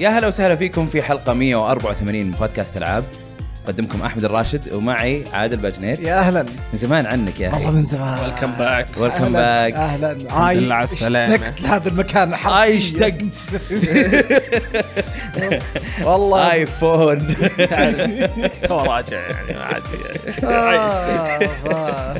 يا هلا وسهلا فيكم في حلقه 184 من بودكاست العاب قدمكم احمد الراشد ومعي عادل باجنير يا اهلا من زمان عنك يا والله اخي من زمان ويلكم باك ويلكم أهلاً، باك اهلا الحمد لله على السلامة. اشتقت لهذا المكان حرفياً. اي اشتقت والله ايفون تو راجع يعني ما عاد في- آه، آه.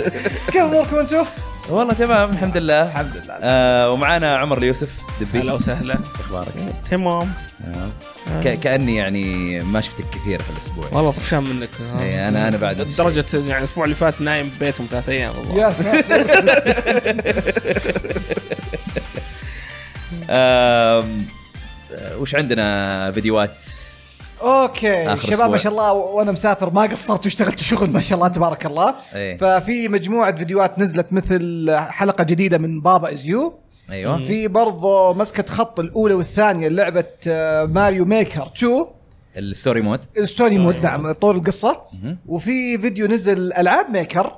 كيف اموركم انتم؟ والله تمام الحمد لله الحمد لله آه ومعانا عمر اليوسف دبي هلا وسهلا اخبارك إيه. تمام آه. ك- كاني يعني ما شفتك كثير في الاسبوع والله طفشان منك ها. إيه، أنا- أنا بعد نفس لدرجه يعني الاسبوع اللي فات نايم ببيتهم ثلاث ايام والله يا ساتر آم، آه وش عندنا فيديوهات اوكي آخر شباب ما أسبوع. شاء الله وانا مسافر ما قصرت واشتغلت شغل ما شاء الله تبارك الله إيه. ففي مجموعه فيديوهات نزلت مثل حلقه جديده من بابا از يو ايوه في برضه مسكه خط الاولى والثانيه لعبه آه، ماريو ميكر 2 الستوري مود ستوري مود نعم طول القصه مهم. وفي فيديو نزل العاب ميكر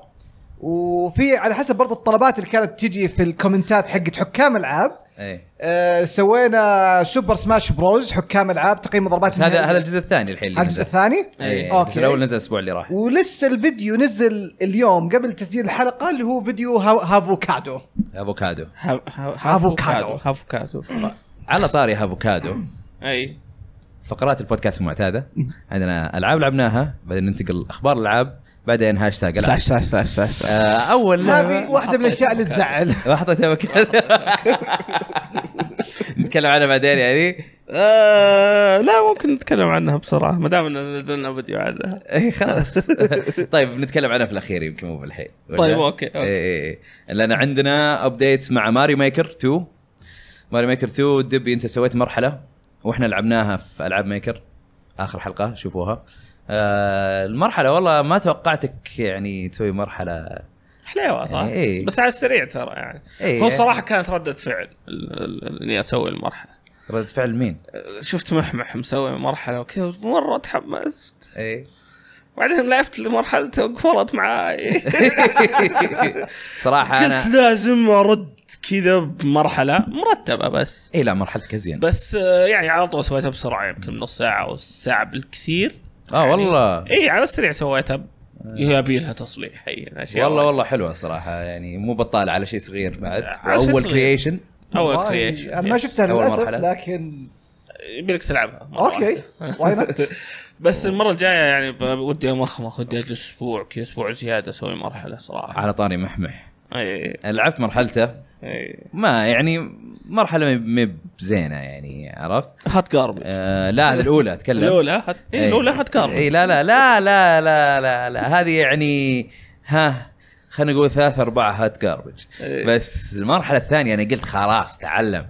وفي على حسب برضه الطلبات اللي كانت تجي في الكومنتات حقت حكام العاب ايه آه سوينا سوبر سماش بروز حكام العاب تقييم ضربات بس هذا هذا الجزء الثاني الحين اللي هذا الجزء نزل. الثاني إيه. ايه اوكي بس الاول نزل الاسبوع اللي راح ولسه الفيديو نزل اليوم قبل تسجيل الحلقه اللي هو فيديو هاو- هافوكادو افوكادو أفوكادو. افوكادو على طاري افوكادو اي فقرات البودكاست المعتاده عندنا العاب لعبناها بعدين ننتقل اخبار العاب بعدين هاشتاج العاب سلاش سلاش سلاش سلاش آه، اول هذه واحده من الاشياء اللي تزعل ما حطيت افوكادو نتكلم عنها بعدين يعني آه لا ممكن نتكلم عنها بسرعه ما دام اننا نزلنا فيديو عنها اي إيه، خلاص طيب بنتكلم عنها في الاخير يمكن مو بالحين ولا؟ إيه، طيب، أوكي، أوكي. اي اي لان عندنا ابديت مع ماري ميكر 2 ماري ميكر 2 دبي انت سويت مرحله واحنا لعبناها في العاب ميكر اخر حلقه شوفوها آه المرحله والله ما توقعتك يعني تسوي مرحله حليوه صح؟ إيه. بس على السريع ترى يعني إيه. هو الصراحه كانت رده فعل ال- ال- اني اسوي المرحله ردة فعل مين؟ شفت محمح مسوي مرحله وكذا مره تحمست اي وبعدين لعبت لمرحله وقفلت معاي صراحه قلت انا لازم ارد كذا بمرحله مرتبه بس اي إيه، لا مرحلتك ازين بس آه، يعني على طول سويتها بسرعه يمكن نص ساعه او ساعه بالكثير اه والله اي على السريع سويتها يبي لها تصليح هي الاشياء والله والله حلوه صراحه يعني مو بطاله على شيء صغير بعد على شيء اول صغير. كرييشن اول والله كرييشن انا ما شفتها أول للاسف مرحلة. لكن يبي لك تلعبها مرة اوكي واحدة. واي نوت بس المره الجايه يعني ب- ودي امخمخ ودي اجلس اسبوع كذا اسبوع زياده اسوي مرحله صراحه على طاري محمح اي لعبت مرحلته اي ما يعني مرحله مب زينه يعني عرفت هات جاربج آه لا هذه الاولى اتكلم الاولى هت... إيه الاولى هتكرر اي لا لا لا لا لا لا, لا. هذه يعني ها خلينا نقول ثلاث ارباع هات جاربج إيه. بس المرحله الثانيه انا قلت خلاص تعلم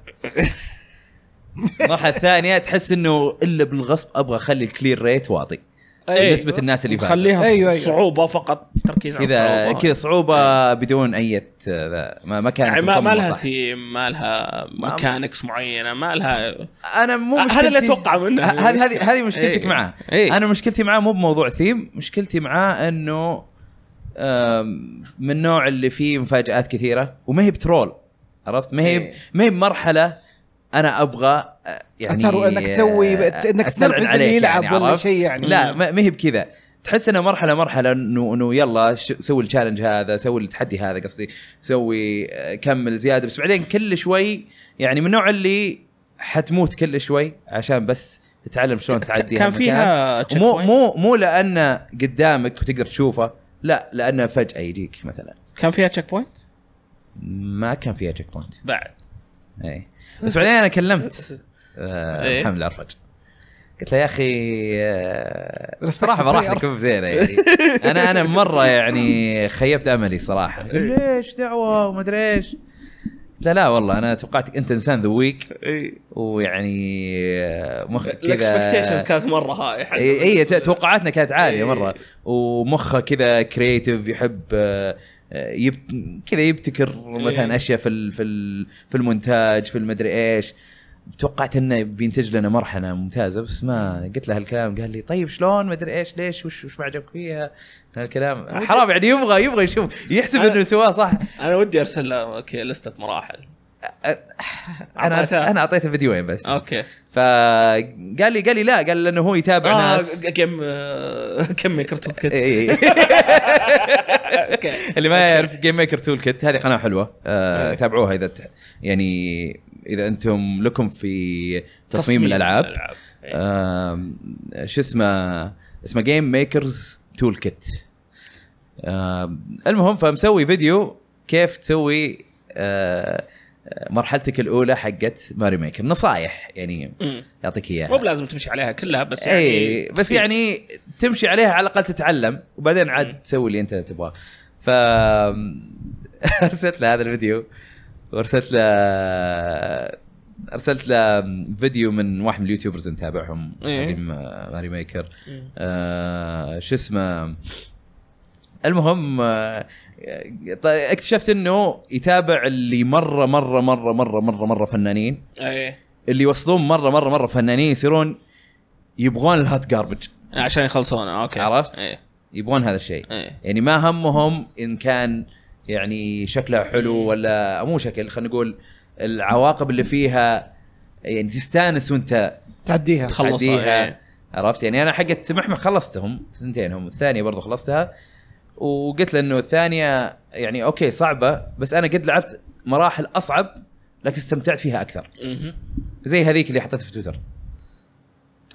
المرحله الثانيه تحس انه الا بالغصب ابغى اخلي الكلير ريت واطي إيه. نسبه الناس اللي فازت خليها أيوة، أيوة. صعوبه فقط تركيز على كذا الصعوبة. كذا صعوبه بدون اي ت- ذا ما, ما كانت إيه. يعني ما, ما مصممة لها صح. ثيم ما لها ميكانكس معينه ما لها انا مو آه، هذا مشكلتي- اللي أتوقع منه. ه- هذه هذه هذه مشكلتك إيه. معاه إيه. انا مشكلتي معاه مو بموضوع ثيم مشكلتي معاه انه آم، من النوع اللي فيه مفاجات كثيره وما هي بترول عرفت ما هي إيه. ما هي بمرحله انا ابغى آه، يعني أتر- إنك تسوي- إنك أستلعن تنرفز اللي عليك يلعب ولا عرفت؟ شيء يعني. لا ما ما هي بكذا تحس انها مرحله مرحله انه انه يلا ش- سوي التشالنج هذا سوي التحدي هذا قصدي سوي آه، كمل زياده بس بعدين كل شوي يعني من النوع اللي حتموت كل شوي عشان بس تتعلم شلون تعدي كان هالمكان. فيها مو checkpoint. مو مو لانه قدامك وتقدر تشوفه لا لانه فجاه يجيك مثلا كان فيها تشيك بوينت ما كان فيها تشيك بوينت بعد اي إيه. بس بعدين انا كلمت آه إيه. محمد الارفج قلت له يا اخي آه Respect صراحه the player. مراحلكم زينه يعني انا انا مره يعني خيبت املي صراحه ليش دعوه وما ادري ايش لا لا والله انا توقعتك انت انسان ذويك اي ويعني آه، مخك الاكسبكتيشنز كذا كانت مره هاي حق اي اي ت- إيه، توقعاتنا كانت عاليه إيه. مره ومخه كذا كرييتيف يحب آه، آه، يب كذا يبتكر مثلا إيه. اشياء في ال- في ال- في المونتاج في المدري ايش توقعت انه بينتج لنا مرحله ممتازه بس ما قلت له هالكلام قال لي طيب شلون ما ادري ايش ليش وش وش ما عجبك فيها هالكلام حرام يعني يبغى يبغى يشوف يحسب أنا- انه سواه صح انا ودي ارسل له اوكي لستة مراحل انا أعطيتها. انا اعطيته فيديوين بس اوكي آه، فقال لي قال لي لا قال لانه هو يتابع آه، ناس إيه، كم آه، كم ميكر توب كيت إي. اوكي اللي ما يعرف جيم ميكر تول كيت هذه قناه حلوه آه أوكي. تابعوها اذا ت- يعني اذا انتم لكم في تصميم الالعاب إيه. آم، شو اسمه اسمه جيم ميكرز تول كيت المهم فمسوي فيديو كيف تسوي آه، مرحلتك الاولى حقت ماري ميكر نصايح يعني مم. يعطيك مو اياها بلازم تمشي عليها كلها بس يعني اي بس تفيد. يعني تمشي عليها على الاقل تتعلم وبعدين مم. عاد تسوي اللي انت تبغاه ف ارسلت له هذا الفيديو وارسلت له ارسلت له فيديو من واحد من اليوتيوبرز اللي نتابعهم إيه. حقين ما- ماري ميكر مم. آه، شو اسمه المهم آه، ط- اكتشفت انه يتابع اللي مره مره مره مره مره مره فنانين ايه اللي يوصلون مره مره مره فنانين يصيرون يبغون الهوت جاربج عشان يخلصونه اوكي عرفت؟ ايه يبغون هذا الشيء ايه يعني ما همهم ان كان يعني شكله حلو ولا مو شكل خلينا نقول العواقب اللي فيها يعني تستانس وانت تعديها. تعديها تخلصها إيه. عرفت يعني انا حقت محمح خلصتهم ثنتين هم الثانيه برضو خلصتها وقلت له انه الثانيه يعني اوكي صعبه بس انا قد لعبت مراحل اصعب لكن استمتعت فيها اكثر مهم. زي هذيك اللي حطيتها في تويتر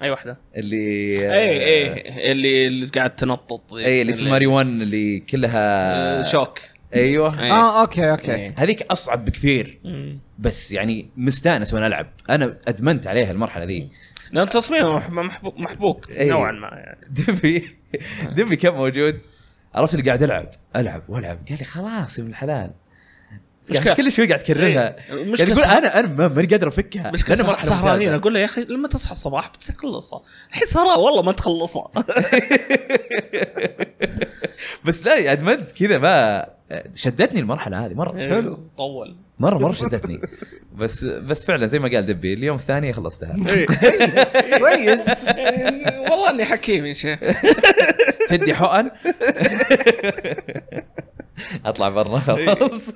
اي واحده اللي ايه ايه اللي اللي قاعد تنطط ذي. اي إيه، اللي اسمه ماري 1 اللي كلها آه، شوك ايوه إيه. اه اوكي اوكي إيه. هذيك اصعب بكثير مم. بس يعني مستانس وانا العب انا ادمنت عليها المرحله ذي لان تصميمه مح- محبوك, محبوك إيه. نوعا ما يعني دبي دبي كان موجود عرفت اللي قاعد العب العب والعب قال لي خلاص يا ابن الحلال مشكلة. قاعد كل شوي قاعد تكررها إيه. قاعد المشكله يعني يقول سه- انا انا ما- ماني قادر افكها مشكلة لأنها سه- مرحلة سهرانين ممتازة. اقول له يا اخي لما تصحى الصباح بتخلصها الحين سهران والله ما تخلصها بس لا ادمنت كذا ما شدتني المرحله هذه إيه. مره حلو. طول مره مره شدتني بس بس فعلا زي ما قال دبي اليوم الثاني خلصتها كويس إيه، والله اني حكيم يا شيخ تدي حقن اطلع برا خلاص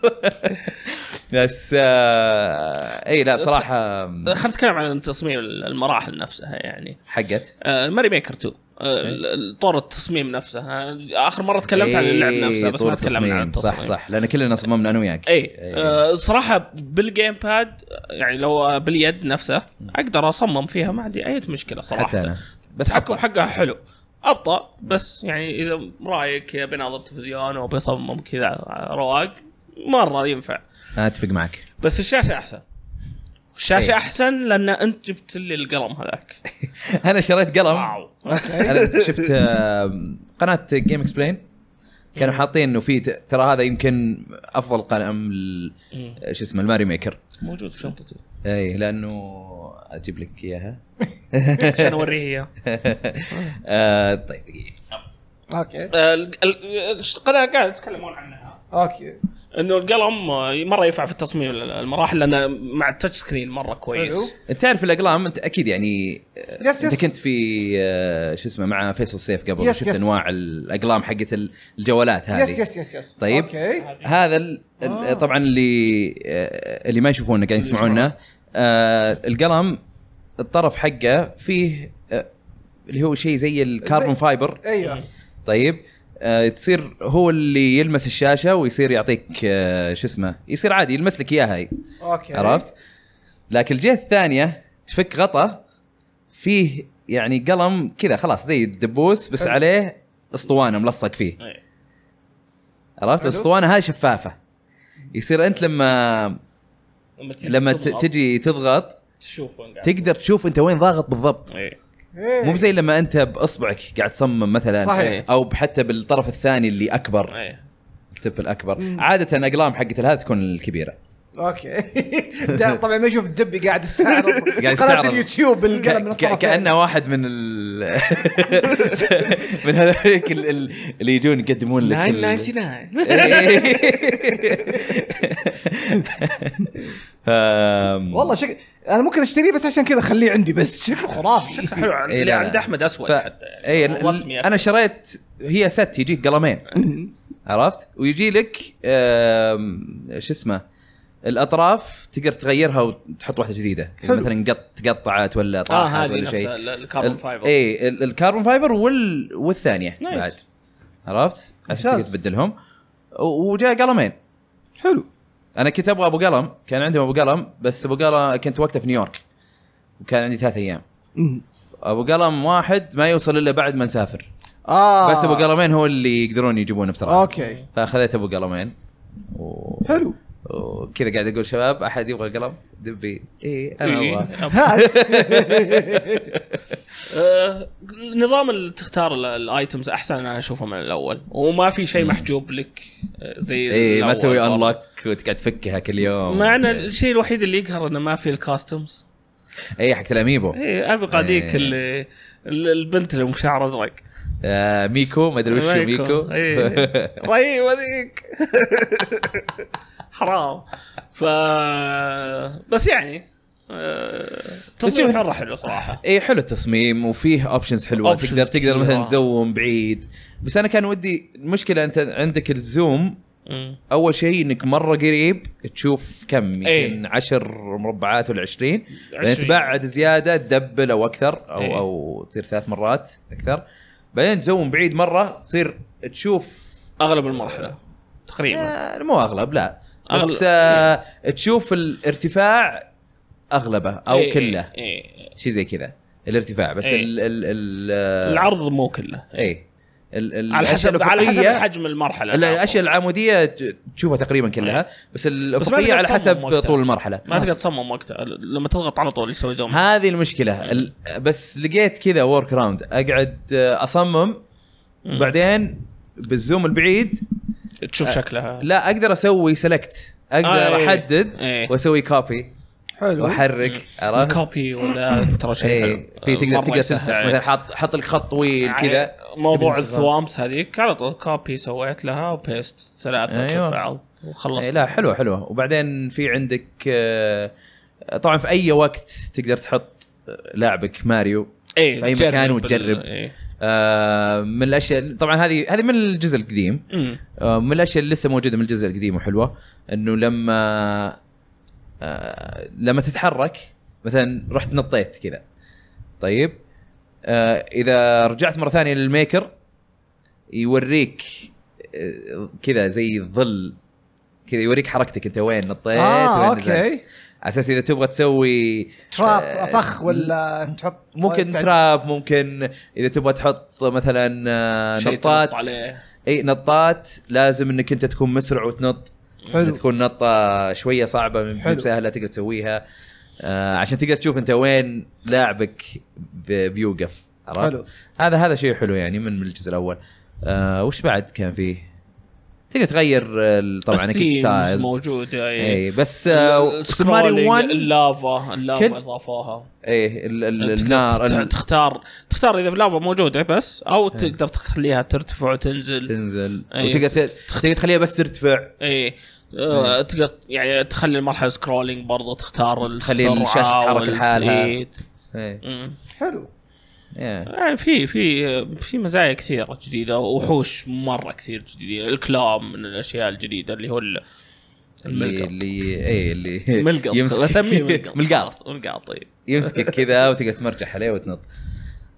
بس آه اي لا بصراحه خلينا نتكلم عن تصميم المراحل نفسها يعني حقت آه، الماري ميكر 2 آه، إيه. ال- ال- طور التصميم نفسه آه، اخر مره تكلمت عن اللعب إيه، نفسه بس طور ما تكلمنا عن التصميم صح صح لان كلنا صممنا انا وياك إيه، اي آه، صراحه بالجيم باد يعني لو باليد نفسه اقدر اصمم فيها ما عندي اي مشكله صراحه حتى انا بس التحكم حقك حقها حلو ابطا بس يعني اذا رايك يا بيناظر تلفزيون او بيصمم كذا رواق مره ينفع انا اتفق معك بس الشاشه احسن الشاشه إيه. احسن لان انت جبت لي القلم هذاك انا شريت قلم واو انا شفت آه، قناه جيم اكسبلين كانوا حاطين انه في ت- ترى هذا يمكن افضل قلم ال- مم. شو اسمه الماري ميكر موجود في شنطتي اي لانه اجيب لك اياها عشان اوريه اياه آه، طيب دقيقة. اوكي آه، ال- ال- القناه قاعد يتكلمون عنها اوكي انه القلم آه، مره ينفع في التصميم المراحل لانه مع التاتش سكرين مره حلو. كويس انت تعرف الاقلام انت اكيد يعني آه، يس، انت يس. كنت في آه، شو اسمه مع فيصل سيف قبل يس، شفت يس. انواع الاقلام حقت ال- الجوالات هذه يس يس يس يس يعني. طيب. اوكي هذا ال- ال- آه. طبعا اللي آه، اللي ما يشوفونا قاعدين اللي يسمعونا آه، القلم الطرف حقه فيه آه، اللي هو شيء زي الكربون فايبر ايوه طيب آه، تصير هو اللي يلمس الشاشه ويصير يعطيك آه، شو اسمه يصير عادي يلمس لك اياها هي. اوكي عرفت؟ لكن الجهه الثانيه تفك غطا فيه يعني قلم كذا خلاص زي الدبوس بس حلو. عليه اسطوانه ملصق فيه إيه. عرفت؟ حلو. الاسطوانه هاي شفافه يصير انت لما تيجي لما ت- تضغط، تجي تضغط تشوفه قاعد. تقدر تشوف انت وين ضاغط بالضبط إيه. إيه. مو زي لما انت باصبعك قاعد تصمم مثلا صحيح. او حتى بالطرف الثاني اللي اكبر إيه. التب الاكبر مم. عاده اقلام حقت الهاد تكون الكبيره اوكي ده طبعا ما يشوف الدبي قاعد يستعرض يستعرض. قناه اليوتيوب بالقلم من ك- ك- الطرفين كانه واحد من ال من هذوليك ال- ال- اللي يجون يقدمون لك ال- إيه. 999 أم، والله شكل انا ممكن اشتريه بس عشان كذا اخليه عندي بس شكله خرافي حلو عن- إيه، اللي لا. عند احمد اسود ف... حتى يعني اي رسمي ال- انا شريت هي ست يجيك قلمين عرفت ويجي لك أم، شو اسمه الاطراف تقدر تغيرها وتحط واحده جديده يعني حلو. مثلا قط تقطعت ولا اه طاحت هذه آه، ولا شيء نفسها ال- الكربون ال- إيه، فايبر اي ال- الكربون فايبر وال... والثانيه Nice. بعد عرفت؟ عشان تقدر ممتاز. تبدلهم و- وجاء قلمين حلو انا كنت ابغى ابو قلم كان عندهم ابو قلم بس ابو قلم كنت وقتها في نيويورك وكان عندي ثلاث ايام مم. ابو قلم واحد ما يوصل الا بعد ما نسافر اه آه. بس ابو قلمين هو اللي يقدرون يجيبونه بسرعه اوكي فاخذت ابو قلمين و... حلو وكذا قاعد اقول شباب احد يبغى القلم دبي اي انا إيه. ابغى هات آه، نظام ال- تختار ال- الايتمز احسن انا اشوفه من الاول وما في شيء محجوب لك آه، زي اي إيه، ما الأول تسوي مرة. انلوك وتقعد تفكها كل يوم معنى الشيء الوحيد اللي يقهر انه ما في الكاستمز اي إيه، حق الاميبو اي ابقى إيه. ذيك إيه، اللي ال- البنت اللي مشعر ازرق آه ميكو ما ادري وش هو مايكو. ميكو إيه. رهيبه ذيك حرام ف بس يعني آه، تصميم مره حلو صراحه اي إيه، حلو التصميم وفيه اوبشنز حلوه Options تقدر تقدر كثيرة. مثلا تزوم بعيد بس انا كان ودي المشكله انت عندك الزوم مم. اول شيء انك مره قريب تشوف كم يمكن إيه. 10 مربعات ولا 20 بعدين 20. تبعد زياده تدبل او اكثر او إيه. او تصير ثلاث مرات اكثر بعدين تزوم بعيد مره تصير تشوف اغلب المرحله تقريبا آه، مو اغلب لا إيه. أغلب. بس آه تشوف الارتفاع اغلبه او إيه، كله إيه، إيه. شيء زي كذا الارتفاع بس إيه. ال ال ال آه، العرض مو كله اي ال- ال- على حسب على حسب الأفقية- حجم المرحله الاشياء العموديه ت- تشوفها تقريبا كلها بس الافقيه إيه. تقدر على تصمم حسب وقتها. طول المرحله ما تقدر تصمم وقتها لما تضغط على طول يسوي زوم هذه المشكله ال- بس لقيت كذا ورك راوند اقعد آه، اصمم مم. بعدين بالزوم البعيد آه. تشوف شكلها لا اقدر اسوي سلكت آه، اقدر إيه. احدد إيه. واسوي كوبي حلو واحرك عرفت؟ كوبي ولا ترى شيء اي حلو. إيه، في تقدر مرة تقدر يسهل تنسخ عليك. مثلا حاط حط لك خط طويل يعني كذا موضوع تبي تنسخه. الثوامس هذيك على طول كوبي سويت لها وبيست ثلاثه أيوة. أيوة. بعض وخلصت إيه لا حلوه حلوه وبعدين في عندك آه، طبعا في اي وقت تقدر تحط آه، لاعبك ماريو إيه، في أي تجرب مكان بال- وتجرب. إيه. آه، من الاشياء طبعا هذه هذه من الجزء القديم أمم. آه، من الاشياء اللي لسه موجوده من الجزء القديم وحلوه انه لما آه، لما تتحرك مثلا رحت نطيت كذا طيب آه، اذا رجعت مره ثانيه للميكر يوريك آه، كذا زي الظل كذا يوريك حركتك انت وين نطيت اه وين نزلت. اوكي على اساس اذا تبغى تسوي آه، تراب فخ ولا تحط ممكن تراب ممكن اذا تبغى تحط مثلا آه، شيء نطات تنط عليه اي نطات لازم انك انت تكون مسرع وتنط حلو. يعني تكون نطه شويه صعبه من حلو. سهله تقدر تسويها آه عشان تقدر تشوف انت وين لاعبك ب- بيوقف حلو. عرفت؟ هذا هذا شيء حلو يعني من من الجزء الاول آه وش بعد كان فيه؟ تقدر تغير ال- طبعا اكيد الثيمز ستايلز موجودة اي اي بس آه سوبر ماريو 1 إيه. اللافا كل- اللافا اضافوها اي ال- ال- تقدر النار تخت- ال- إيه. تختار تختار اذا اللافا موجوده بس او تقدر تخليها ترتفع وتنزل تنزل أي. وتقدر ت- تقدر تخليها بس ترتفع اي إيه. آه، تقدر يعني تخلي المرحله سكرولينج برضه تختار السرعه تخلي الشاشة تتحرك وال- لحالها. إيه. اي أمم. حلو إيه. يعني في في في مزايا كثيره جديده وحوش مره كثير جديده الكلاب من الاشياء الجديده اللي هو ال- اللي الملقط اللي اي اللي ملقط بسميه ملقط ملقاط ملقط إيه. يمسكك كذا وتقدر تمرجح عليه وتنط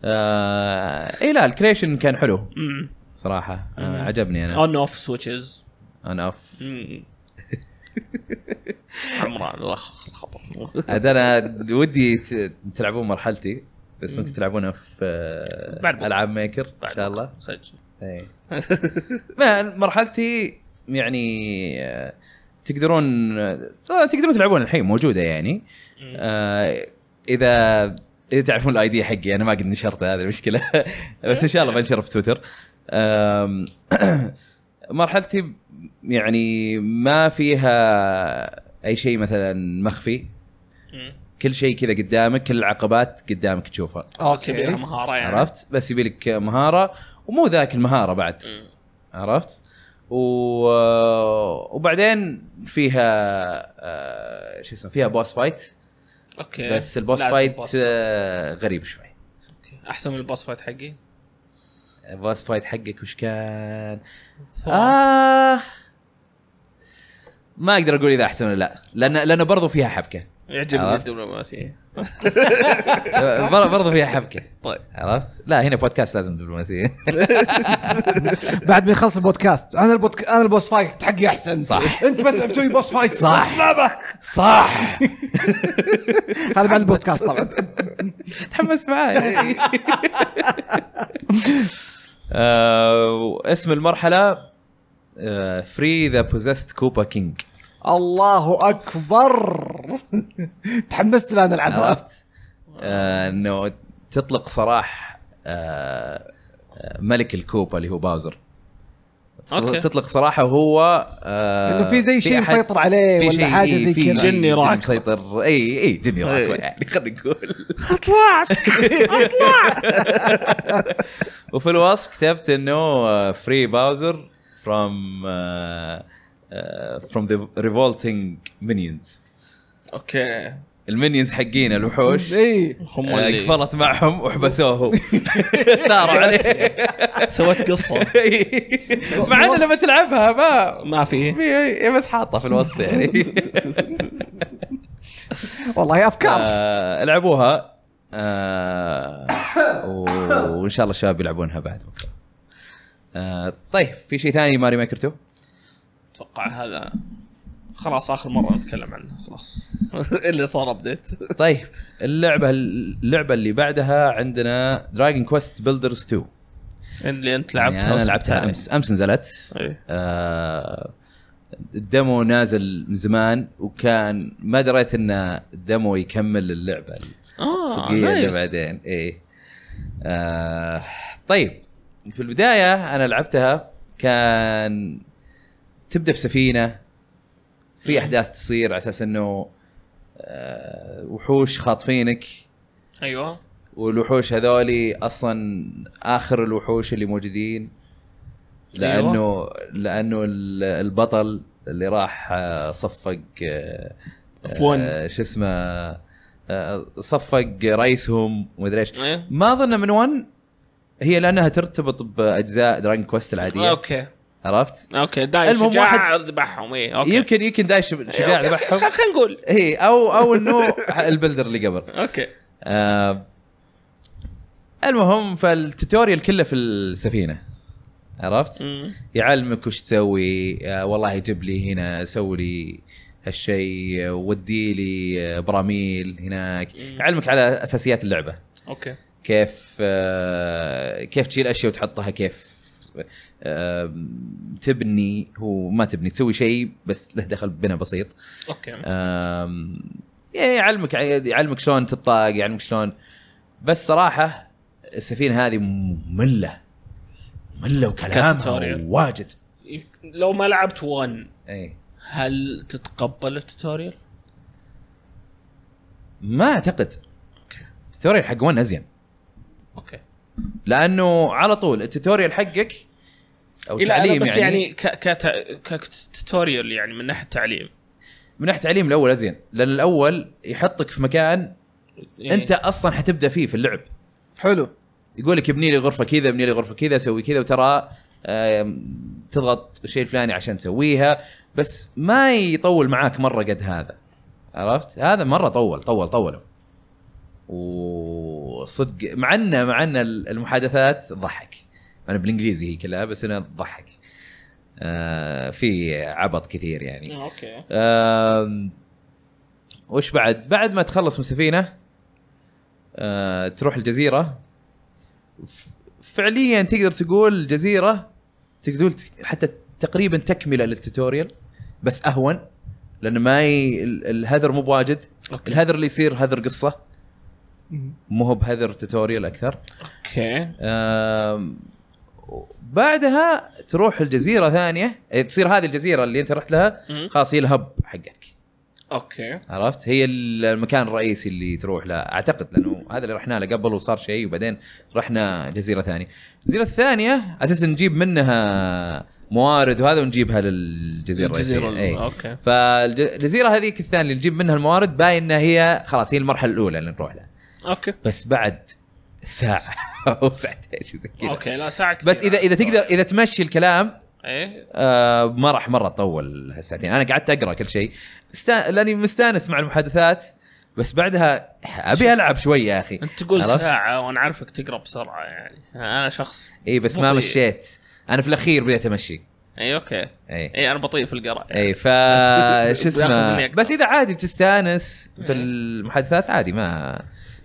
آه... اي لا الكريشن كان حلو أمم. صراحه آه عجبني انا اون اوف سويتشز انا اوف عمران الله خبر عاد انا ودي ت- تلعبون مرحلتي بس ممكن تلعبونها في آه، بعد بكرة. العاب ميكر ان شاء الله سجل إيه. ما مرحلتي يعني آه، تقدرون آه، تقدرون تلعبون الحين موجوده يعني آه اذا اذا تعرفون الاي دي حقي انا ما قد نشرته هذه المشكله بس ان شاء الله بنشره في تويتر آم، مرحلتي يعني ما فيها اي شيء مثلا مخفي مم. كل شيء كذا قدامك كل العقبات قدامك تشوفها بس يبيها اوكي مهاره يعني عرفت بس يبي لك مهاره ومو ذاك المهاره بعد مم. عرفت و... وبعدين فيها آه، شو اسمه فيها بوس فايت اوكي بس البوس لازم فايت بوس. آه، غريب شوي أوكي. احسن من البوس فايت حقي البوس آه. فايت حقك وش كان؟ ثوم. آه ما اقدر اقول اذا احسن ولا لا لان لانه برضو فيها حبكه يعجبني عرفت. الدبلوماسيه بر- برضو فيها حبكه طيب عرفت؟ لا هنا بودكاست لازم دبلوماسيه بعد ما يخلص البودكاست انا البودك... انا البوس فايت حقي احسن صح. انت ما تعرف تسوي بوس فايت صح صح هذا بعد البودكاست طبعا تحمس معاي آه، اسم آه، المرحله فري ذا بوزيست كوبا كينج الله اكبر تحمست الان العبها عرفت؟ آه، انه تطلق سراح آه، آه، ملك الكوبا اللي هو باوزر أوكي. تطلق سراحه وهو آه، انه في زي شيء أحد- مسيطر عليه في ولا شيء حاجه إيه، زي في كذا إيه. شيء جني راكب. مسيطر اي اي جني راكب إي. يعني خلينا نقول اطلع وفي الوصف كتبت آه, انه فري باوزر فروم آه, فروم ذا ريفولتنج مينيونز اوكي المينيونز حقين الوحوش اي هم آه، اللي قفلت معهم وحبسوه ثار عليه سويت قصه مع ان لما تلعبها ما ما في في هي بس حاطه في الوصف يعني والله افكار آه، العبوها آه، و- وان شاء الله الشباب يلعبونها بعد بكره آه، طيب في شيء ثاني ماري ميكر 2 اتوقع هذا خلاص اخر مره نتكلم عنه خلاص اللي صار ابديت طيب اللعبه اللعبه اللي بعدها عندنا دراجون كويست بيلدرز 2 اللي انت يعني لعبتها انا وسبتها لعبتها لي. امس امس نزلت إيه. آه، الدمو نازل من زمان وكان ما دريت ان الدمو يكمل اللعبه اه الصدقيه اللي نايس بعدين اي آه طيب في البدايه انا لعبتها كان تبدا في سفينه في احداث تصير على اساس انه آه وحوش خاطفينك ايوه والوحوش هذولي اصلا اخر الوحوش اللي موجودين لانه لانه ال- البطل اللي راح آه، صفق آه، عفواً. آه، شو اسمه آه، صفق رئيسهم ومدري ايش إيه. ما اظن من 1 هي لانها ترتبط باجزاء دراجون كويست العاديه اوكي عرفت؟ اوكي دايش المهم شجاع إيه، واحد- ذبحهم اي اوكي يمكن يمكن دايش شجاع ذبحهم إيه، إيه، خلينا نقول اي او او انه البلدر اللي قبل اوكي آه المهم فالتوتوريال كله في السفينه عرفت؟ مم. يعلمك وش تسوي آه والله جيب لي هنا سوي لي هالشيء آه، ودي لي آه، براميل هناك مم. يعلمك على اساسيات اللعبه اوكي كيف آه كيف تشيل اشياء وتحطها كيف آه تبني هو ما تبني تسوي شيء بس له دخل بنا بسيط اوكي آه. آم، يعني يعلمك يعلمك شلون تطاق يعلمك شلون بس صراحه السفينه هذه ممله ممله وكلامها كتوتوريال. واجد لو ما لعبت 1 اي هل تتقبل التوتوريال؟ ما اعتقد اوكي التوتوريال حق ون ازين اوكي لانه على طول التوتوريال حقك او إيه، لا، أنا التعليم بس يعني, يعني ك كت- كتوتوريال يعني من ناحيه تعليم من ناحيه تعليم الاول ازين لان الاول يحطك في مكان إيه. انت اصلا حتبدا فيه في اللعب حلو يقول لك ابني لي غرفه كذا ابني لي غرفه كذا سوي كذا وترى آم، تضغط الشيء الفلاني عشان تسويها بس ما يطول معاك مره قد هذا عرفت هذا مره طول طول طول وصدق مع ان مع ان المحادثات تضحك انا بالانجليزي هي كلها بس انها تضحك آه في عبط كثير يعني آه، اوكي آم، وش بعد؟ بعد ما تخلص من السفينه آه، تروح الجزيره ف- فعليا تقدر تقول الجزيره تقدر تقول ت- حتى تقريبا تكمله للتوتوريال بس اهون لان ما ي... ال- الهذر مو بواجد اوكي الهذر اللي يصير هذر قصه مو هو بهذر توتوريال اكثر اوكي آم، بعدها تروح الجزيره ثانيه إيه، تصير هذه الجزيره اللي انت رحت لها مم. خلاص هي الهب حقتك اوكي عرفت هي ال- المكان الرئيسي اللي تروح له اعتقد لانه هذا اللي رحنا له قبل وصار شيء وبعدين رحنا جزيره ثانيه الجزيره الثانيه على اساس نجيب منها موارد وهذا ونجيبها للجزيره الرئيسيه ال- اي اوكي فالجزيره هذيك الثانيه اللي نجيب منها الموارد باين انها هي خلاص هي المرحله الاولى اللي نروح لها اوكي بس بعد ساعه او ساعتين شيء زي كذا اوكي لا ساعه كثير. بس اذا اذا تقدر اذا تمشي الكلام ايه آه ما راح مره تطول هالساعتين انا قعدت اقرا كل شيء استا... لاني مستانس مع المحادثات بس بعدها ابي العب شوي يا اخي انت تقول عرفت؟ ساعه وانا عارفك تقرا بسرعه يعني انا شخص اي إيه، بس ما بطيء. مشيت انا في الاخير بديت امشي اي اوكي اي اي انا بطيء في يعني. القراءه اي ف شو بياخذ إيه. مني اسمه أكثر. بس اذا عادي بتستانس في إيه. المحادثات عادي ما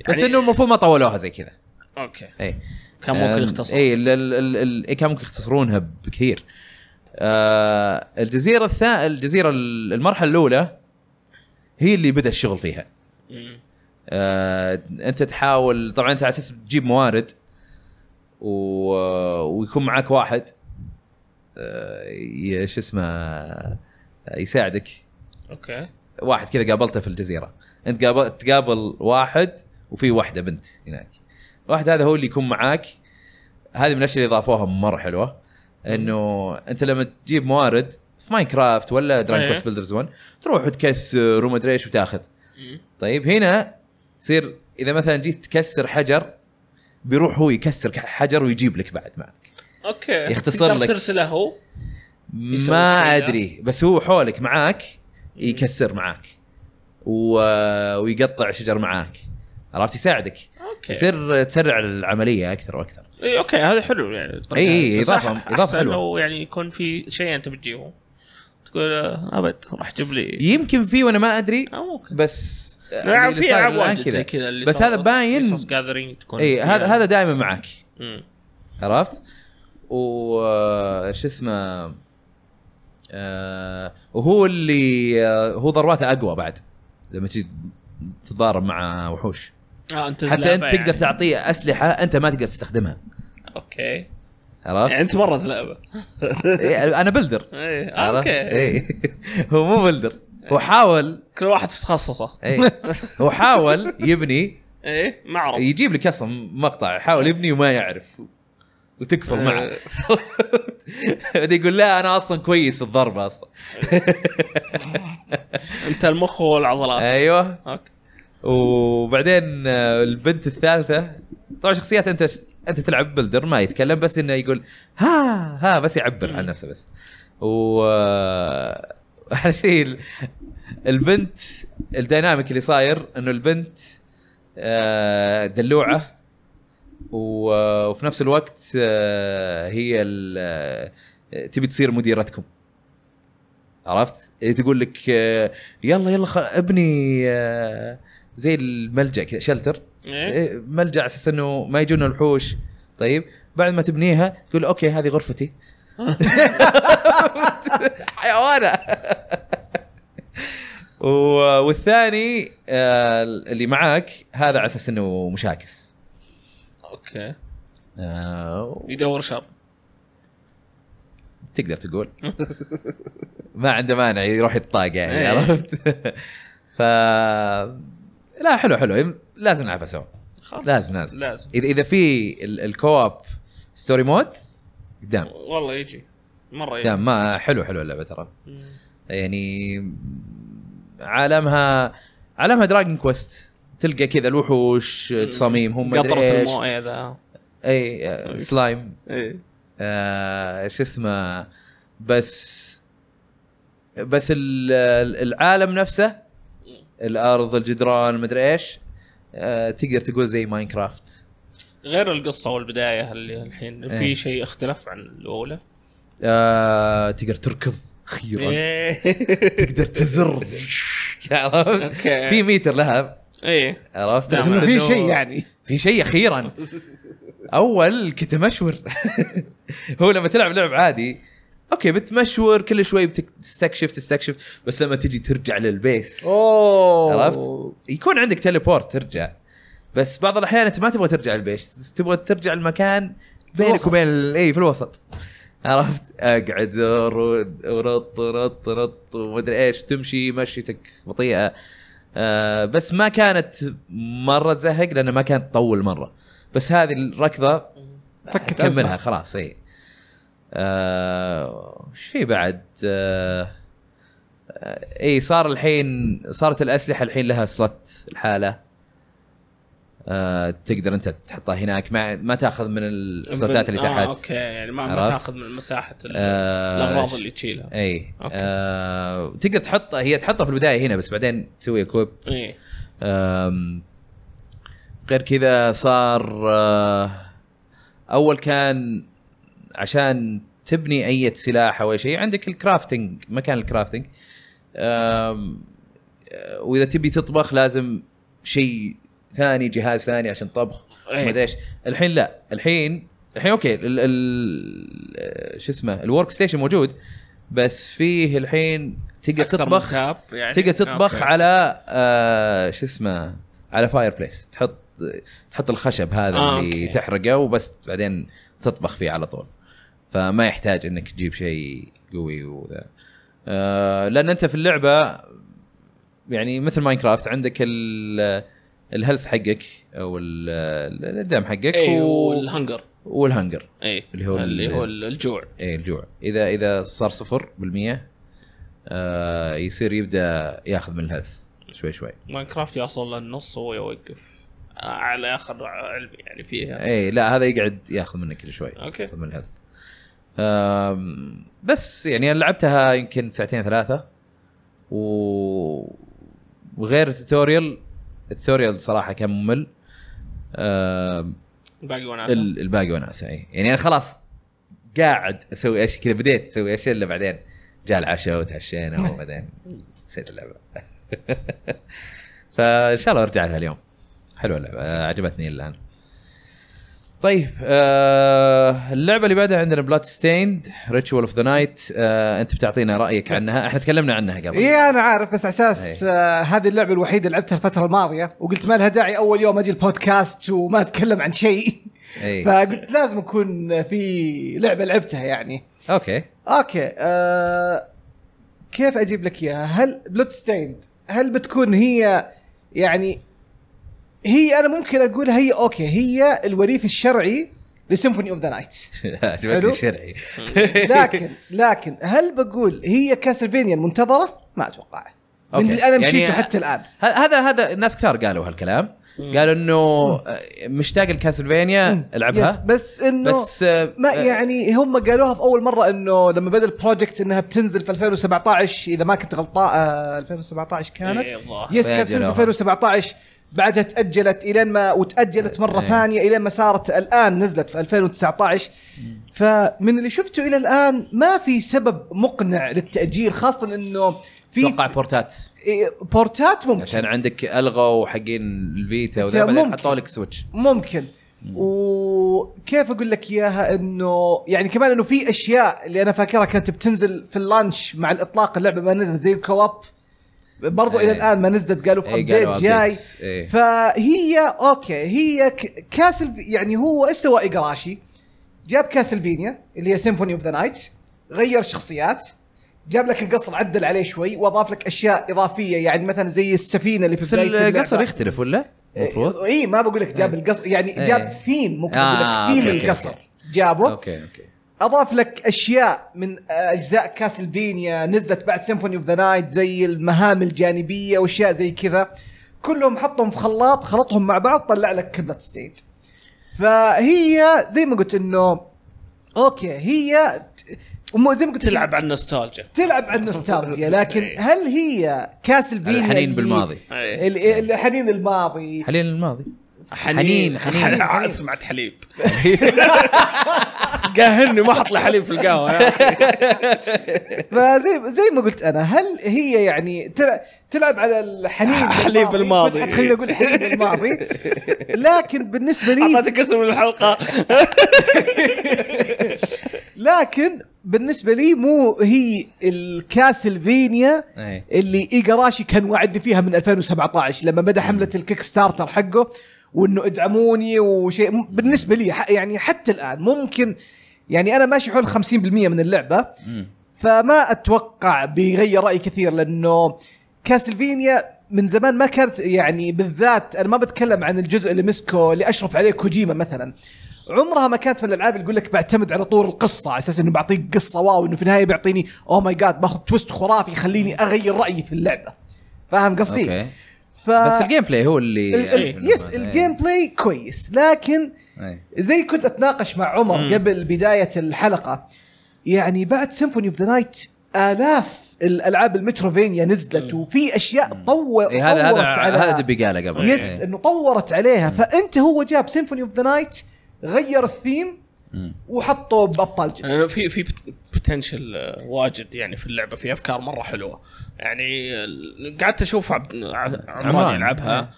بس يعني- انه المفروض ما طولوها زي كذا اوكي اي كان ممكن أم، إيه. يختصر اي ال- ال- ال- ال- إي، كان ممكن يختصرونها بكثير آه الجزيره الثا الجزيره ال- المرحله الاولى هي اللي بدا الشغل فيها مم. آه انت تحاول طبعا انت على اساس تجيب موارد و... ويكون معك واحد آه ي- شو اسمه آه، يساعدك اوكي واحد كذا قابلته في الجزيره انت قابل تقابل واحد وفي واحده بنت هناك واحد هذا هو اللي يكون معاك هذه من الاشياء اللي اضافوها مره حلوه انه انت لما تجيب موارد في ماينكرافت ولا إيه. درانك كوست بيلدرز 1 تروح وتكسر وما ادري ايش وتاخذ مم. طيب هنا تصير اذا مثلا جيت تكسر حجر بيروح هو يكسر ك- حجر ويجيب لك بعد معك اوكي يختصر تقدر لك. ترسله هو يسوي ما شيء إيه. ده. ادري بس هو حولك معاك يكسر معاك و... ويقطع شجر معاك عرفت يساعدك اوكي يصير تسرع العمليه اكثر واكثر اي اوكي إيه، هذا حلو يعني إي إي، بس إيه، إضافة- أح- إضافة أحسن حلوة. لو يعني يكون في شيء انت بتجيبه تقول آه، ابد راح تجيب لي يمكن في وانا ما ادري او ممكن بس يعني نعم اللي في صار العاب الآن واجد زي كذا اللي بس هذا باين- جاذرينج تكون اي هذا هذا دائما معك هذا عرفت؟ و شو اسمه آه، وهو اللي آه، هو ضرباته اقوى بعد لما تجي تتضارب مع وحوش اه انت حتى انت زلابة تقدر يعني. تعطيه اسلحه انت ما تقدر تستخدمها اوكي يعني عرفت؟ انت مره زلابه إيه، انا بلدر ايه آه، إيه. عرفت؟ اوكي إيه. هو مو بلدر هو حاول كل واحد في تخصصه إيه. هو حاول يبني ايه معرض يجيب لك اصلا مقطع حاول يبني وما يعرف آه. وتكفر معه إيه، بعدين يقول لا انا اصلا كويس في الضربه اصلا انت المخ والعضلات ايوه اوكي وبعدين آه، البنت الثالثه طبعا شخصيات انت انت تلعب بلدر ما يتكلم بس انه يقول ها ها بس يعبر عن نفسه بس و آه، أحلى شيء ال- البنت الديناميك اللي صاير انه البنت آه، دلوعه و- آه، وفي نفس الوقت آه، هي ال- آه، تبي تصير مديرتكم عرفت؟ هي تقول لك آه، يلا يلا خ- ابني آه، زي الملجا كذا شلتر ايه إيه، ملجا على اساس انه ما يجون الوحوش طيب بعد ما تبنيها تقول اوكي هذه غرفتي حيوانه و- والثاني آه، اللي معاك هذا على اساس انه مشاكس اوكي آه، يدور شر تقدر تقول ما عنده مانع يروح يتطاق يعني إيه. عرفت ف لا حلو حلو لازم نلعبها سوا خلاص. لازم لازم لازم اذا اذا في ال- الكواب ستوري مود قدام والله يجي مره يجي قدام ما حلو حلو اللعبه ترى مم. يعني عالمها عالمها دراجون كويست تلقى كذا الوحوش تصاميم هم مدري قطره ايش المويه ذا اي آه، سلايم ايه آه شو اسمه بس بس ال- ال- العالم نفسه الارض الجدران مدري ايش آه تقدر تقول زي ماينكرافت غير القصه والبدايه اللي الحين في إيه. شيء اختلف عن الاولى آه، تقدر تركض خيرا ايه تقدر تزر عرفت؟ اوكي في ميتر لها ايه عرفت بس بس إنه في إنه- شيء يعني في شيء اخيرا اول كنت مشور هو لما تلعب لعب عادي اوكي بتمشور كل شوي بتستكشف تستكشف بس لما تجي ترجع للبيس اوه عرفت؟ يكون عندك تليبورت ترجع بس بعض الاحيان انت ما تبغى ترجع البيش تبغى ترجع المكان بينك الوسط. وبين ال- اي في الوسط عرفت اقعد زر و- ورط رط رط ومدري ايش تمشي مشيتك بطيئه آه بس ما كانت مره تزهق لانها ما كانت تطول مره بس هذه الركضه فكت كملها أزمة. خلاص اي آه، وش في بعد آه، إيه، آه، اي صار الحين صارت الاسلحه الحين لها سلوت الحالة آه تقدر انت تحطها هناك ما, ما تاخذ من السلوتات اللي آه، تحت اوكي يعني ما, ما عرفت؟ تاخذ من مساحه ال- آه، الاغراض اللي تشيلها اي أوكي. آه تقدر تحطها هي تحطها في البدايه هنا بس بعدين تسوي كويب اي أم، غير كذا صار آه، اول كان عشان تبني اي سلاح او اي شيء عندك الكرافتنج مكان الكرافتنج أم، آه، واذا تبي تطبخ لازم شيء ثاني جهاز ثاني عشان طبخ إيه. ما ادري ايش الحين لا الحين الحين اوكي ال ال آه، شو اسمه الورك ستيشن موجود بس فيه الحين تقدر تطبخ يعني تقدر تطبخ أوكي. على آه شو اسمه على فاير بليس تحط تحط الخشب هذا آه، آه اللي أوكي. تحرقه وبس بعدين تطبخ فيه على طول فما يحتاج انك تجيب شيء قوي وذا آه لان انت في اللعبه يعني مثل ماينكرافت عندك ال الهيلث حقك او ال- ال- الدم حقك اي و- إيه، والهنجر والهنجر اي اللي هو ال- اللي هو ال- الجوع اي إيه، الجوع اذا اذا صار صفر بالمية آه يصير يبدا ياخذ من الهيلث شوي شوي ماينكرافت يوصل للنص وهو يوقف آه، على اخر علمي يعني فيها اي إيه، لا هذا يقعد ياخذ منك كل شوي اوكي ياخذ من الهيلث آم، بس يعني انا لعبتها يمكن ساعتين ثلاثه و وغير التوتوريال التوتوريال صراحه كان ممل آم، باقي وناسه ال- الباقي وناسه اي يعني انا خلاص قاعد اسوي اشياء كذا بديت اسوي اشياء الا بعدين جاء العشاء وتعشينا وبعدين نسيت اللعبه فان شاء الله ارجع لها اليوم حلوه اللعبه آه، عجبتني الان طيب آه اللعبه اللي بعدها عندنا بلاد ستيند ريتشوال اوف ذا نايت انت آه، بتعطينا رايك عنها احنا تكلمنا عنها قبل اي انا إيه، عارف بس على اساس آه هذه اللعبه الوحيده اللي لعبتها الفتره الماضيه وقلت ما لها داعي اول يوم اجي البودكاست وما اتكلم عن شيء اي فقلت لازم اكون في لعبه لعبتها يعني اوكي اوكي آه كيف اجيب لك اياها؟ هل بلوت ستيند هل بتكون هي يعني هي انا ممكن اقول هي اوكي هي الوريث الشرعي لسيمفوني اوف ذا نايت عجبتني حلو. الشرعي لكن لكن هل بقول هي كاسلفينيا المنتظره؟ ما اتوقع من أوكي. اللي انا يعني مشيته حتى الان ه- هذا هذا ناس كثار قالوا هالكلام مم. قالوا انه آه، مشتاق لكاسلفينيا يس، العبها بس انه بس آه، ما آه، يعني هم قالوها في اول مره انه لما بدا البروجكت انها بتنزل في 2017 اذا ما كنت غلطان آه، 2017 كانت إيه، الظاهر. يس كانت فأجلوها. سنه 2017 بعدها تاجلت الين ما وتاجلت مره إيه. ثانيه الين ما صارت الان نزلت في 2019 فمن اللي شفته الى الان ما في سبب مقنع للتاجيل خاصه انه اتوقع في آه، بورتات إيه، بورتات ممكن عشان عندك الغوا حقين الفيتا وذا أنت بعدين ممكن. حطوا لك سويتش ممكن وكيف اقول لك اياها انه يعني كمان انه في اشياء اللي انا فاكرها كانت بتنزل في اللانش مع الاطلاق اللعبه ما نزلت زي الكواب برضو الى إيه. الان ما نزلت قالوا في إيه، ابديت قالوا جاي updates، إيه. فهي اوكي هي ك- كاسل يعني هو ايش سوى ايجراشي؟ جاب كاسلفينيا اللي هي سيمفوني اوف ذا نايت غير شخصيات جاب لك القصر عدل عليه شوي واضاف لك اشياء اضافيه يعني مثلا زي السفينه اللي في بس بدايه اللعبة. القصر يختلف ولا؟ إيه، المفروض اي ما بقول لك جاب القصر يعني إيه. جاب ثيم ممكن اقول آه، لك ثيم أوكي، أوكي، القصر أوكي. جابه اوكي اوكي اضاف لك اشياء من آه، اجزاء كاسلفينيا نزلت بعد سيمفوني اوف ذا نايت زي المهام الجانبيه واشياء زي كذا كلهم حطهم في خلاط خلطهم مع بعض طلع لك بلاد ستيت فهي زي ما قلت انه اوكي هي ت- وم- زي ما قلت تلعب على النوستالجيا تلعب على النوستالجيا لكن هل هي كاسلفينيا الحنين اللي- بالماضي إيه. ال- ال- الحنين الماضي حنين الماضي حنين- حنين- حنين سمعت حليب قاهرني ما حط لي حليب في القهوه يا أخي. فزي زي ما قلت انا هل هي يعني تل- تلعب على الحنين حليب الماضي. فتحت- خليني اقول حليب الماضي لكن بالنسبه لي اعطيتك اسم الحلقه لكن بالنسبه لي مو هي الكاسلفينيا ايه اللي ايجاراشي كان واعدني فيها من 2017 لما بدا حمله الكيك ستارتر حقه وانه ادعموني وشيء م- بالنسبه لي ح- يعني حتى الان ممكن يعني انا ماشي حول 50% من اللعبه مم. فما اتوقع بيغير رايي كثير لانه كاسلفينيا من زمان ما كانت يعني بالذات انا ما بتكلم عن الجزء اللي مسكه اللي اشرف عليه كوجيما مثلا عمرها ما كانت من الالعاب اللي يقول لك بعتمد على طول القصه على اساس انه بعطيك قصه واو انه في النهايه بيعطيني oh اوه ماي جاد باخذ تويست خرافي يخليني اغير رايي في اللعبه فاهم قصدي؟ اوكي ف بس الجيم بلاي هو اللي آه، ال- ال- يعني- يس إيه. الجيم بلاي كويس لكن إيه. زي كنت اتناقش مع عمر مم. قبل بدايه الحلقه يعني بعد سيمفوني اوف ذا نايت الاف الالعاب المتروفينيا نزلت وفي اشياء طور إيه هذا هذا طورت على- هذا دبي قاله قبل يس إيه. انه طورت عليها فانت هو جاب سيمفوني اوف ذا نايت غير الثيم مم. وحطه بابطال جدد يعني في في بوتنشل واجد يعني في اللعبه في افكار مره حلوه يعني ال- قعدت اشوف عبد ع- عمران عمران. يلعبها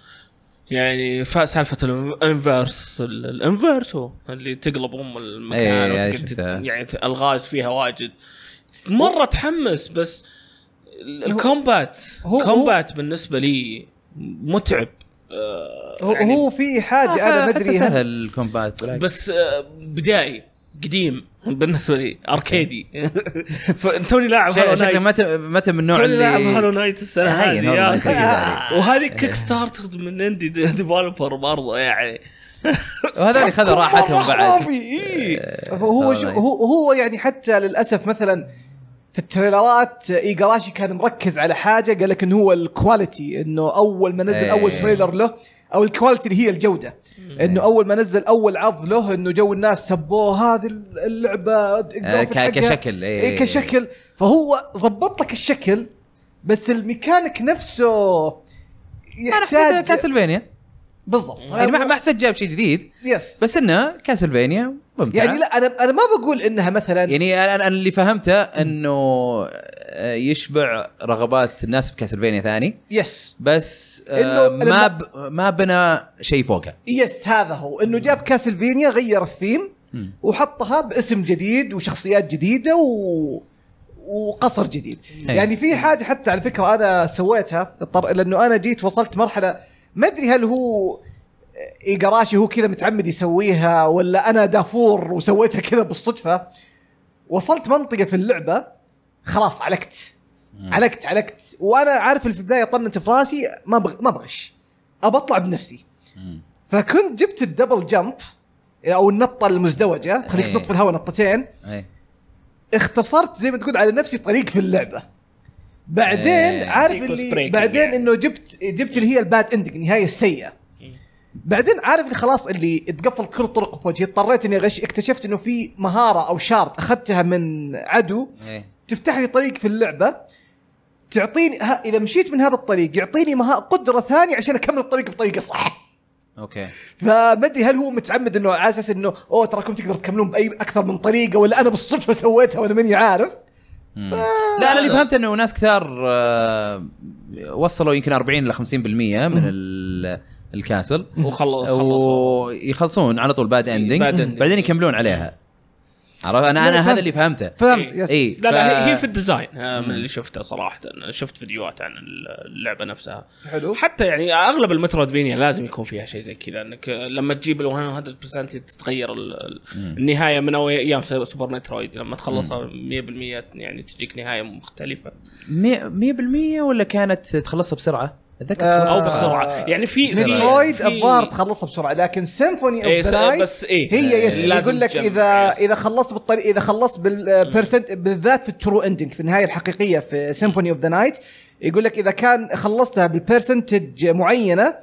يعني فا- سالفه الإن- الانفيرس ال- الانفيرس هو اللي تقلب ام المكان إيه، إيه، وتقعد تت- شفتها. يعني ت- الغاز فيها واجد مره تحمس بس ال- الكومبات هو- هو- كومبات بالنسبه لي متعب آه، هو يعني هو في آه، حاجه انا ما أحسه ادري هل- سهل الكومبات ولكن- بس آه، بدائي قديم بالنسبه لي اركيدي فتوني لاعب شيء- هالو شكله نايت متى متى من النوع توني لاعب هالو اللي نايت السنه هين هذه هالو يا نايت اخي أكيد هذه. وهذه كيك ستارتر من اندي ديفلوبر برضه يعني وهذا اللي خذ راحتهم مرة بعد خرافي، إيه. هو آه، شو- هو هو يعني حتى للاسف مثلا في التريلرات ايجاراشي كان مركز على حاجه قال لك انه هو الكواليتي انه اول ما نزل إيه. اول تريلر له او الكواليتي اللي هي الجوده انه اول ما نزل اول عرض له انه جو الناس سبوه هذه اللعبه آه، الجرافيك ك- حقها- كشكل إيه كشكل فهو ظبط لك الشكل بس الميكانيك نفسه انا حسيت يحتاج كاسلفينيا بالضبط يعني ما ما حسيت جاب شيء جديد يس بس انه كاسلفينيا ممتع يعني لا انا انا ما بقول انها مثلا يعني انا أنا اللي فهمته انه آه، يشبع رغبات الناس بكاسلفينيا ثاني يس بس آه، إنه لما- ما ب... ما بنى شيء فوقه يس هذا هو انه جاب كاسلفينيا غير الثيم مم. وحطها باسم جديد وشخصيات جديده و... وقصر جديد أي. يعني في حاجه حتى على فكره انا سويتها اضطر لانه انا جيت وصلت مرحله ما ادري هل هو ايجاراشي هو كذا متعمد يسويها ولا انا دافور وسويتها كذا بالصدفه وصلت منطقه في اللعبه خلاص علقت علقت علقت وانا عارف اللي في البدايه طنت في راسي ما بغ... ما بغش ابى اطلع بنفسي مم. فكنت جبت الدبل جمب او النطه المزدوجه تخليك إيه. تنط في الهواء نطتين إيه. اختصرت زي ما تقول على نفسي طريق في اللعبه بعدين إيه. عارف Sequence اللي breaking بعدين يعني. انه جبت جبت اللي هي الباد اندنج النهايه السيئه بعدين عارف اللي خلاص اللي تقفل كل طرق في وجهي اضطريت اني اغش اكتشفت انه في مهاره او شارت اخذتها من عدو إيه. تفتح لي طريق في اللعبه تعطيني ها اذا مشيت من هذا الطريق يعطيني مها قدره ثانيه عشان اكمل الطريق بطريقه صح اوكي فما ادري هل هو متعمد انه على اساس انه اوه تراكم تقدر تكملون باي اكثر من طريقه ولا انا بالصدفه سويتها وانا ماني عارف مم. آه. لا انا اللي فهمت انه ناس كثار آه، وصلوا يمكن 40 ل 50% من ال- الكاسل وخلص خلصوا ويخلصون على طول باد اندنج Bad ending. بعدين يكملون عليها عرفت انا لا، انا فهمت. هذا اللي فهمته فهمت إيه. يس اي لا لا ف- هي- هي في الديزاين آه، من اللي شفته صراحه أنا شفت فيديوهات عن اللعبه نفسها حلو حتى يعني اغلب المترويدفينيا لازم يكون فيها شيء زي كذا انك لما تجيب ال 100% تتغير ال- ال- النهايه من أو- ايام سو- سوبر مترويد لما تخلصها 100% يعني تجيك نهايه مختلفه مية 100% ولا كانت تخلصها بسرعه؟ اتذكر تخلصها او آه. بسرعه يعني في في- مترويد في- الظاهر تخلصها بسرعه لكن سيمفوني إيه، اوف س- ذا بس إيه، هي يس لازم يقول لك تجمع، اذا يس. اذا خلصت بالطريق اذا خلصت بالبرسنت بالذات في الترو اندنج في النهايه الحقيقيه في سيمفوني اوف ذا نايت يقول لك اذا كان خلصتها بالبرسنتج معينه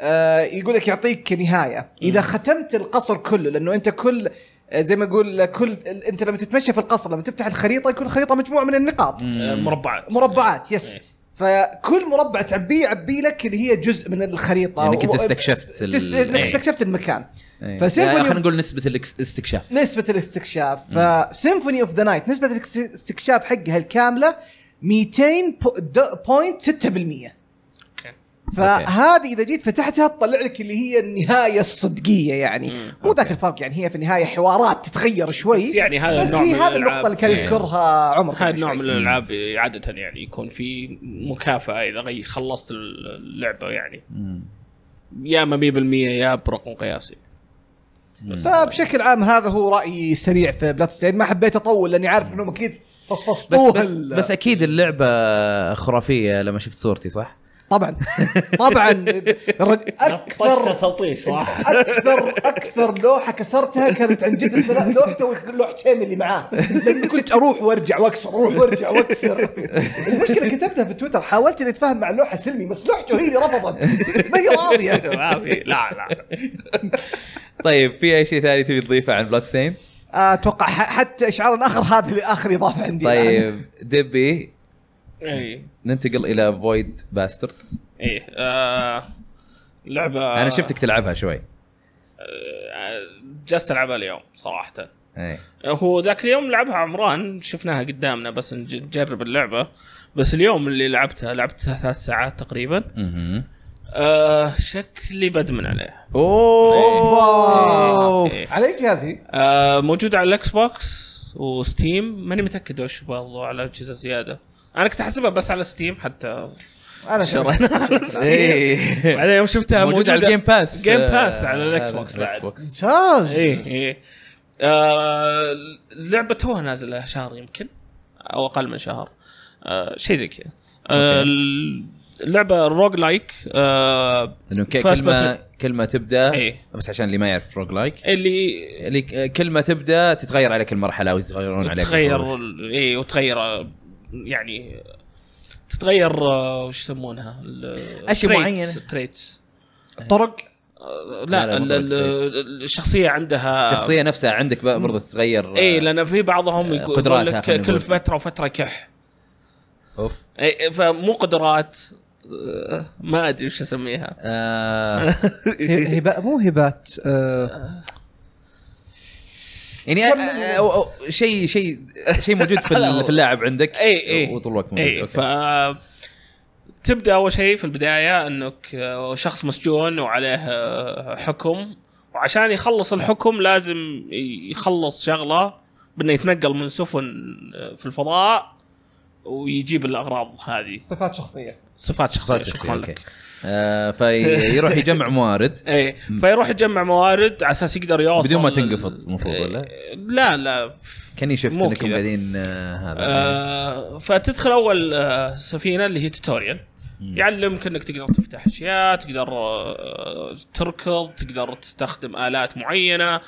آه، يقول لك يعطيك نهايه اذا ختمت القصر كله لانه انت كل آه، زي ما اقول كل انت لما تتمشى في القصر لما تفتح الخريطه كل خريطه مجموعه من النقاط آه، مربعات مربعات يس إيه. فكل مربع تعبيه يعبيه لك اللي هي جزء من الخريطه انك انت و- يعني استكشفت ال- تست... انك إيه. استكشفت المكان إيه. فسيمفوني- يعني خلينا نقول نسبه الاستكشاف نسبه الاستكشاف فسيمفوني اوف ذا نايت نسبه الاكس- الاستكشاف حقها الكامله 200.6% أوكي. فهذه اذا جيت فتحتها تطلع لك اللي هي النهايه الصدقيه يعني مم. مو ذاك أوكي. الفرق يعني هي في النهايه حوارات تتغير شوي بس يعني هذا بس النوع هي من هذه الألعاب. النقطه اللي كان إيه. يذكرها عمر هذا قبل النوع شوي. من الالعاب عاده يعني يكون في مكافاه اذا غي- خلصت اللعبه يعني مم. يا اما 100% يا برقم قياسي بس فبشكل عام هذا هو رايي سريع في بلاتستين ما حبيت اطول لاني عارف انهم اكيد بس فصفصتوها بس ال- بس اكيد اللعبه خرافيه لما شفت صورتي صح؟ طبعا طبعا الرج- طشت اكثر تلطيش صراحه اكثر اكثر لوحه كسرتها كانت عن جد الثلاث لوحته واللوحتين اللي معاه لاني كنت اروح وارجع واكسر اروح وارجع واكسر المشكله كتبتها في تويتر حاولت اني اتفاهم مع اللوحه سلمي بس لوحته هي اللي رفضت ما هي راضيه ما في لا لا طيب في اي شيء ثاني تبي تضيفه عن بلاد ستين؟ اتوقع ح- حتى اشعار اخر هذا اللي اخر اضافه عندي طيب دبي اي ننتقل الى فويد باسترد اي آه، لعبه انا شفتك تلعبها شوي آه، جلست العبها اليوم صراحه اي هو ذاك اليوم لعبها عمران شفناها قدامنا بس نج- نجرب اللعبه بس اليوم اللي لعبتها لعبتها ثلاث ساعات تقريبا مهم. أه شكلي بدمن عليها اوه إيه. على اي جهاز هي؟ أه موجود على الاكس بوكس وستيم ماني متاكد وش والله على اجهزه زياده انا كنت احسبها بس على ستيم حتى انا شريت شريناها على ستيم إيه. بعدين يوم شفتها موجود موجودة- على الجيم باس جيم ف- باس آه، على الإكس هذا بوكس الإكس بعد. بوكس. ممتاز إيه. ايه ايه آه، اللعبه توها نازله شهر يمكن او اقل من شهر آه، شيء زي كذا آه، أوكي. اللعبه روج لايك آه، لانه ك- First كلمه كلمه تبدا إيه. بس عشان اللي ما يعرف روج لايك اللي اللي كلمه تبدا تتغير عليك المرحله او يتغيرون عليك تغير الوحوش. اي وتغير آه، يعني تتغير آه، وش يسمونها ال- أشياء traits- معينة. traits. طرق آه، لا، لا لا، مو ال- ال- traits. الشخصيه عندها الشخصيه نفسها عندك بقى برضه تتغير اي لان في بعضهم يقول آه، قدراتها يقول لك خلينا كل نقول. فتره وفتره كح اوف إيه، فمو قدرات آه، ما ادري وش اسميها آه إيه، هبه مو هبات آه. يعني آه، أو- أو- شيء شيء شيء موجود في ال- في اللاعب عندك اي اي وطول الوقت موجود اي أوكي. إيه، ف تبدا اول شيء في البدايه انك آه، شخص مسجون وعليه آه، حكم وعشان يخلص الحكم لازم يخلص شغله بانه يتنقل من سفن آه، في الفضاء ويجيب الاغراض هذه صفات شخصيه صفات شخصيه صوت شخصي، شكرا اوكي لك آه، فيروح يجمع موارد ايه فيروح يجمع موارد على اساس يقدر يوصل بدون ما لل- تنقفض المفروض، ولا؟ إيه، لا لا كاني شفت مو انكم كذا. قاعدين آه، هذا آه، فتدخل اول آه، سفينه اللي هي توتوريال مم. يعلمك انك تقدر تفتح اشياء تقدر آه، تركض تقدر تستخدم الات معينه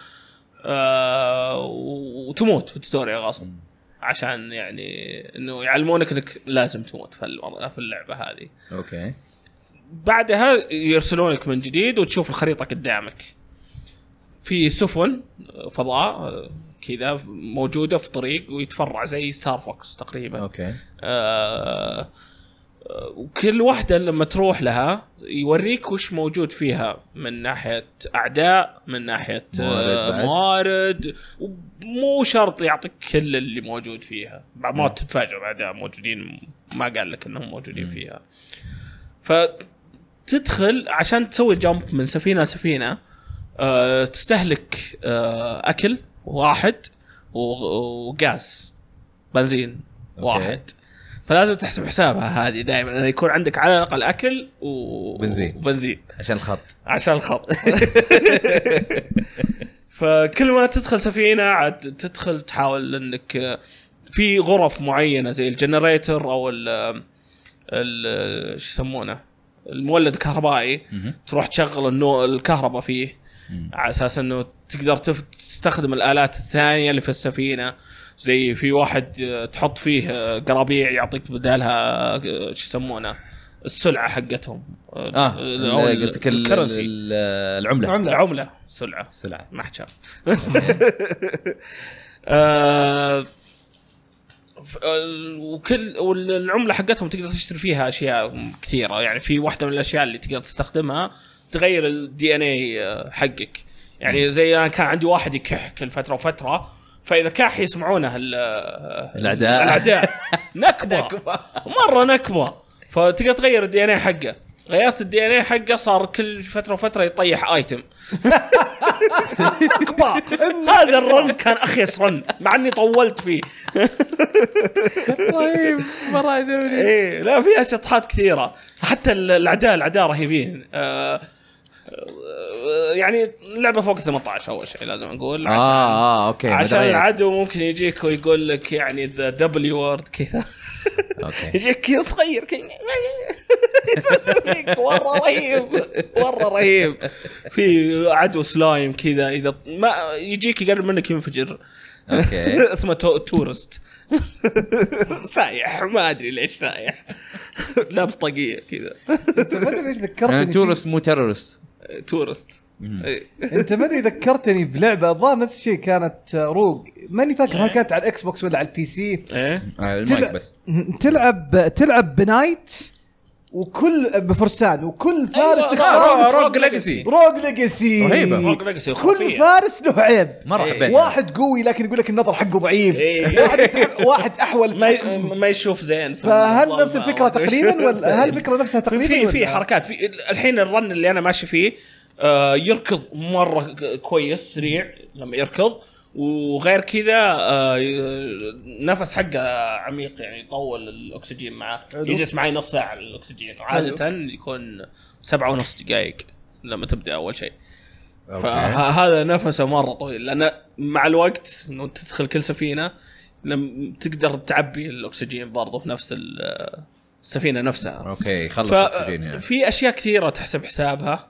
آه، وتموت في التوتوريال غصب مم. عشان يعني انه يعلمونك انك لازم تموت في المر- في اللعبه هذه اوكي بعدها يرسلونك من جديد وتشوف الخريطه قدامك في سفن آه، فضاء كذا موجوده في طريق ويتفرع زي ستار فوكس تقريبا اوكي آه، آه، وكل واحده لما تروح لها يوريك وش موجود فيها من ناحيه اعداء من ناحيه موارد آه، بعد. موارد ومو شرط يعطيك كل اللي موجود فيها بعض مرات تتفاجئ باعداء موجودين ما قال لك انهم موجودين فيها فتدخل عشان تسوي جمب من سفينه لسفينه آه، تستهلك آه، اكل واحد و- وغاز بنزين أوكي. واحد فلازم تحسب حسابها هذه دائما انه يكون عندك على الاقل اكل و... بنزين. وبنزين عشان الخط عشان الخط فكل ما تدخل سفينه عاد تدخل تحاول انك في غرف معينه زي الجنريتر او ال ال- شو يسمونه المولد الكهربائي مهم. تروح تشغل النو الكهرباء فيه مم. على اساس انه تقدر تف... تستخدم الالات الثانيه اللي في السفينه زي في واحد آه، تحط فيه آه، قرابيع يعطيك بدالها آه، شو يسمونه السلعه حقتهم آه، اه أو ال- قصدك ال- الكرنسي. ال- العمله العملة. العمله السلعه السلعه ما حد شاف آه، ف- ال- وكل والعمله حقتهم تقدر تشتري فيها اشياء كثيره يعني في واحده من الاشياء اللي تقدر تستخدمها تغير الدي ان اي آه، حقك يعني زي انا كان عندي واحد يكح كل فتره وفتره فاذا كاح يسمعونه ال- الأعداء. الاعداء نكبه مره نكبه فتقدر تغير الدي ان اي حقه غيرت الدي ان اي حقه صار كل فتره وفتره يطيح ايتم هذا الرن كان اخيس رن مع اني طولت فيه طيب مره عجبني ايه لا في شطحات كثيره حتى ال- الاعداء الاعداء رهيبين آه آه، يعني اللعبه فوق 18 اول شيء لازم اقول اه عشان اه اوكي عشان متغير. العدو ممكن يجيك ويقول لك يعني ذا دبليو وورد كذا اوكي يجيك صغير كذا سوسونيك مره رهيب مره رهيب في عدو سلايم كذا اذا ما يجيك يقرب منك ينفجر اوكي اسمه تو- تورست سايح ما ادري ليش سايح لابس طاقيه كذا انت ما ادري ليش يعني ذكرتني تورست مو تيرورست تورست مم. إيه. انت ما ادري ذكرتني بلعبه الظاهر نفس الشيء كانت آه، روج ماني فاكر هل كانت على الاكس بوكس ولا على البي سي ايه آه، المايك تلع- بس تلعب تلعب بنايت وكل بفرسان وكل فارس أيوة، تختار روج- روج ليجسي روج ليجسي رهيبة. روج ليجسي كل خرافية. فارس له عيب مره إيه. حبيت واحد قوي لكن يقول لك النظر حقه ضعيف إيه. واحد واحد احول ما ما يشوف زين فهل نفس الفكره تقريبا ولا هل الفكره نفسها تقريبا في في ولا؟ حركات في الحين الرن اللي انا ماشي فيه آه، يركض مره كويس سريع لما يركض وغير كذا آه، نفس حقه عميق يعني يطول الاكسجين معاه حلو. يجلس معي نص ساعه الاكسجين وعاده يكون سبعة ونص دقائق لما تبدا اول شيء أوكي. فهذا نفسه مره طويل لان مع الوقت انه تدخل كل سفينه لم تقدر تعبي الاكسجين برضه في نفس ال- السفينه نفسها اوكي خلص اكسجين يعني ففي اشياء كثيره تحسب حسابها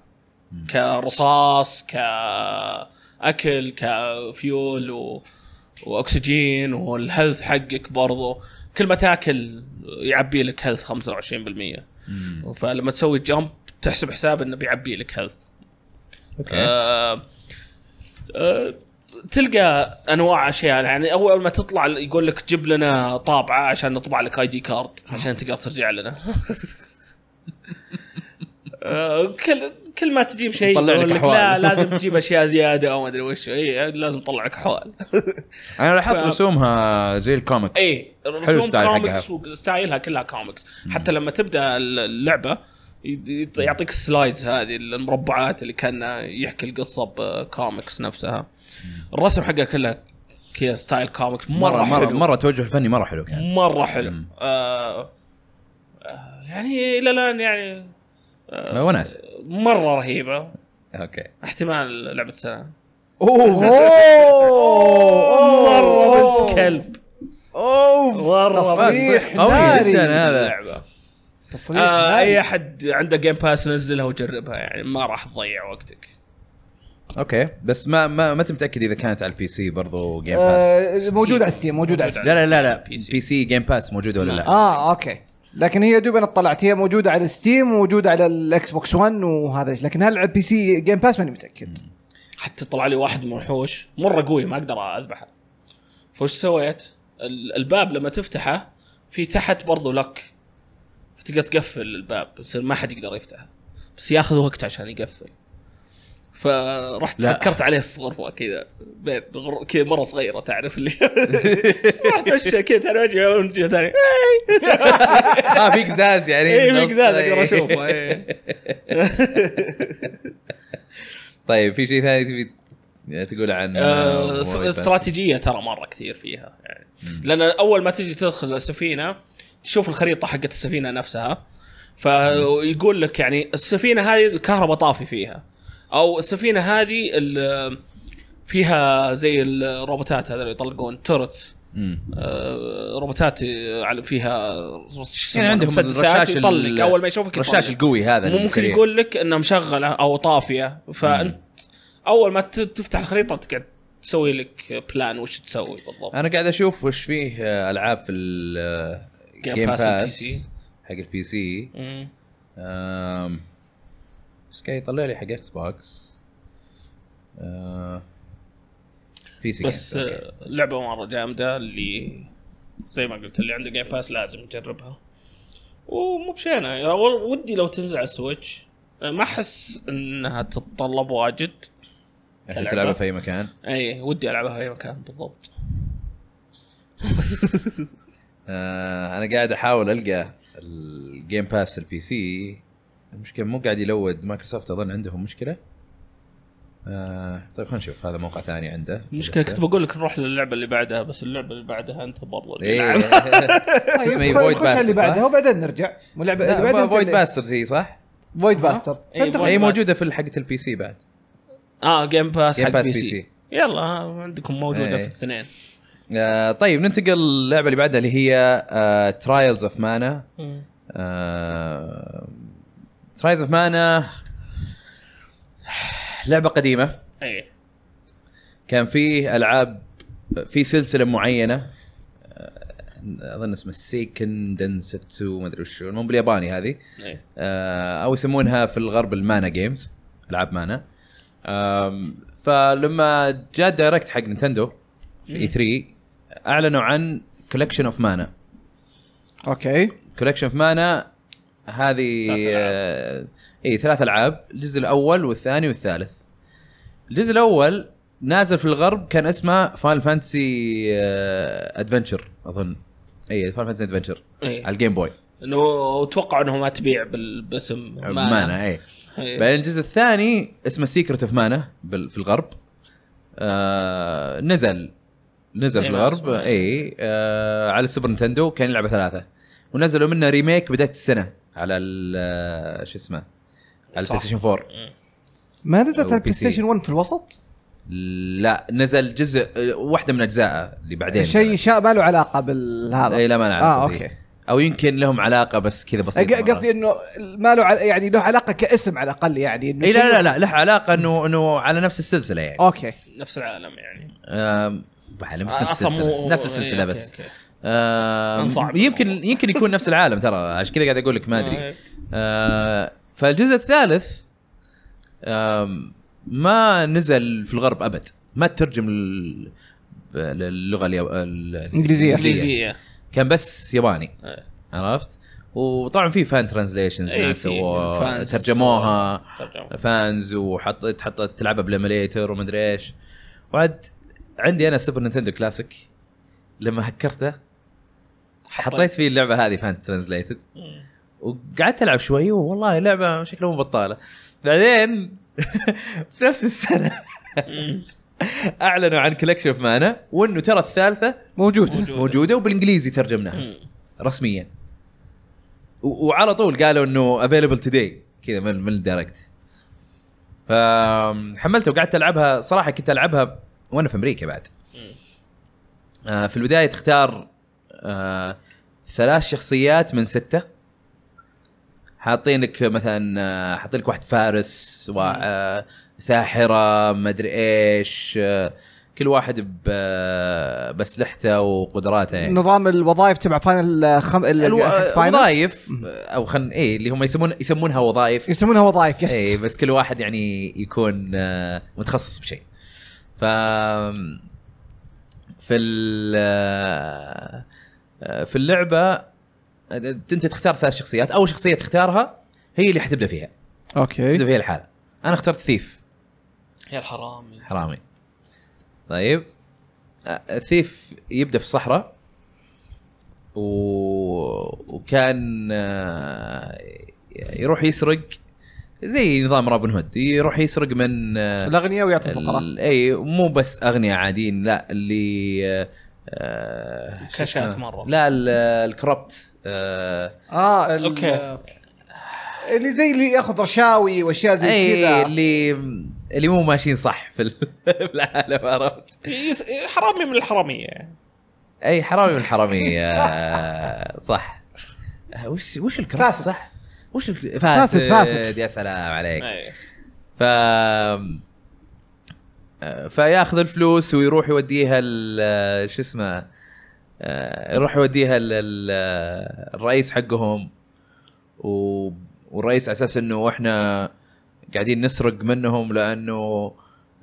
كرصاص كاكل كفيول و... واكسجين والهيلث حقك برضه كل ما تاكل يعبي لك هيلث 25% فلما تسوي جمب تحسب حساب انه بيعبي لك هيلث اوكي آه، آه، تلقى انواع اشياء يعني اول ما تطلع يقول لك جيب لنا طابعه عشان نطبع لك اي دي كارد عشان تقدر ترجع لنا آه، كل كل ما تجيب شيء طلع لك يقول أحوال. لا لازم تجيب اشياء زياده او ما ادري وش اي لازم يطلع لك حوال انا لاحظت ف- إيه، رسومها زي الكوميك اي حلو رسوم ستايل حقها. كوميكس وستايلها كلها كوميكس حتى لما تبدا اللعبه يد- يعطيك السلايدز هذه المربعات اللي كان يحكي القصه بكوميكس نفسها الرسم حقها كلها كذا ستايل كوميكس مره مره مره حلو مره توجه فني مره حلو كان مره حلو مم. آه آه، يعني الى الان يعني وناس مره رهيبه اوكي احتمال لعبه السنه اوه مره اوه بنت كلب اوه مره تصريح بنت قوي ناري. جدا هذا لعبه تصريح آه ناري. اي احد عنده جيم باس نزلها وجربها يعني ما راح تضيع وقتك اوكي بس ما ما ما انت متاكد اذا كانت على البي سي برضو جيم باس آه، موجود على ستيم موجود على ستيم لا لا لا لا بي سي. بي سي جيم باس موجوده ولا آه، لا اه اوكي لكن هي دوب انا طلعت هي موجوده على ستيم وموجوده على الاكس بوكس 1 وهذا لكن هل على البي سي جيم باس ماني متاكد حتى طلع لي واحد منحوش مره قوي ما اقدر اذبحه فوش سويت؟ ال- الباب لما تفتحه في تحت برضه لك فتقدر تقفل الباب يصير ما حد يقدر يفتحه بس ياخذ وقت عشان يقفل فرحت لا. سكرت عليه في غرفه كذا بين غر- كذا مره صغيره تعرف اللي رحت مشى كذا على وجهي من جهه ثانيه اه في قزاز يعني اي بالنص. في قزاز اقدر إيه. اشوفه إيه. طيب في شيء ثاني تبي يعني تقول عن آه، آه، است- موبايل باس؟ استراتيجيه ترى مره كثير فيها يعني لان اول ما تجي تدخل السفينه تشوف الخريطه حقت السفينه نفسها فيقول لك يعني السفينه هذه الكهرباء طافي فيها او السفينه هذه ال- فيها زي الروبوتات هذول اللي يطلقون تورت مم. آه، روبوتات آه، على- فيها يعني عندهم الرشاش ال- يطلق اول ما يشوفك الرشاش يطلق. القوي هذا اللي ممكن سريع. يقول لك انها مشغله او طافيه فانت اول ما ت- تفتح الخريطه تقعد تسوي لك بلان وش تسوي بالضبط انا قاعد اشوف وش فيه آه، العاب في الجيم Pass والبي باس سي. حق البي سي مم. آم، بس قاعد يطلع لي حق اكس بوكس آه، بي سي بس games، أوكي. آه، لعبه مره جامده اللي زي ما قلت اللي عنده جيم باس لازم يجربها ومو بشينه يا وال- ودي لو تنزل على السويتش آه، ما احس انها تتطلب واجد عشان ألعبها. تلعبها في اي مكان اي ودي العبها في اي مكان بالضبط آه، انا قاعد احاول القى الجيم باس البي سي المشكله مو قاعد يلود مايكروسوفت اظن عندهم مشكله آه طيب خلينا نشوف هذا موقع ثاني عنده المشكله آه. كنت بقول لك نروح للعبه اللي بعدها بس اللعبه اللي بعدها انت برضه اللي ايه لعبها. شو اسمه إيه، طيب، فويد خش على اللي بعدها باستر وبعدين نرجع واللعبه اللي بعدها فويد نتكلم. باسترز هي إيه، صح؟ فويد باستر إيه، فانت فويد هي Bastard. موجوده في حقه البي سي بعد اه جيم باس Game حق Pass بي PC. سي يلا ها، عندكم إيه. موجوده في الاثنين آه طيب ننتقل آه، للعبه اللي بعدها اللي هي ترايلز اوف مانا رايز اوف مانا لعبه قديمه اي كان في العاب في سلسله معينه اظن اسمها سيكن دنساتسو ما ادري وشو المهم بالياباني هذه اي آه، او يسمونها في الغرب المانا جيمز العاب مانا آم، فلما جاء الدايركت حق نينتندو في اي 3 اعلنوا عن كولكشن اوف مانا اوكي كولكشن اوف مانا هذه ثلاث ألعاب. آه، اي ثلاث العاب الجزء الاول والثاني والثالث الجزء الاول نازل في الغرب كان اسمه آه، فاينل فانتسي ادفنتشر اظن اي فاينل فانتسي ادفنتشر اي على الجيم بوي انه اتوقع انه ما تبيع إيه. بال- باسم مانا إيه. اي اي بعدين الجزء الثاني اسمه سيكرت اوف مانا في الغرب آه نزل نزل إيه، في ما الغرب أسمع. اي آه على السوبر نينتندو كان يلعب ثلاثه ونزلوا منه ريميك بدايه السنه على ال- آه، شو اسمه على صح. البلاي ستيشن 4 ما نزلت على أو البلاي PC. ستيشن 1 في الوسط؟ لا نزل جزء آه، واحده من اجزائه اللي بعدين شيء شا ما له علاقه بالهذا اي لا ما نعرف اه فيه. اوكي او يمكن لهم علاقه بس كذا بسيطه أق- مرة. قصدي انه ما له عل- يعني له علاقه كاسم على الاقل يعني انه اي إيه، لا شيء- لا لا له علاقه انه انه على نفس السلسله يعني اوكي نفس العالم يعني آم، على نفس أصلاً السلسله آه، مو- نفس إيه، السلسله أوكي، بس أوكي. آه كان صعب يمكن الموضوع. يمكن يكون نفس العالم ترى عشان كذا قاعد اقول لك ما آه، ادري إيه. آه فالجزء الثالث آم، ما نزل في الغرب ابد ما ترجم لل- للغه اليو... ال- الإنجليزية. انجليزيه كان بس ياباني إيه. عرفت وطبعا في فان ترانزليشنز إيه، ناس في سووها fans ترجموها ترجمة. فانز وحط تحط تلعبها بالاميليتر ومدري ايش وعد عندي انا سوبر نينتندو كلاسيك لما هكرته حطيت فيه اللعبه هذه فان ترانزليتد مم. وقعدت العب شوي والله لعبه شكلها مو بطاله بعدين في نفس السنه مم. اعلنوا عن كولكشن اوف مانا وانه ترى الثالثه موجود موجودة. موجوده وبالانجليزي ترجمناها مم. رسميا و- وعلى طول قالوا انه افيلبل توداي كذا من من الدايركت فحملتها وقعدت العبها صراحه كنت العبها وانا في امريكا بعد مم. آه، في البدايه تختار آه، ثلاث شخصيات من سته حاطين لك مثلا آه، حاطين لك واحد فارس وا- آه، ساحره مدري ايش آه، كل واحد ب- آه، باسلحته وقدراته يعني نظام الوظائف تبع فاينل آه، خم... ال- الو- آه، حق فاينل وظائف او خن اي إيه، اللي هم يسمون يسمونها وظائف يسمونها وظائف يس اي بس كل واحد يعني يكون آه، متخصص بشيء ف في ال آه، آه، في اللعبه آه، انت تختار ثلاث شخصيات اول شخصيه تختارها هي اللي حتبدا فيها إيه. تبدا اوكي فيها الحاله انا اخترت ثيف يا الحرامي حرامي طيب آه، الثيف يبدا في الصحراء و... وكان آه، يروح يسرق زي نظام رابن هود يروح يسرق من آه، الاغنياء ويعطي الفقراء ال- اي مو بس اغنياء عاديين لا اللي آه، آه، شو كشات اسمه؟ مرة. لا ال- الكربت آه، اه ال- أوكي. اللي زي اللي ياخذ رشاوي واشياء زي اي كذا اللي اللي مو ماشيين صح في ال- في العالم عرفت يس- حرامي من الحراميه يعني. اي حرامي من الحراميه آه، صح آه، وش وش الكرم فاسد. صح وش الك- فاسد، فاسد فاسد. يا سلام عليك إيه. ف آه، فياخذ الفلوس ويروح يوديها ال- شو اسمه آه، يروح يوديها ال- ال- الرئيس حقهم و... والرئيس على اساس انه احنا قاعدين نسرق منهم لانه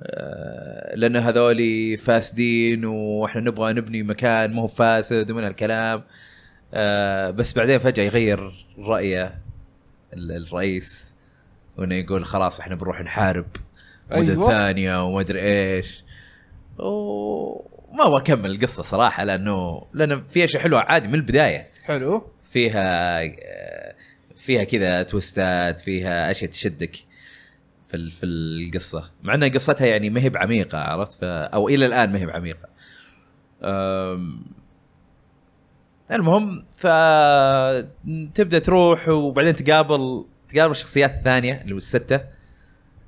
آه، لان هذولي فاسدين واحنا نبغى نبني مكان مو فاسد ومن هالكلام آه، بس بعدين فجاه يغير رايه ال- الرئيس وانه يقول خلاص احنا بنروح نحارب مدن أيوة. أيوة. ثانيه وما ادري ايش وما ابغى اكمل القصه صراحه لانه لان في اشياء حلوه عادي من البدايه حلو فيها آه، فيها كذا تويستات فيها اشياء تشدك في ال- في القصه مع ان قصتها يعني ما هي بعميقه عرفت ف او الى الان ما هي بعميقه أم، المهم فتبدا تروح وبعدين تقابل تقابل الشخصيات الثانيه اللي هو السته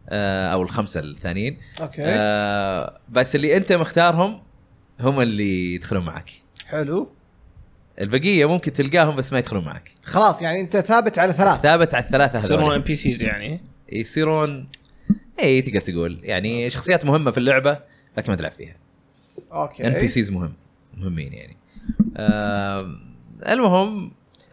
أه، او الخمسه الثانيين آه. اوكي أه، بس اللي انت مختارهم هم اللي يدخلون معك حلو البقيه ممكن تلقاهم بس ما يدخلون معك خلاص يعني انت ثابت على ثلاث ثابت على الثلاثه يصيرون ام هذول بي سيز يعني يصيرون اي تقدر تقول يعني شخصيات مهمه في اللعبه لكن ما تلعب فيها اوكي ان بي سيز مهم مهمين يعني آه المهم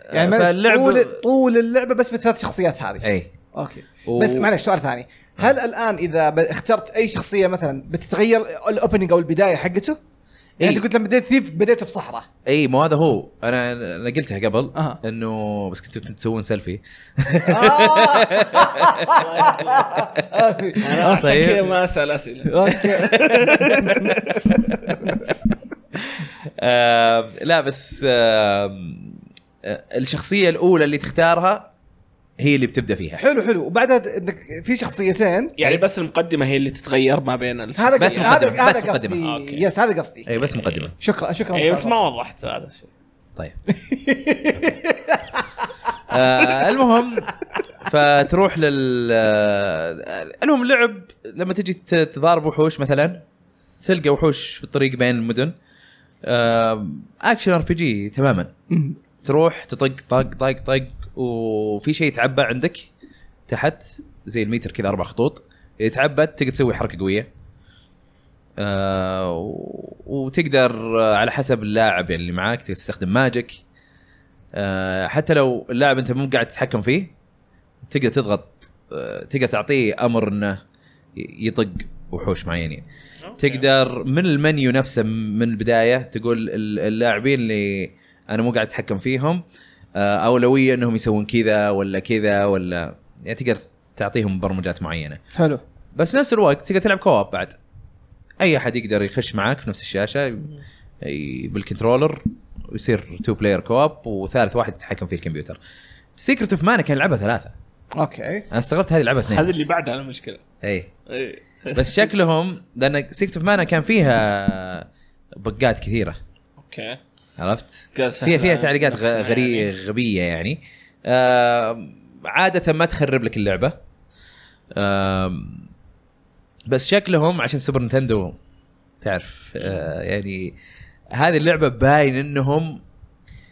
آه، يعني معلش، طول طول اللعبه بس بالثلاث شخصيات هذه اي اوكي إيه. و- بس معلش سؤال ثاني هل الان اذا ب- اخترت اي شخصيه مثلا بتتغير الاوبننج او البدايه حقته؟ يعني إي. انت قلت لما بديت ثيف بديت في صحراء اي مو إيه، هذا هو انا انا قلتها قبل أها. انه بس كنتوا تسوون سيلفي آه. انا عشان طيب. كذا ما اسال اسئله اوكي آه لا بس آه الشخصيه الاولى اللي تختارها هي اللي بتبدا فيها حلو حلو وبعدها انك في شخصيتين يعني طيب. بس المقدمه هي اللي تتغير ما بين ال... هذا بس قصدي مقدمة، هذا بس هذا مقدمة. أيوة. قصدي أوكي. يس هذا قصدي اي إيه، بس مقدمه شكرا شكرا اي بس إيه، ما وضحت هذا الشيء طيب آه المهم فتروح لل آه، المهم اللعب لما تجي ت- تضارب وحوش مثلا تلقى وحوش في الطريق بين المدن آه اكشن ار بي جي تماما تروح تطق طق طق طق وفي شيء يتعبى عندك تحت زي المتر كذا اربع خطوط يتعبى تقدر تسوي حركه قويه آه و- وتقدر آه، على حسب اللاعب يعني اللي معاك تقدر تستخدم ماجيك آه حتى لو اللاعب انت مو قاعد تتحكم فيه تقدر تضغط آه تقدر تعطيه امر انه ي- يطق وحوش معينين تقدر من المنيو نفسه من البدايه تقول ال- اللاعبين اللي انا مو قاعد اتحكم فيهم آه، اولويه انهم يسوون كذا ولا كذا ولا يعني تقدر تعطيهم مبرمجات معينه حلو بس في نفس الوقت تقدر تلعب كواب بعد اي احد يقدر يخش معاك في نفس الشاشه ي- بالكنترولر ويصير تو بلاير كواب وثالث واحد يتحكم فيه الكمبيوتر سيكرت اوف مانا كان يلعبها ثلاثه اوكي انا استغربت هذه لعبها اثنين هذا اللي بعدها المشكله اي إيه. بس شكلهم لان سيكرت اوف مانا كان فيها بقات كثيره اوكي عرفت؟ كذا فيها فيها سهلة تعليقات غ- نفسها غري يعني. غبيه يعني آه عاده ما تخرب لك اللعبه آه بس شكلهم عشان سوبر نتندو تعرف آه يعني هذه اللعبه باين انهم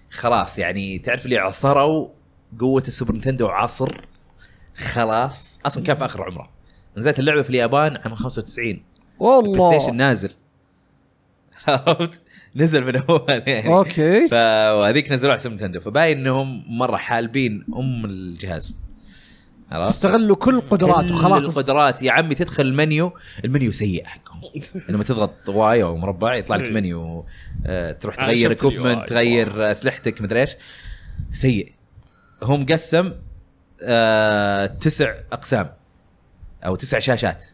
خلاص يعني تعرف اللي عصروا قوه السوبر نتندو عصر خلاص اصلا كان في اخر عمره نزلت اللعبه في اليابان عام 95 البلاي ستيشن والله نازل عرفت نزل من اول يعني اوكي ف... وهذيك نزلوها على سوبر نتندو فباين انهم مره حالبين ام الجهاز عرفت؟ استغلوا كل قدراته كل خلاص القدرات يا عمي تدخل المنيو المنيو سيء حقهم لما تضغط واي او مربع يطلع لك إيه. منيو آه، تروح أنا تغير شفت آه، اليو آي. اكوبمنت تغير اسلحتك مدري ايش سيء هم قسم آه، تسع اقسام او تسع شاشات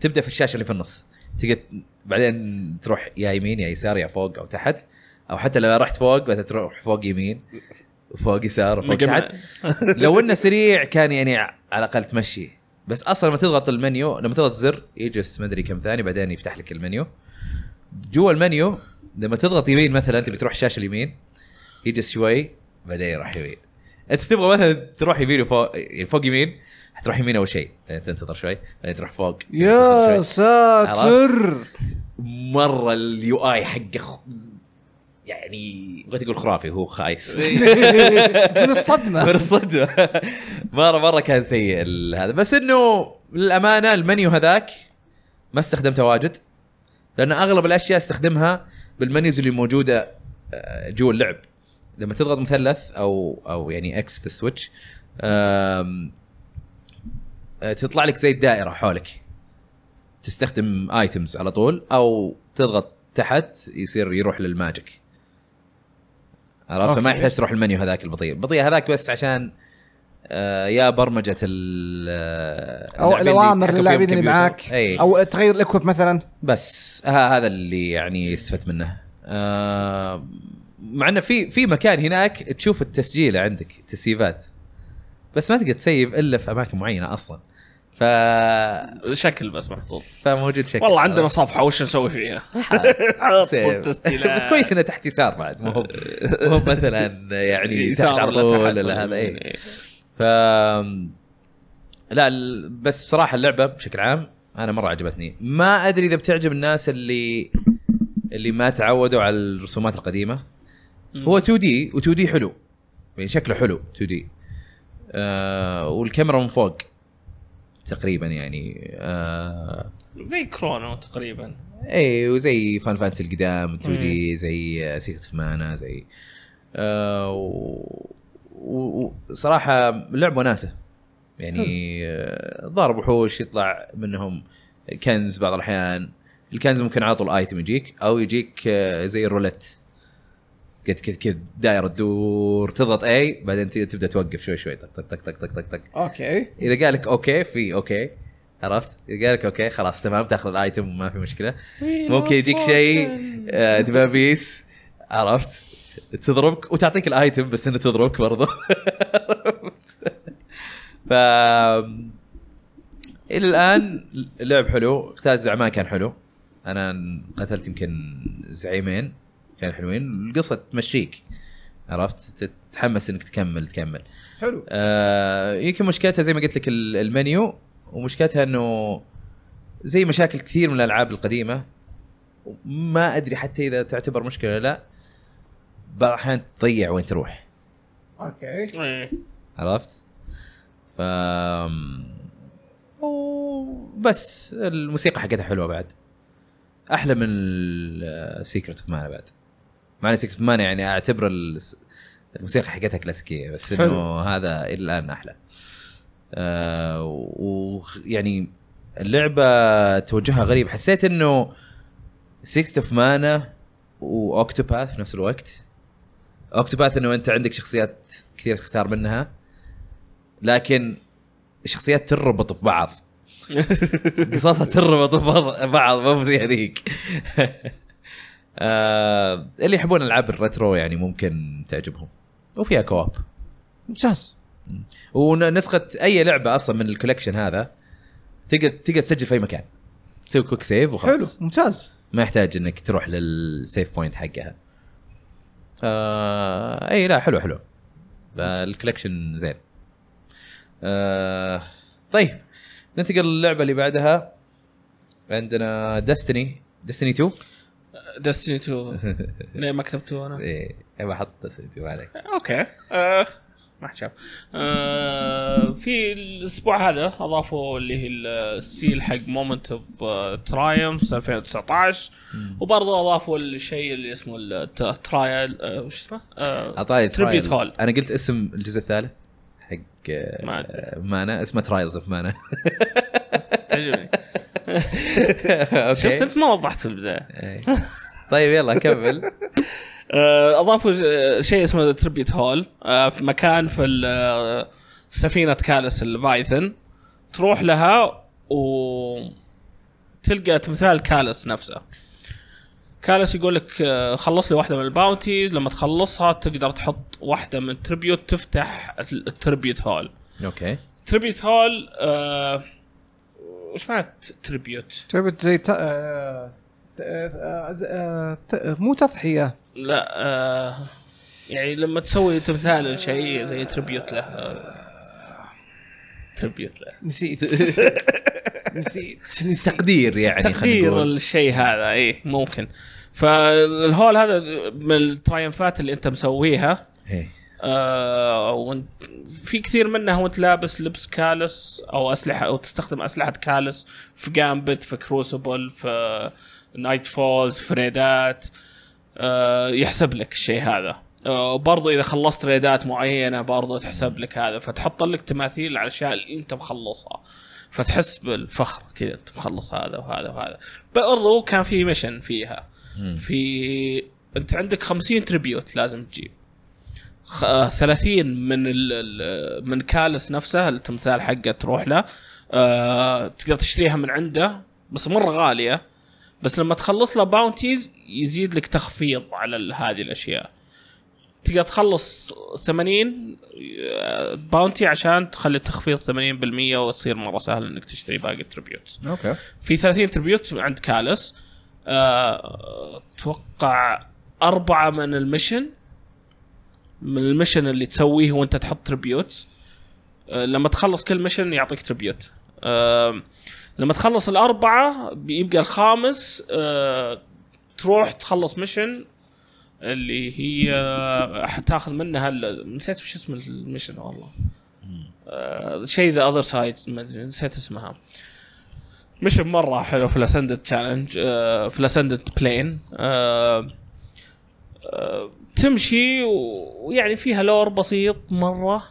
تبدا في الشاشه اللي في النص تقعد بعدين تروح يا يمين يا يسار يا فوق او تحت او حتى لو رحت فوق بعدين تروح فوق يمين وفوق يسار وفوق مجمع. تحت لو انه سريع كان يعني على الاقل تمشي بس اصلا لما تضغط المنيو لما تضغط زر يجلس مدري كم ثاني بعدين يفتح لك المنيو جوا المنيو لما تضغط يمين مثلا انت بتروح شاشه اليمين يجلس شوي بعدين يروح يمين انت تبغى مثلا تروح يمين وفوق يعني فوق يمين حتروح يمين اول شيء بعدين تنتظر شوي بعدين تروح فوق بعدين تنتظر شوي. يا ساتر مره اليو اي حقه خ- يعني بغيت اقول خرافي هو خايس من من الصدمه الصدمه مره مره كان سيء ال- هذا بس انه للامانه المنيو هذاك ما استخدمته واجد لان اغلب الاشياء استخدمها بالمنيوز اللي موجوده آه، جوا اللعب لما تضغط مثلث او او يعني اكس في السويتش آم، آه، تطلع لك زي الدائره حولك تستخدم ايتمز على طول او تضغط تحت يصير يروح للماجيك عرفت فما أوكي. يحتاج تروح المنيو هذاك البطيء البطيء هذاك بس عشان آه يا برمجه ال آه، اللاعبين او اللي الاوامر يتحكم للاعبين فيهم إيه. اللي معاك كمبيوتر. أي. او تغير الاكوب مثلا بس ها هذا اللي يعني استفدت منه آه مع انه في في مكان هناك تشوف التسجيل عندك تسييفات بس ما تقدر تسيف الا في اماكن معينه اصلا ف شكل بس محطوط فموجود شكل والله عندنا صفحه وش نسوي فيها؟ على طول سيف. تسجيلات. بس كويس انه تحت يسار بعد مو هو- مو هو مثلا يعني تحت يسار على ولا طول تحت إيه. ولا ولا هذا إيه. اي يمين. ف لا ال- بس بصراحه اللعبه بشكل عام انا مره عجبتني ما ادري اذا بتعجب الناس اللي اللي ما تعودوا على الرسومات القديمه هو 2 دي و2 دي حلو يعني شكله حلو 2 دي آه والكاميرا من فوق تقريبا يعني آه زي كرونو تقريبا اي إيه، وزي فان فانتسي القدام 2 دي زي سيكت اوف مانا زي آه و- و- وصراحه لعبه ناسه يعني آه، ضارب وحوش يطلع منهم كنز بعض الاحيان الكنز ممكن على طول ايتم يجيك او يجيك آه، زي الرولت كد كد كد دائره تدور تضغط اي بعدين ت- تبدا توقف شوي شوي طق طق طق طق طق طق طق اوكي اذا قال لك اوكي في اوكي عرفت؟ اذا قال لك اوكي خلاص تمام تاخذ الايتم ما في مشكله ممكن يجيك شيء آه، دبابيس عرفت؟ تضربك وتعطيك الايتم بس انه تضربك برضه ف الى الان لعب حلو قتال الزعماء كان حلو انا قتلت يمكن زعيمين كانوا حلوين القصه تمشيك عرفت تتحمس انك تكمل تكمل حلو آه، يمكن مشكلتها زي ما قلت لك ال- المنيو ومشكلتها انه زي مشاكل كثير من الالعاب القديمه ما ادري حتى اذا تعتبر مشكله ولا لا بعض الاحيان تضيع وين تروح اوكي إيه. عرفت؟ ف بس الموسيقى حقتها حلوه بعد احلى من السيكرت اوف مانا بعد مع ان سيكرت مانا يعني اعتبر الس- الموسيقى حقتها كلاسيكيه بس انه حلو. هذا الى الان احلى آه ويعني اللعبه توجهها غريب حسيت انه سيكرت اوف مانا واوكتوباث في نفس الوقت اوكتوباث انه انت عندك شخصيات كثير تختار منها لكن الشخصيات تربط في بعض قصصها تربط في بعض- بعض مو زي هذيك آه، اللي يحبون العاب الريترو يعني ممكن تعجبهم وفيها كواب ممتاز ونسخه اي لعبه اصلا من الكولكشن هذا تقدر تقدر تسجل في اي مكان تسوي كويك سيف حلو وخلاص ممتاز ما يحتاج انك تروح للسيف بوينت حقها آه اي لا حلو حلو الكولكشن زين آه طيب ننتقل للعبه اللي بعدها عندنا دستني دستني 2 دستني 2 ليه ما كتبته انا؟ ايه بحط دستني 2 عليك اوكي آه ما حد شاف آه في الاسبوع هذا اضافوا اللي هي السيل حق آه، مومنت اوف ترايمز 2019 وبرضه اضافوا الشيء اللي اسمه الترايل آه وش اسمه؟ آه اعطاني Tribute ترايل. Hall. انا قلت اسم الجزء الثالث حق ما آه، أدري. مانا اسمه ترايلز اوف مانا تعجبني أوكي. شفت انت ما وضحت في البدايه إيه. طيب يلا كمل آه، اضافوا ج- شيء اسمه تربيت هول آه، في مكان في ال- آه، سفينه كالس الفايثن تروح لها و تلقى تمثال كالس نفسه كالس يقول لك آه، خلص لي واحده من الباونتيز لما تخلصها تقدر تحط واحده من التربيوت تفتح ال- التربيوت هول اوكي تربيوت هول آه، وش معنى تربيوت؟ تعبت زي ت... آه... ت- آه... ز- آه... ت- مو تضحيه لا آه، يعني لما تسوي تمثال لشيء زي تربيوت له تربيوت له نسيت نسيت نسيت تقدير يعني خلينا تقدير نقول. الشيء هذا ايه ممكن فالهول هذا من الترايمفات اللي انت مسويها إيه. آه وانت في كثير منها وانت لابس لبس كالس او اسلحه او تستخدم اسلحه كالس في جامبت في كروسبل في نايت فولز في ريدات آه يحسب لك الشيء هذا آه برضو اذا خلصت ريدات معينه برضو تحسب لك هذا فتحط لك تماثيل على الاشياء اللي انت مخلصها فتحس بالفخر كذا انت مخلص هذا وهذا وهذا برضو كان في ميشن فيها مم. في انت عندك 50 تريبيوت لازم تجيب خ- آه، 30 من ال... ال- من كالس نفسه التمثال حقه تروح له آه... تقدر تشتريها من عنده بس مره غاليه بس لما تخلص له باونتيز يزيد لك تخفيض على ال- هذه الاشياء تقدر تخلص 80 آه، باونتي عشان تخلي التخفيض 80% وتصير مره سهل انك تشتري باقي التريبيوتس اوكي في 30 تريبيوت عند كالس آه، اتوقع اربعه من المشن من المشن اللي تسويه وانت تحط تريبيوت آه، لما تخلص كل مشن يعطيك تريبيوت آه، لما تخلص الاربعه بيبقى الخامس آه، تروح تخلص مشن اللي هي آه، حتاخذ منها ال- نسيت وش اسم المشن والله آه، شيء ذا اذر سايد ما ادري نسيت اسمها مشن مره حلو في الاسندد تشالنج آه، في الاسندد بلين آه، تمشي و- ويعني فيها لور بسيط مره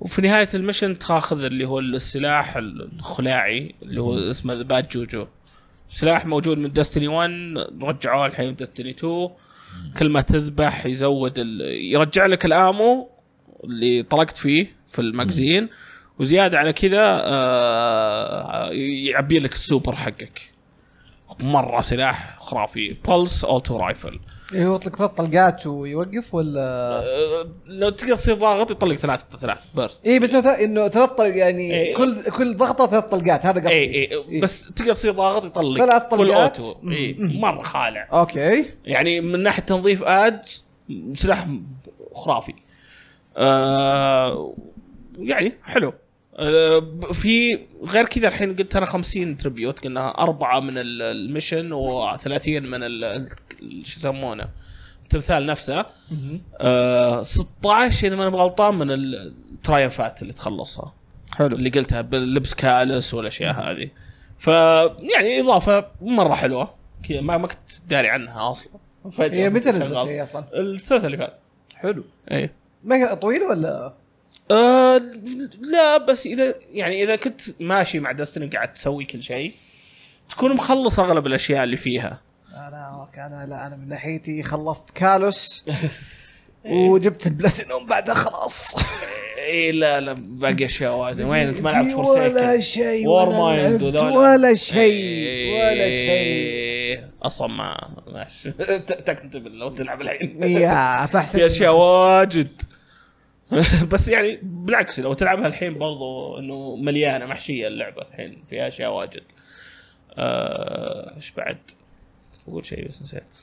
وفي نهايه المشن تاخذ اللي هو السلاح الخلاعي اللي هو اسمه ذا باد جوجو سلاح موجود من دستني 1 رجعوه الحين من دستني 2 كل ما تذبح يزود ال... يرجع لك الامو اللي طلقت فيه في المجزين وزياده على كذا آه، يعبي لك السوبر حقك مره سلاح خرافي بلس اوتو رايفل هو يطلق ثلاث طلقات ويوقف ولا آه، لو تقدر تصير ضاغط يطلق ثلاثة ثلاثة بيرست اي إيه، بس مثلا انه ثلاث طلق يعني إيه. كل كل ضغطه ثلاث طلقات هذا إيه، قصدي اي اي إيه، بس تقدر تصير ضاغط يطلق ثلاث فول طلقات. اوتو اي مم. مره خالع اوكي يعني من ناحيه تنظيف اد سلاح خرافي آه يعني حلو آه ب- في غير كذا الحين قلت انا 50 تريبيوت قلنا اربعه من ال- المشن و30 من ال- ال- شو يسمونه التمثال نفسه آه 16 اذا ما انا غلطان من التراينفات اللي تخلصها حلو اللي قلتها باللبس كالس والاشياء هذه ف يعني اضافه مره حلوه كذا ما ما كنت داري عنها اصلا فجاه هي متى كنت نزلت شغال. إيه، هي اصلا؟ الثلاثه اللي فاتت حلو اي ما هي طويله ولا؟ آه لا بس اذا يعني اذا كنت ماشي مع دستني قاعد تسوي كل شيء تكون مخلص اغلب الاشياء اللي فيها انا انا لا انا من ناحيتي خلصت كالوس وجبت البلاتينوم بعدها خلاص اي لا لا باقي اشياء واجد وين انت ما لعبت في ولا فورسيكن شيء War ولا Mind لعبت وذولا. ولا شيء ولا شيء إيه، اصلا ما ماشي تكتب لو تلعب الحين يا في فاحسن اشياء واجد بس يعني بالعكس لو تلعبها الحين برضو انه مليانه محشيه اللعبه الحين فيها اشياء واجد آه، ايش بعد؟ بقول شيء بس نسيت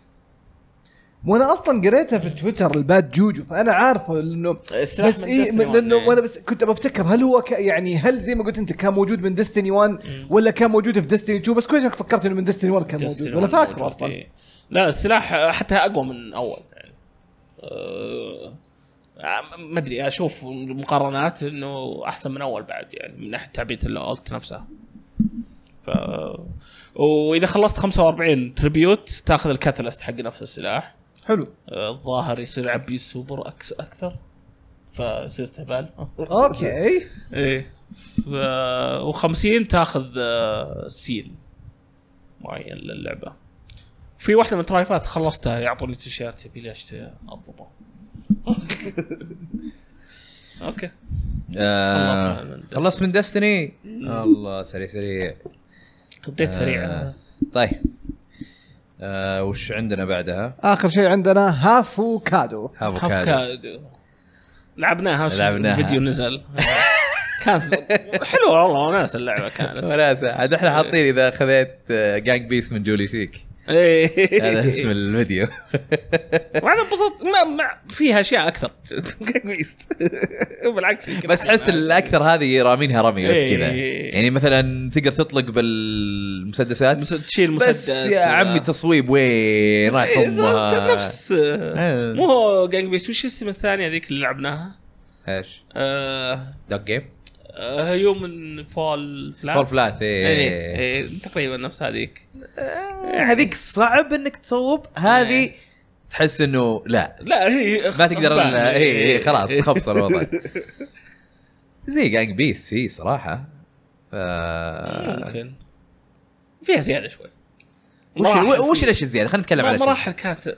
وانا اصلا قريتها في تويتر الباد جوجو فانا عارفه انه السلاح بس إيه، من اي Destiny من- لانه 1. وانا بس كنت بفتكر هل هو ك يعني هل زي ما قلت انت كان موجود من ديستني 1 ولا كان موجود في ديستني 2 بس كويس انك فكرت انه من ديستني 1 كان موجود Destiny ولا 1 فاكره موجود، اصلا إيه. لا السلاح حتى اقوى من اول يعني أه، ما ادري اشوف مقارنات انه احسن من اول بعد يعني من ناحيه تعبئه الالت نفسها ف واذا خلصت 45 تريبيوت تاخذ الكاتلست حق نفس السلاح حلو أه، الظاهر يصير عبي السوبر أكس- اكثر فيصير استهبال اوكي ايه ف... و50 تاخذ آه، سيل معين للعبه في واحده من الترايفات خلصتها يعطوني تيشيرت يبي لي اشتري اضبطه اوكي آه، خلصنا من Destiny. خلصت من دستني الله سريع سريع بديت سريع آه، طيب آه وش عندنا بعدها؟ اخر شيء عندنا هافو كادو افوكادو افوكادو لعبناها بس لعبناها. الفيديو نزل كان حلوه والله وناس اللعبه كانت وناسه عاد احنا إيه. حاطين اذا خذيت جانج بيس من جولي شيك إيه. هذا اسم الفيديو وانا انبسطت ما, ما فيها اشياء اكثر بالعكس يمكن بس تحس الاكثر هذه رامينها رمي بس إيه. كذا يعني مثلا تقدر تطلق بالمسدسات مس- تشيل مسدس آه. بس يا عمي تصويب وين رايح إيه، امها نفس مو هو جانج بيس وش الاسم الثانيه ذيك اللي لعبناها؟ ايش آه، دوج جيم آه، هيومن فول فلات فول فلات ايه ايه إيه، تقريبا نفس هذيك آه، هذيك صعب انك تصوب هذه إيه. تحس انه لا لا هي ما تقدر خربان. الا اي اي خلاص إيه. خبص الوضع زي إيه، جانج بيس هي صراحه ف... آه، ممكن فيها زياده شوي وش مراحل. وش الاشياء الزياده خلينا نتكلم على الأشياء. مراحل كانت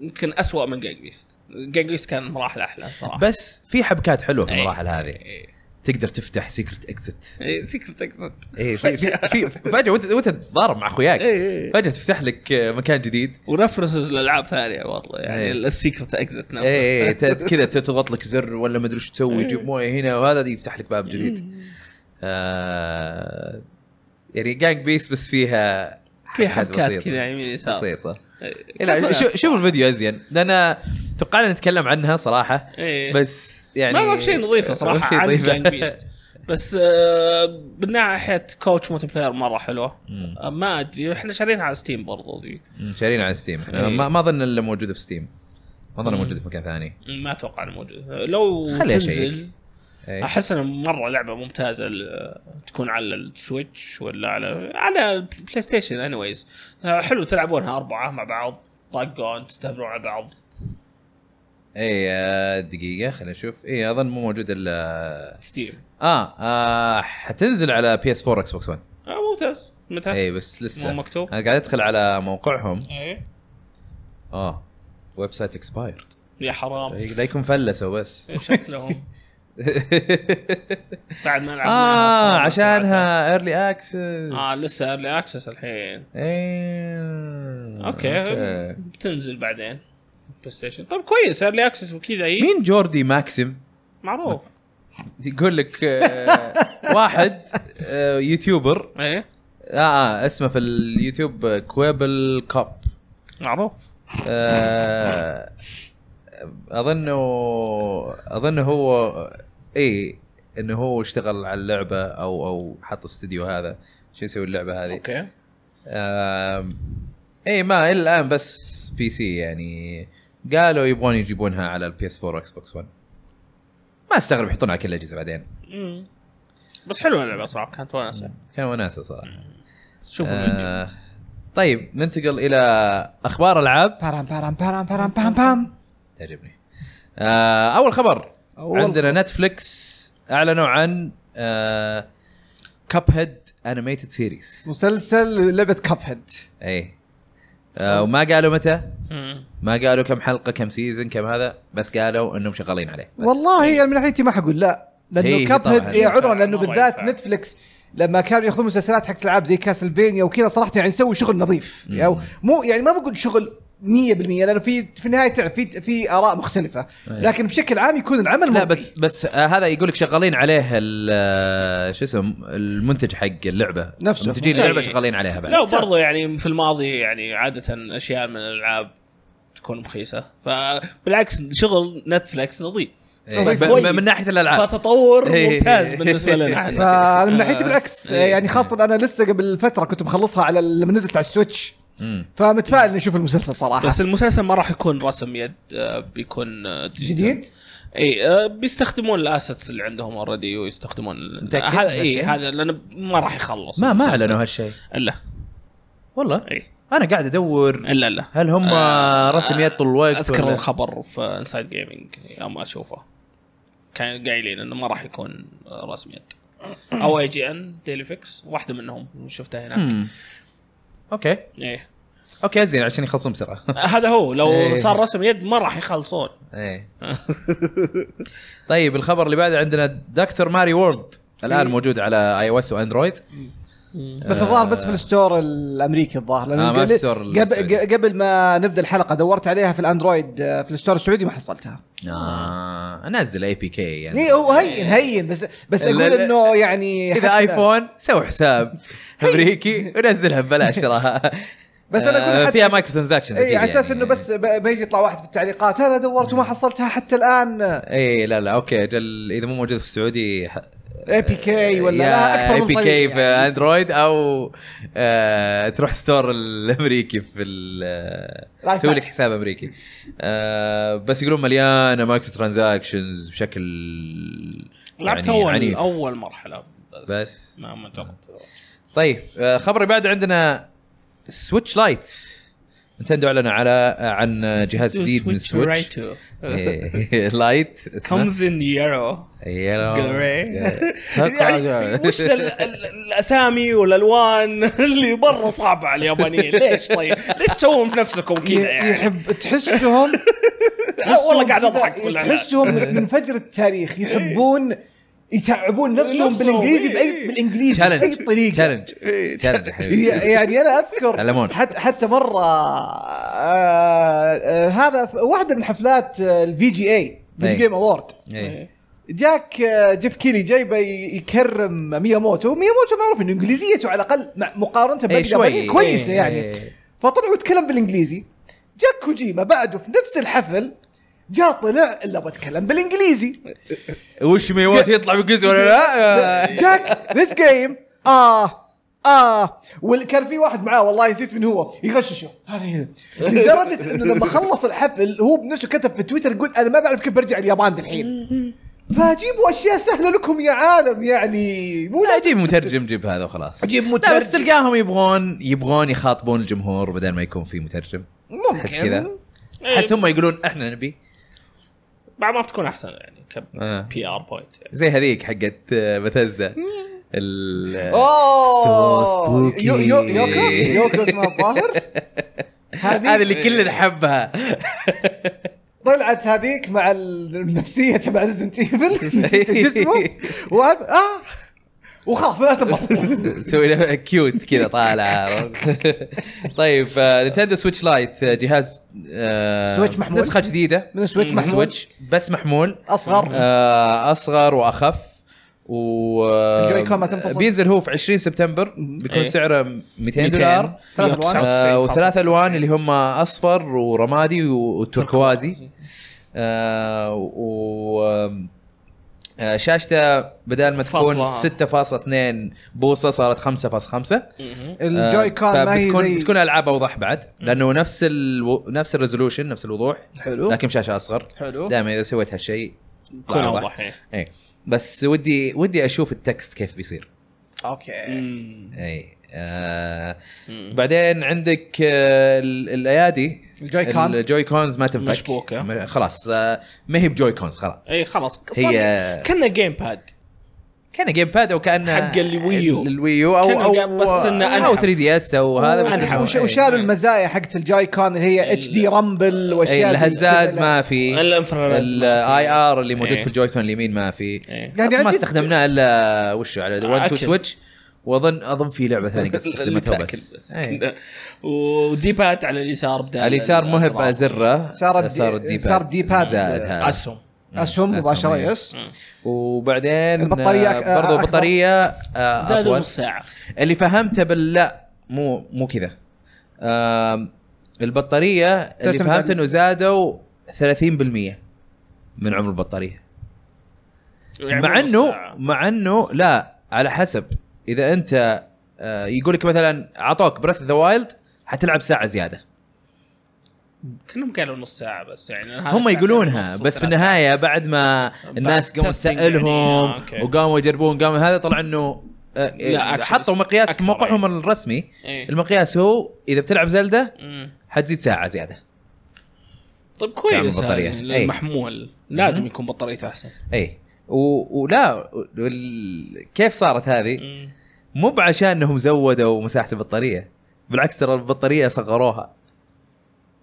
يمكن أسوأ من جانج بيست جانج بيست كان مراحل احلى صراحه بس في حبكات حلوه في إيه. المراحل هذه إيه. تقدر تفتح سيكرت اكزت إيه، سيكرت اكزت اي في في- في فجاه وانت وانت تتضارب مع اخوياك إيه. فجاه تفتح لك مكان جديد ورفرنسز لالعاب ثانيه والله يعني إيه. السيكرت اكزت نفسه إيه. اي اي ت- إيه، كذا تضغط لك زر ولا ما ادري ايش تسوي تجيب مويه هنا وهذا دي يفتح لك باب جديد آه يعني جانج بيس بس فيها في حركات بسيطة. كذا يعني، يمين يسار بسيطة إيه، لا لا شو- شوف الفيديو ازين لان توقعنا نتكلم عنها صراحة إيه. بس يعني ما ما في شيء نظيفه ما في صراحه شيء عن نظيفة. جانج بيست بس آه، من ناحيه كوتش موتي بلاير مره حلوه مم. آه، ما ادري احنا شارينها على ستيم برضو ذي مم، شارينا على ستيم احنا إيه. ما ما اظن الا موجودة في ستيم اظن مم. موجود في مكان ثاني ما اتوقع انه موجود لو خليها تنزل شيء. إيه. احس انها مره لعبه ممتازه ال- تكون على السويتش ولا على على البلاي ستيشن انيويز حلو تلعبونها اربعه مع بعض طاقون تستهبلون على بعض اي آه، دقيقه خلينا نشوف اي اظن مو موجود الا ستيم آه, اه حتنزل على بي اس 4 اكس بوكس 1 آه ممتاز متى؟ اي إيه، بس مو لسه مكتوب انا قاعد ادخل على موقعهم ايه اه ويب سايت اكسبايرد يا حرام إيه، لا يكون فلسوا بس شكلهم بعد ما لعبناها اه صار- عشانها ايرلي اكسس اه لسه ايرلي اكسس الحين ايه اوكي بتنزل بعدين بلاي ستيشن طب كويس ايرلي اكسس وكذا هي مين جوردي ماكسم؟ معروف يقول لك آه، واحد آه، يوتيوبر ايه آه, اه اسمه في اليوتيوب آه، كويبل كاب معروف آه اظنه اظنه هو اي انه هو اشتغل على اللعبه او او حط استوديو هذا شو يسوي اللعبه هذه اوكي آم، اي ما الى الان بس بي سي يعني قالوا يبغون يجيبونها على البي اس 4 اكس بوكس 1 ما استغرب يحطونها على كل الاجهزه بعدين مم. بس حلوه اللعبه صراحه كانت وناسه كان وناسه صراحه شوف آه طيب ننتقل الى اخبار العاب بارام بارام بارام بارام بام بام تعجبني آه اول خبر أول عندنا نتفلكس اعلنوا عن آه، كاب هيد انيميتد سيريز مسلسل لعبه كاب هيد اي إيه. آه وما قالوا متى مم. ما قالوا كم حلقه كم سيزون كم هذا بس قالوا انهم شغالين عليه بس. والله يعني من ناحيتي ما حقول لا هي- لانه هي كاب هيد طبعاً. إيه عذرا لانه مرة بالذات ينفع. نتفلكس لما كانوا ياخذون مسلسلات حقت العاب زي كاسلفينيا وكذا صراحه يعني يسوي شغل نظيف مم. يعني مو يعني ما بقول شغل 100% لانه في في النهايه تعرف في في اراء مختلفه أي. لكن بشكل عام يكون العمل إيه. لا مرضي. بس بس آه هذا يقول لك شغالين عليه ال- آه، شو اسم المنتج حق اللعبه نفسه. منتجين اللعبه أي. شغالين عليها بعد لا وبرضه يعني في الماضي يعني عاده اشياء من الالعاب تكون رخيصه فبالعكس شغل نتفلكس نظيف إيه، ب- طيب، كويس. من ناحيه الالعاب فتطور إيه. ممتاز بالنسبه لنا فانا من ناحيتي آه. بالعكس إيه. يعني خاصه انا لسه قبل فتره كنت مخلصها على لما نزلت على السويتش مم. فمتفائل اني اشوف المسلسل صراحه بس المسلسل ما راح يكون رسم يد آه، بيكون آه، ديجيتال. جديد اي آه، بيستخدمون الاسيتس اللي عندهم اوريدي ويستخدمون ال- متأكد هذا من اي هالشيء؟ هذا لانه ما راح يخلص ما ما المسلسل. اعلنوا هالشيء الا والله اي انا قاعد ادور الا الا هل هم آه، رسم يد طول الوقت اذكر ولا؟ الخبر في انسايد جيمنج يوم اشوفه كان قايلين انه ما راح يكون رسم يد او اي جي ان ديلي فيكس واحده منهم شفتها هناك مم. اوكي ايه اوكي زين عشان يخلصون بسرعه هذا هو لو إيه. صار رسم يد ما راح يخلصون ايه طيب الخبر اللي بعده عندنا دكتور ماري وورلد الان موجود على اي او اس واندرويد بس الظاهر بس في الستور الامريكي الظاهر لأنه آه، ما في قبل- ستور السعودي. قبل قبل ما نبدا الحلقه دورت عليها في الاندرويد آه، في الستور السعودي ما حصلتها آه انزل اي بي كي يعني إيه، هو هين هين بس بس لا، اقول لا. انه يعني اذا حتى- ايفون سوي حساب امريكي ونزلها ببلاش تراها بس أنا أقول آه، حتى- فيها مايكرو ترانزاكشنز اي إيه، على اساس يعني. انه بس ب- بيجي يطلع واحد في التعليقات انا دورت وما حصلتها حتى الان اي إيه، لا لا اوكي اجل اذا مو موجود في السعودي ح- إيه، اي بي كي ولا يا لا اكثر من اي بي طريقة كي في يعني. اندرويد او آه تروح ستور الامريكي في ال- آه، لا، تسوي لا. لك حساب امريكي آه بس يقولون مليانه مايكرو ترانزاكشنز بشكل لعبت يعني اول عنيف. اول مرحله بس, بس. ما ما جربت طيب آه خبر اللي بعد عندنا سويتش لايت نتندو اعلنوا على عن جهاز جديد من سويتش إيه، لايت اسمه كمز ان يورو يلو يعني وش ال- ال- الاسامي والالوان اللي مره صعبه على اليابانيين ليش طيب؟ ليش تسوون في نفسكم كذا يعني؟ يحب تحسهم لا، والله قاعد كذا، اضحك بالله. تحسهم من من فجر التاريخ يحبون يتعبون نفسهم نفسهم، بالانجليزي باي إيه. بالانجليزي باي تشالنج طريقه تشالنج تشالنج هي- يعني انا اذكر علمون. حتى حتى مره آه آه هذا في واحده من حفلات آه، الفي جي اي إيه. فيديو جيم اوورد جاك آه، جيف كيلي جايبه ي- يكرم مياموتو مياموتو معروف انه انجليزيته على الاقل مع- مقارنه إيه، باقي اليابانيين شوي. كويسه إيه. يعني فطلع وتكلم بالانجليزي جاك كوجيما بعده في نفس الحفل جاء طلع الا بتكلم بالانجليزي وش ميوت يطلع بالجزء ولا لا جاك ذيس جيم اه اه وكان في واحد معاه والله نسيت من هو يغششه هذا كذا لدرجه انه لما خلص الحفل هو بنفسه كتب في تويتر يقول انا ما بعرف كيف برجع اليابان الحين فجيبوا اشياء سهله لكم يا عالم يعني مو لا لازم جيب مترجم جيب هذا وخلاص جيب لا بس مترجم تلقاهم يبغون يبغون يخاطبون الجمهور بدل ما يكون في مترجم أحس كذا. ممكن إيه. احس هم يقولون احنا نبي بعض ما تكون احسن يعني ك آه. بي ار بوينت زي هذيك حقت بثزدا ال اوه So spooky. يو- يو- يوكو يوكو اسمها الظاهر هذه هذه اللي إيه. كلنا حبها طلعت هذيك مع ال- النفسيه تبع ريزنت ايفل نسيت شو اسمه وأنا- اه وخلاص الناس انبسطت تسوي له كيوت كذا طالع طيب آه، نينتندو سويتش لايت آه، جهاز آه، سويتش محمول. نسخه جديده من سويتش من محمول. سويتش بس محمول اصغر آه، اصغر واخف و آه، الجويكون ما تنفصل. بينزل هو في 20 سبتمبر بيكون إيه. سعره 200 دولار ثلاث ألوان. آه، وثلاث الوان اللي هم اصفر ورمادي وتركوازي آه، و آم، آه، شاشته بدل ما تكون فاصلة. 6.2 بوصه صارت 5.5 الجوي كون آه، ما هي فبتكون زي بتكون العاب اوضح بعد لانه نفس الو... نفس الريزولوشن نفس الوضوح حلو لكن شاشه اصغر حلو دائما اذا سويت هالشيء يكون أوضح. اوضح إيه. اي بس ودي ودي اشوف التكست كيف بيصير اوكي مم. اي آه مم. بعدين عندك آه ال- الايادي الجوي كون الجوي كونز ما تنفك مشبوكة. م- خلاص آه، ما هي بجوي كونز خلاص اي خلاص هي كنا جيم باد كان جيم باد او كان حق الويو. الويو او كان او جا- بس إنه او أنحف. 3 دي اس او هذا بس أنحف. إنه- يعني وش- إيه. وشالوا المزايا حقت الجوي كون اللي هي اتش دي رامبل اي واشياء زي إيه، الهزاز كذا. ما في الانفراريد الاي ار اللي موجود إيه. في الجويكون اليمين ما في إيه. آه، يعني اصلا ما عجيب. استخدمناه الا وش يعني، على 1 2 أكل. سويتش واظن اظن في لعبه ثانيه قد استخدمتها بس إيه. ودي باد على اليسار بدال اليسار ال- مهب ازره صار الدي- صار الدي الديباد. زائد هذا اسهم اسهم مباشره أسهم، إيه. يس وبعدين البطارية آه، أك- آه، برضو أكبر. البطاريه آه، زادوا اطول نص ساعه اللي فهمته بال لا مو مو كذا آم، البطاريه اللي تعتمد فهمت على- انه زادوا 30% من عمر البطاريه يعني مع نص انه ساعة. مع انه لا على حسب اذا انت آه، يقول لك مثلا اعطوك بريث ذا وايلد حتلعب ساعه زياده كانهم قالوا نص ساعه بس يعني هذا هم ساعتين يقولونها ونص بس في وثلاثة. النهايه بعد ما الناس قاموا testing تسالهم يعني، آه، أوكي. وقاموا يجربون قاموا هذا طلع انه آه، لا، آه، actually حطوا مقياس في أكثر، موقعهم الرسمي إيه. المقياس هو اذا بتلعب زلده مم. حتزيد ساعه زياده طيب كان إيه. كويس بطارية. هذا أي. المحمول لازم يكون بطاريته احسن اي إيه. و... ولا وال- كيف صارت هذه؟ مم. مو بعشان انهم زودوا مساحه البطاريه بالعكس ترى البطاريه صغروها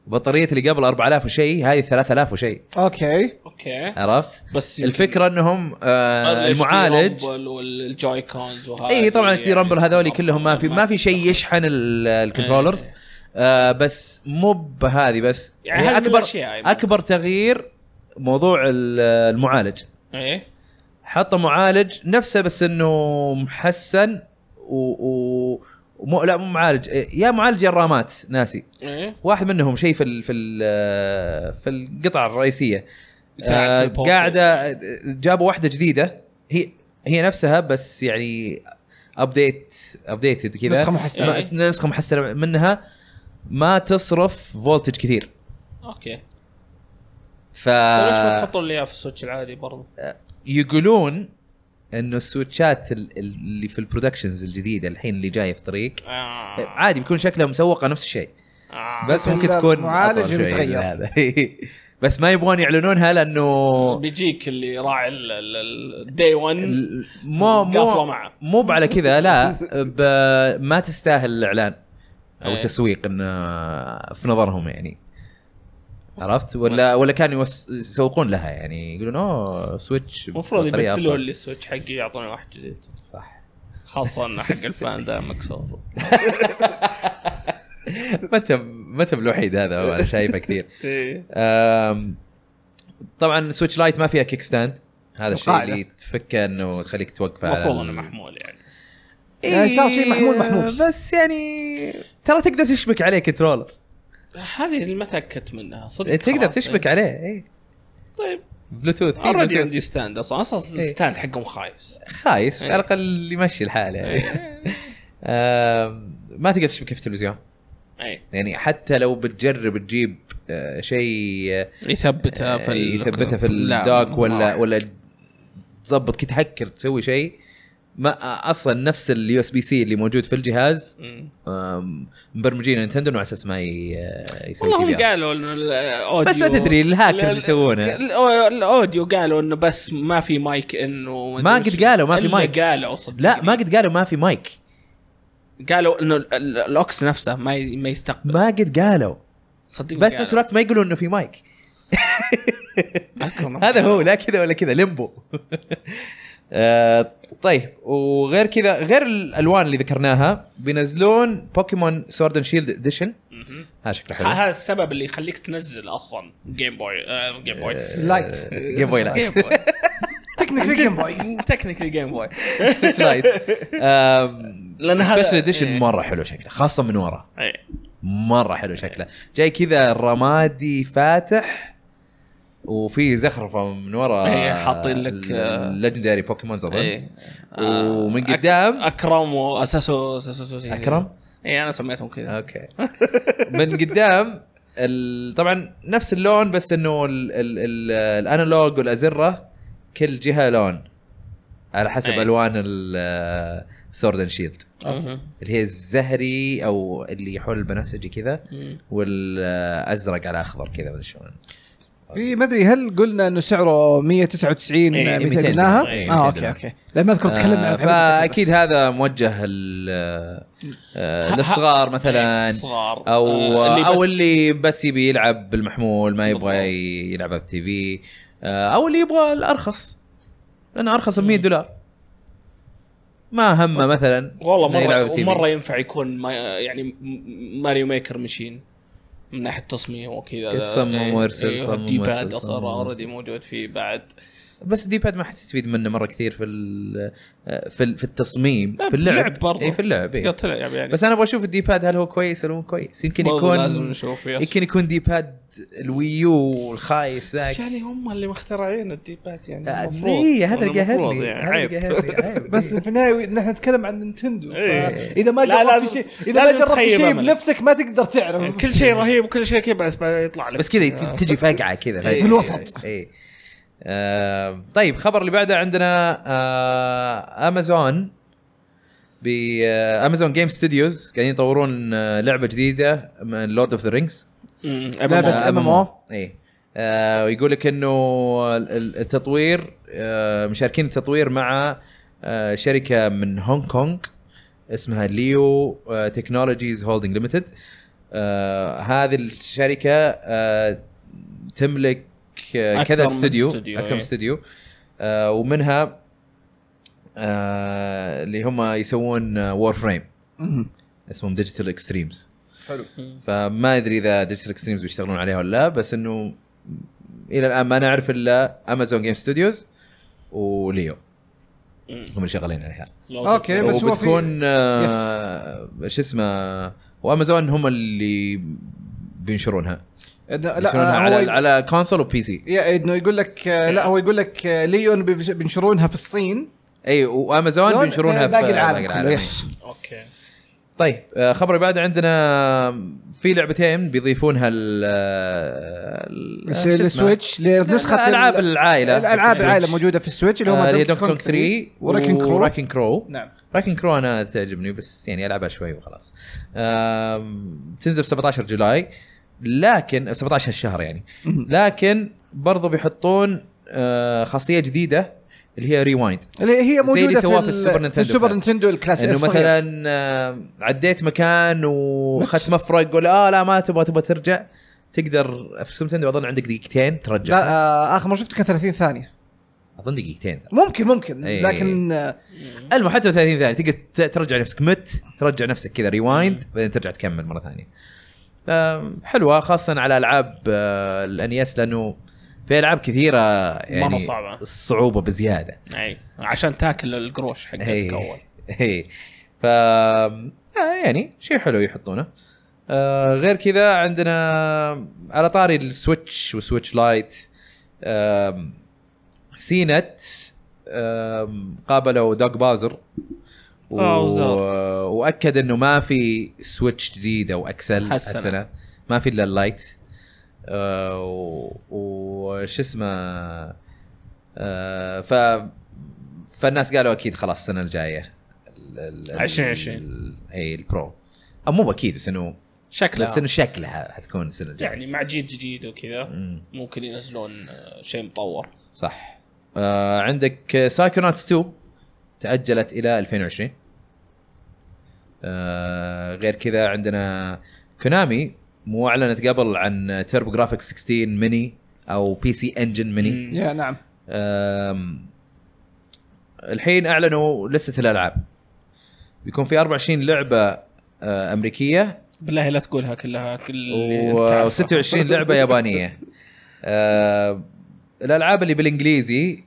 بطاريه اللي قبل 4000 وشيء هذه 3000 وشيء اوكي اوكي عرفت بس يمكن الفكره انهم آه المعالج إيه، والجوي كونز وهذا يعني اي طبعا اتش دي رامبل هذول كلهم ما في ما في شيء يشحن ال- الكنترولرز إيه. آه بس مو بهذه بس يعني هي هذه من اكبر الأشياء يعني. اكبر تغيير موضوع ال- المعالج ايه حطوا معالج نفسه بس انه محسن و, و... ومو لا مو معالج إيه، يا معالج يا الرامات ناسي ايه واحد منهم شيء في ال في ال في القطعه الرئيسيه يساعد آه في البوصل. قاعده جابوا واحده جديده هي هي نفسها بس يعني ابديت ابديتد كذا نسخة محسنة. ما- نسخه محسنه منها ما تصرف فولتج كثير اوكي ف طيب ليش آه. ما تحطوا لي إياه في السويتش العادي برضه؟ يقولون انه السويتشات ال- اللي في البرودكشنز الجديده الحين اللي جايه في طريق آه. عادي بيكون شكلها مسوقه نفس الشيء آه. بس آه. ممكن إلا تكون المعالج أطول شوي يتغير. من هذا. بس ما يبغون يعلنونها لانه بيجيك اللي راعي الدي 1 ال- مو قافلة مو معه. مو على كذا لا ب- ما تستاهل الاعلان او إيه. التسويق انه في نظرهم يعني عرفت ولا ولا كانوا يوس- يسوقون لها يعني يقولون اوه سويتش المفروض بطارية يبدلوا أفضل. لي السويتش حقي يعطوني واحد جديد صح خاصة إن حق الفان ذا مكسور ما انت ما انت بالوحيد هذا هو، انا شايفه كثير إيه. ايه أم، طبعا سويتش لايت ما فيها كيك ستاند هذا الشيء القاعدة. اللي تفكه انه تخليك توقف على المفروض ال- إيه، انه محمول يعني يعني صار شيء محمول محمول. بس يعني ترى تقدر تشبك عليه كنترولر هذه اللي ما تاكدت منها صدق إيه، تقدر خلاص. تشبك عليه اي طيب بلوتوث في اوريدي بلوتوث عندي ستاند اصلا اصلا إيه. الستاند حقهم خايس خايس بس إيه. على الاقل يمشي الحال يعني إيه. آم، ما تقدر تشبكه في التلفزيون اي يعني حتى لو بتجرب تجيب آه، شيء آه، يثبتها في ال- يثبتها إيه، في لا، الدوك ولا ما- ولا تظبط كي تهكر تسوي شيء ما اصلا نفس اليو اس بي سي اللي موجود في الجهاز مم. آم، مبرمجين نينتندو على اساس ما ي- آه، يسوي والله تي هم في آر. قالوا انه الاوديو بس ما تدري الهاكرز يسوونه الأو- الاوديو قالوا انه بس ما في مايك انه ما قد قالوا ما في إلا مايك. قالوا صدق لا ما قد قالوا ما في مايك قالوا انه ال- ال- الاوكس نفسه ما ي- ما يستقبل ما قد قالوا صدق بس في قالوا. نفس الوقت ما يقولوا انه في مايك أذكر إنه هذا هو لا كذا ولا كذا ليمبو آه، طيب وغير كذا غير الالوان اللي ذكرناها بينزلون بوكيمون سورد اند شيلد اديشن مهم. ها شكله ه- حلو هذا السبب اللي يخليك تنزل اصلا جيم بوي آه، جيم بوي لايت جيم بوي لايت تكنيكلي جيم بوي تكنيكلي جيم بوي سويتش لايت لأن Um, لان هذا- هذا سبيشل اديشن إيه. مره حلو شكله خاصه من ورا إيه. مره حلو شكله جاي كذا رمادي فاتح وفي زخرفه من ورا إيه، حاطين لك، آه، ليجندري بوكيمونز اظن إيه. ومن آه، قدام- أك- اكرم واساسو اساسو سيزي. اكرم اي انا إيه، سميتهم كذا اوكي من قدام ال- طبعا نفس اللون بس انه ال- ال- ال- الانالوج والازره كل جهه لون على حسب آه، أي. الوان السورد اند شيلد مهم. اللي هي الزهري او اللي يحول البنفسجي كذا مم. والازرق على اخضر كذا ما شلون في ما ادري هل قلنا انه سعره 199 إيه، 200 200 قلناها؟ إيه، 200 اه اوكي دولار. اوكي لان ما اذكر تكلمنا آه، عن فاكيد هذا موجه ال- آه، للصغار مثلا إيه، صغار او آه، اللي بس- او اللي بس يبي يلعب بالمحمول ما بالضبط. يبغى يلعب على التي في آه، او اللي يبغى الارخص لانه ارخص ب 100 دولار ما همه طيب. مثلا والله إنه يلعب على مره التي في. مره ينفع يكون ما يعني م- ماريو ميكر ماشين من ناحيه تصميم وكذا إيه، تصمم وارسل، صمم دي باد وارسل، اصلا صمم اوريدي وارسل. موجود فيه بعد بس دي باد ما حتستفيد منه مره كثير في ال- آه، في ال- في التصميم لا، في اللعب لعب برضه. اي في اللعب تقدر إيه. تلعب يعني بس انا ابغى اشوف الدي باد هل هو كويس ولا مو كويس يمكن برضه يكون لازم نشوف يس. يمكن يكون دي باد الويو الخايس بس ذاك يعني هم اللي مخترعين الديبات يعني المفروض. اي هذا اللي المفروض قاهرني يعني هذا عيب. اللي قاهرني عيب. بس في النهايه نحن نتكلم عن نينتندو إيه. اذا ما لا، جربت لازم- شيء اذا ما لازم جربت تخيب شيء أملك. بنفسك ما تقدر تعرف يعني كل شيء رهيب وكل شيء كذا بس بعدين يطلع لك بس كذا يت- تجي فقعه كذا إيه. فجأة. في الوسط. اي آه، طيب خبر اللي بعده عندنا آه، امازون ب امازون جيم ستوديوز قاعدين يطورون آه، لعبه جديده من لورد اوف ذا رينجز مم، لعبة- أبو ام ام او. اي آه، ويقول لك انه ال- ال- التطوير آه، مشاركين التطوير مع آه، شركه من هونغ كونغ اسمها ليو آه، تكنولوجيز هولدنج ليمتد هذه الشركه آه، تملك آه، أكثر كذا من استوديو استوديو، اكثر من إيه. استوديو آه، ومنها آه، اللي هم يسوون وور فريم مم. اسمهم ديجيتال اكستريمز حلو مم. فما ادري اذا ديجيتال اكستريمز بيشتغلون عليها ولا لا بس انه الى الان ما نعرف الا امازون جيم ستوديوز وليو مم. هم اللي شغالين عليها لو أوكي، إيه، بس هو في- وبتكون آه، شو اسمه وامازون هم اللي بينشرونها إنه- لا لا آه، على هو- على كونسول وبي سي يا انه يقول لك آه، لا هو يقول لك آه، ليون بيبش- بينشرونها في الصين اي وامازون لون بينشرونها في باقي العالم كله إيه. يس اوكي طيب آه، خبر اللي بعد عندنا في لعبتين بيضيفونها ال- ال- الس- آه، شو اسمه؟ السويتش لا، لنسخه لا، العاب ال- العائله الالعاب السويتش. العائله موجوده في السويتش اللي هم آه، اللي هي Donkey دوك Kong كونغ 3 وراكن كرو وراكن كرو نعم راكن كرو انا تعجبني بس يعني العبها شوي وخلاص آم، تنزل في 17 جولاي لكن 17 هالشهر يعني لكن برضو بيحطون آه، خاصيه جديده اللي هي ريوايند اللي هي زي اللي موجوده سواه في, في السوبر نينتندو في كلاس. السوبر نينتندو الكلاسيك انه مثلا آه، عديت مكان واخذت مفرق ولا اه لا ما تبغى تبغى ترجع تقدر في سوبر نينتندو اظن عندك دقيقتين ترجع لا آه اخر مره شفته كان 30 ثانيه اظن دقيقتين ترى ممكن ممكن إيه. لكن آه إيه. المهم حتى 30 ثانيه تقدر ت- ترجع نفسك مت ترجع نفسك كذا ريوايند بعدين ترجع تكمل مره ثانيه آم، حلوه خاصه على العاب الانيس لانه في العاب كثيره يعني مرة صعبة. الصعوبه بزياده اي عشان تاكل القروش إي. حقتك اول اي ف إيه. آه، يعني شيء حلو يحطونه آه، غير كذا عندنا على طاري السويتش والسويتش لايت آم، سينت آم، قابلوا دوغ بازر و... آه، وزار. واكد انه ما في سويتش جديد او اكسل هالسنة. هالسنه ما في الا اللايت آه، و- وش اسمه آه، ف فالناس قالوا اكيد خلاص السنه الجايه ال- ال- ال- 2020. اي البرو أو مو اكيد بس انه شكلها بس انه شكلها حتكون السنه الجايه يعني مع جيل جديد وكذا مم. ممكن ينزلون آه، شيء مطور صح آه عندك سايكوناتس 2 تأجلت إلى 2020 آه غير كذا عندنا كونامي مو أعلنت قبل عن تيربو جرافيكس 16 ميني أو بي سي انجن ميني مم. يا نعم آم، الحين أعلنوا لستة الألعاب بيكون في 24 لعبة آه أمريكية بالله لا تقولها كلها كل و 26 لعبه يابانيه آه الالعاب اللي بالانجليزي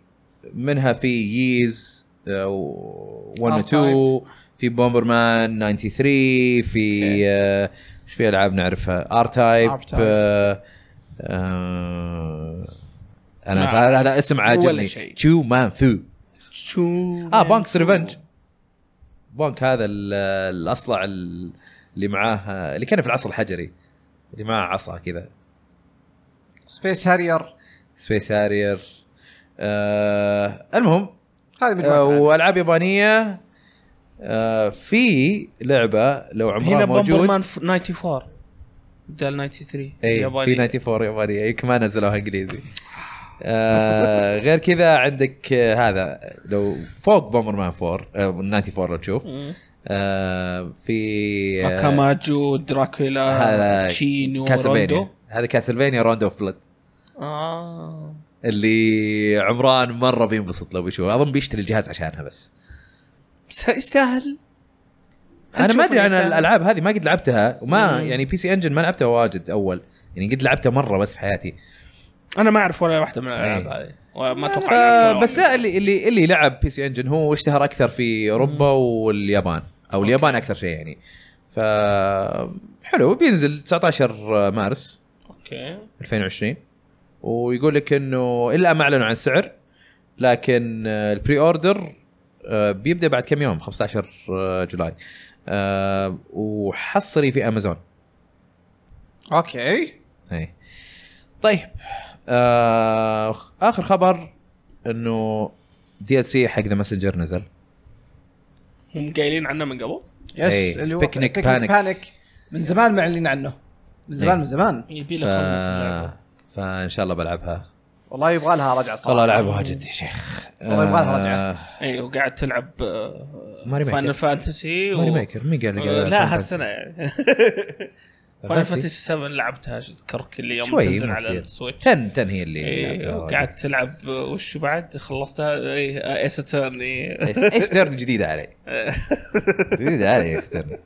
منها في ييز آه، و- 1 و 2 في بومبر مان 93 في آه، ايش في العاب نعرفها آه، ار تايب R-Type. انا ما هذا- هذا اسم عاجبني شيء. تشو مان فو شو آه، اه بانكس ريفنج بانك هذا ال- الاصلع ال- اللي معاه اللي كان في العصر الحجري اللي معاه عصا كذا سبيس هارير سبيس هارير آه المهم هذه آه مجموعة والعاب يابانيه آه في لعبه لو عمرها هنا بامبر موجود مان 94 بدال 93 اي في 94 يابانيه يمكن ما إيه، نزلوها انجليزي آه غير كذا عندك آه هذا لو فوق بومر مان 4 آه 94 لو تشوف مم. آه في آه، اكاماجو دراكولا هذا تشينو كاسلفينيا روندو هذا كاسلفينيا روند اوف بلد اه اللي عمران مره بينبسط لو بيشوفه اظن بيشتري الجهاز عشانها بس بس يستاهل هل انا تشوف ما ادري عن يستاهل؟ الالعاب هذه ما قد لعبتها وما مم. يعني بي سي انجن ما لعبتها واجد اول يعني قد لعبتها مره بس في حياتي انا ما اعرف ولا واحده من الالعاب إيه. هذه وما اتوقع آه إني بس أعرف. لا، اللي اللي اللي لعب بي سي انجن هو اشتهر اكثر في اوروبا واليابان او اليابان اكثر شيء يعني ف حلو بينزل 19 مارس اوكي 2020 ويقول لك انه الا ما اعلنوا عن السعر لكن آه، البري اوردر آه، بيبدا بعد كم يوم 15 آه، جولاي آه، وحصري في امازون اوكي اي إيه. طيب آه، اخر خبر انه دي ال سي حق ذا ماسنجر نزل هم قايلين عنه من قبل يس إيه. اللي هو Picnic Panic. بانيك من زمان معلنين عنه من زمان إيه. من زمان يبي ف... له خمس لعبة. فان شاء الله بلعبها والله يبغى لها رجعه صراحه والله العبها واجد يا شيخ والله يبغى لها رجعة. آه، اي أيوة، وقاعد تلعب آه، ماري ميكر. فاينل فانتسي ماري ميكر مين قال آه، لا هالسنه يعني فاينل فانتسي 7 لعبتها اذكرك اللي يوم شوي، تنزل مو على كثير. السويتش 10 10 هي اللي إيه، لعبتها واجد. قعدت تلعب آه، وش بعد خلصتها إيه، اي اترني ايسترن جديده علي جديده علي ايسترن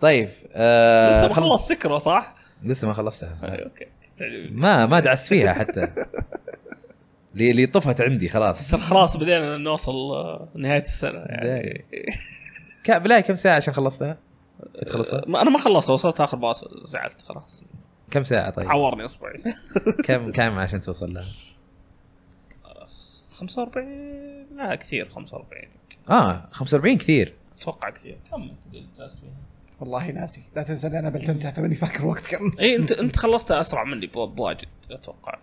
طيب آه لسه ما خل- آه. خلصت سكره صح؟ إيه، لسه ما خلصتها أي، اوكي تعجبني. ما ما دعست فيها حتى لي لي طفت عندي خلاص ترى خلاص بدينا نوصل آه، نهايه السنه يعني ك- بالله كم ساعه عشان خلصتها؟ جيت خلصتها؟ آه، ما انا ما خلصت وصلت اخر باص زعلت خلاص كم ساعه طيب؟ عورني اصبعي كم كم عشان توصل لها؟ 45 لا كثير 45 اه 45 كثير اتوقع كثير كم انت جلست فيها؟ والله ناسي لا تنسى إني انا بلتمتها فماني فاكر وقت كم اي إيه، انت انت خلصتها اسرع مني بو- بواجد اتوقع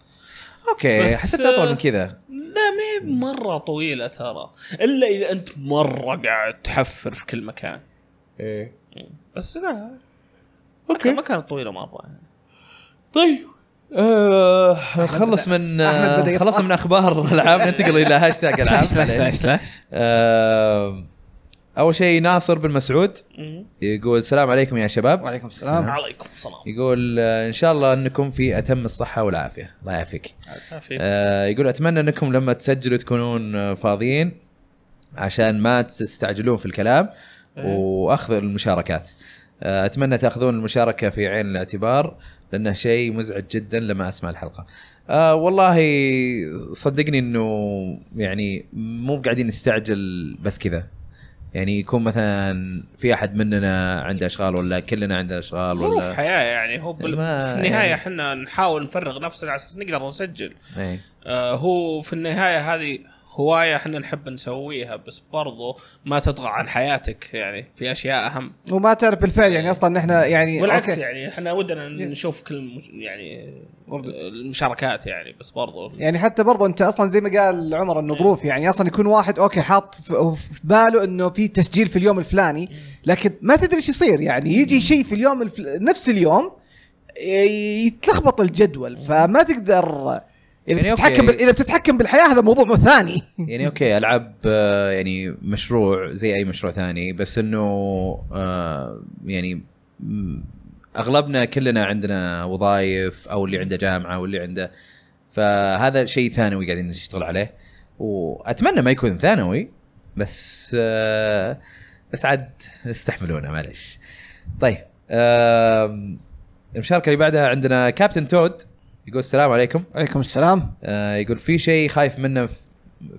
اوكي بس- آه، حسيتها اطول من كذا لا ما هي مره طويله ترى الا اذا انت مره قاعد تحفر في كل مكان إيه. ايه بس لا اوكي ما كانت طويله مره يعني طيب آه خلص من أحمد بدأ آه يطلع. خلصنا من اخبار العاب ننتقل الى هاشتاج العاب سلاش آه، اول شيء ناصر بن مسعود يقول السلام عليكم يا شباب وعليكم السلام عليكم السلام يقول آه، ان شاء الله انكم في اتم الصحه والعافيه الله يعافيك ما في آه، يقول اتمنى انكم لما تسجلوا تكونون آه، فاضيين عشان ما تستعجلون في الكلام واخذ المشاركات آه، اتمنى تاخذون المشاركه في عين الاعتبار لانه شيء مزعج جدا لما اسمع الحلقه آه والله صدقني انه يعني مو قاعدين نستعجل بس كذا يعني يكون مثلا في احد مننا عنده اشغال ولا كلنا عندنا اشغال ظروف ولا حياه يعني هو بال... ما- بس يعني- النهايه إيه. احنا نحاول نفرغ نفسنا على اساس نقدر نسجل اي آه هو في النهايه هذه هوايه احنا نحب نسويها بس برضو ما تطغى عن حياتك يعني في اشياء اهم وما تعرف بالفعل يعني اصلا نحن يعني والعكس أوكي. يعني احنا ودنا نشوف كل مش- يعني المشاركات يعني بس برضو يعني حتى برضه انت اصلا زي ما قال عمر انه إيه. ظروف يعني اصلا يكون واحد اوكي حاط في في باله انه في تسجيل في اليوم الفلاني إيه. لكن ما تدري ايش يصير يعني يجي شيء في اليوم الفل... نفس اليوم ي- يتلخبط الجدول إيه. فما تقدر اذا يعني يعني أوكي. بتتحكم بال... اذا بتتحكم بالحياه هذا موضوع ثاني يعني اوكي العاب آه، يعني مشروع زي اي مشروع ثاني بس انه آه، يعني م- اغلبنا كلنا عندنا وظائف او اللي عنده جامعه واللي عنده فهذا شيء ثانوي قاعدين نشتغل عليه واتمنى ما يكون ثانوي بس آه، بس عاد استحملونا معلش طيب آم، المشاركه اللي بعدها عندنا كابتن تود يقول السلام عليكم عليكم السلام آه، يقول في شيء خايف منه في-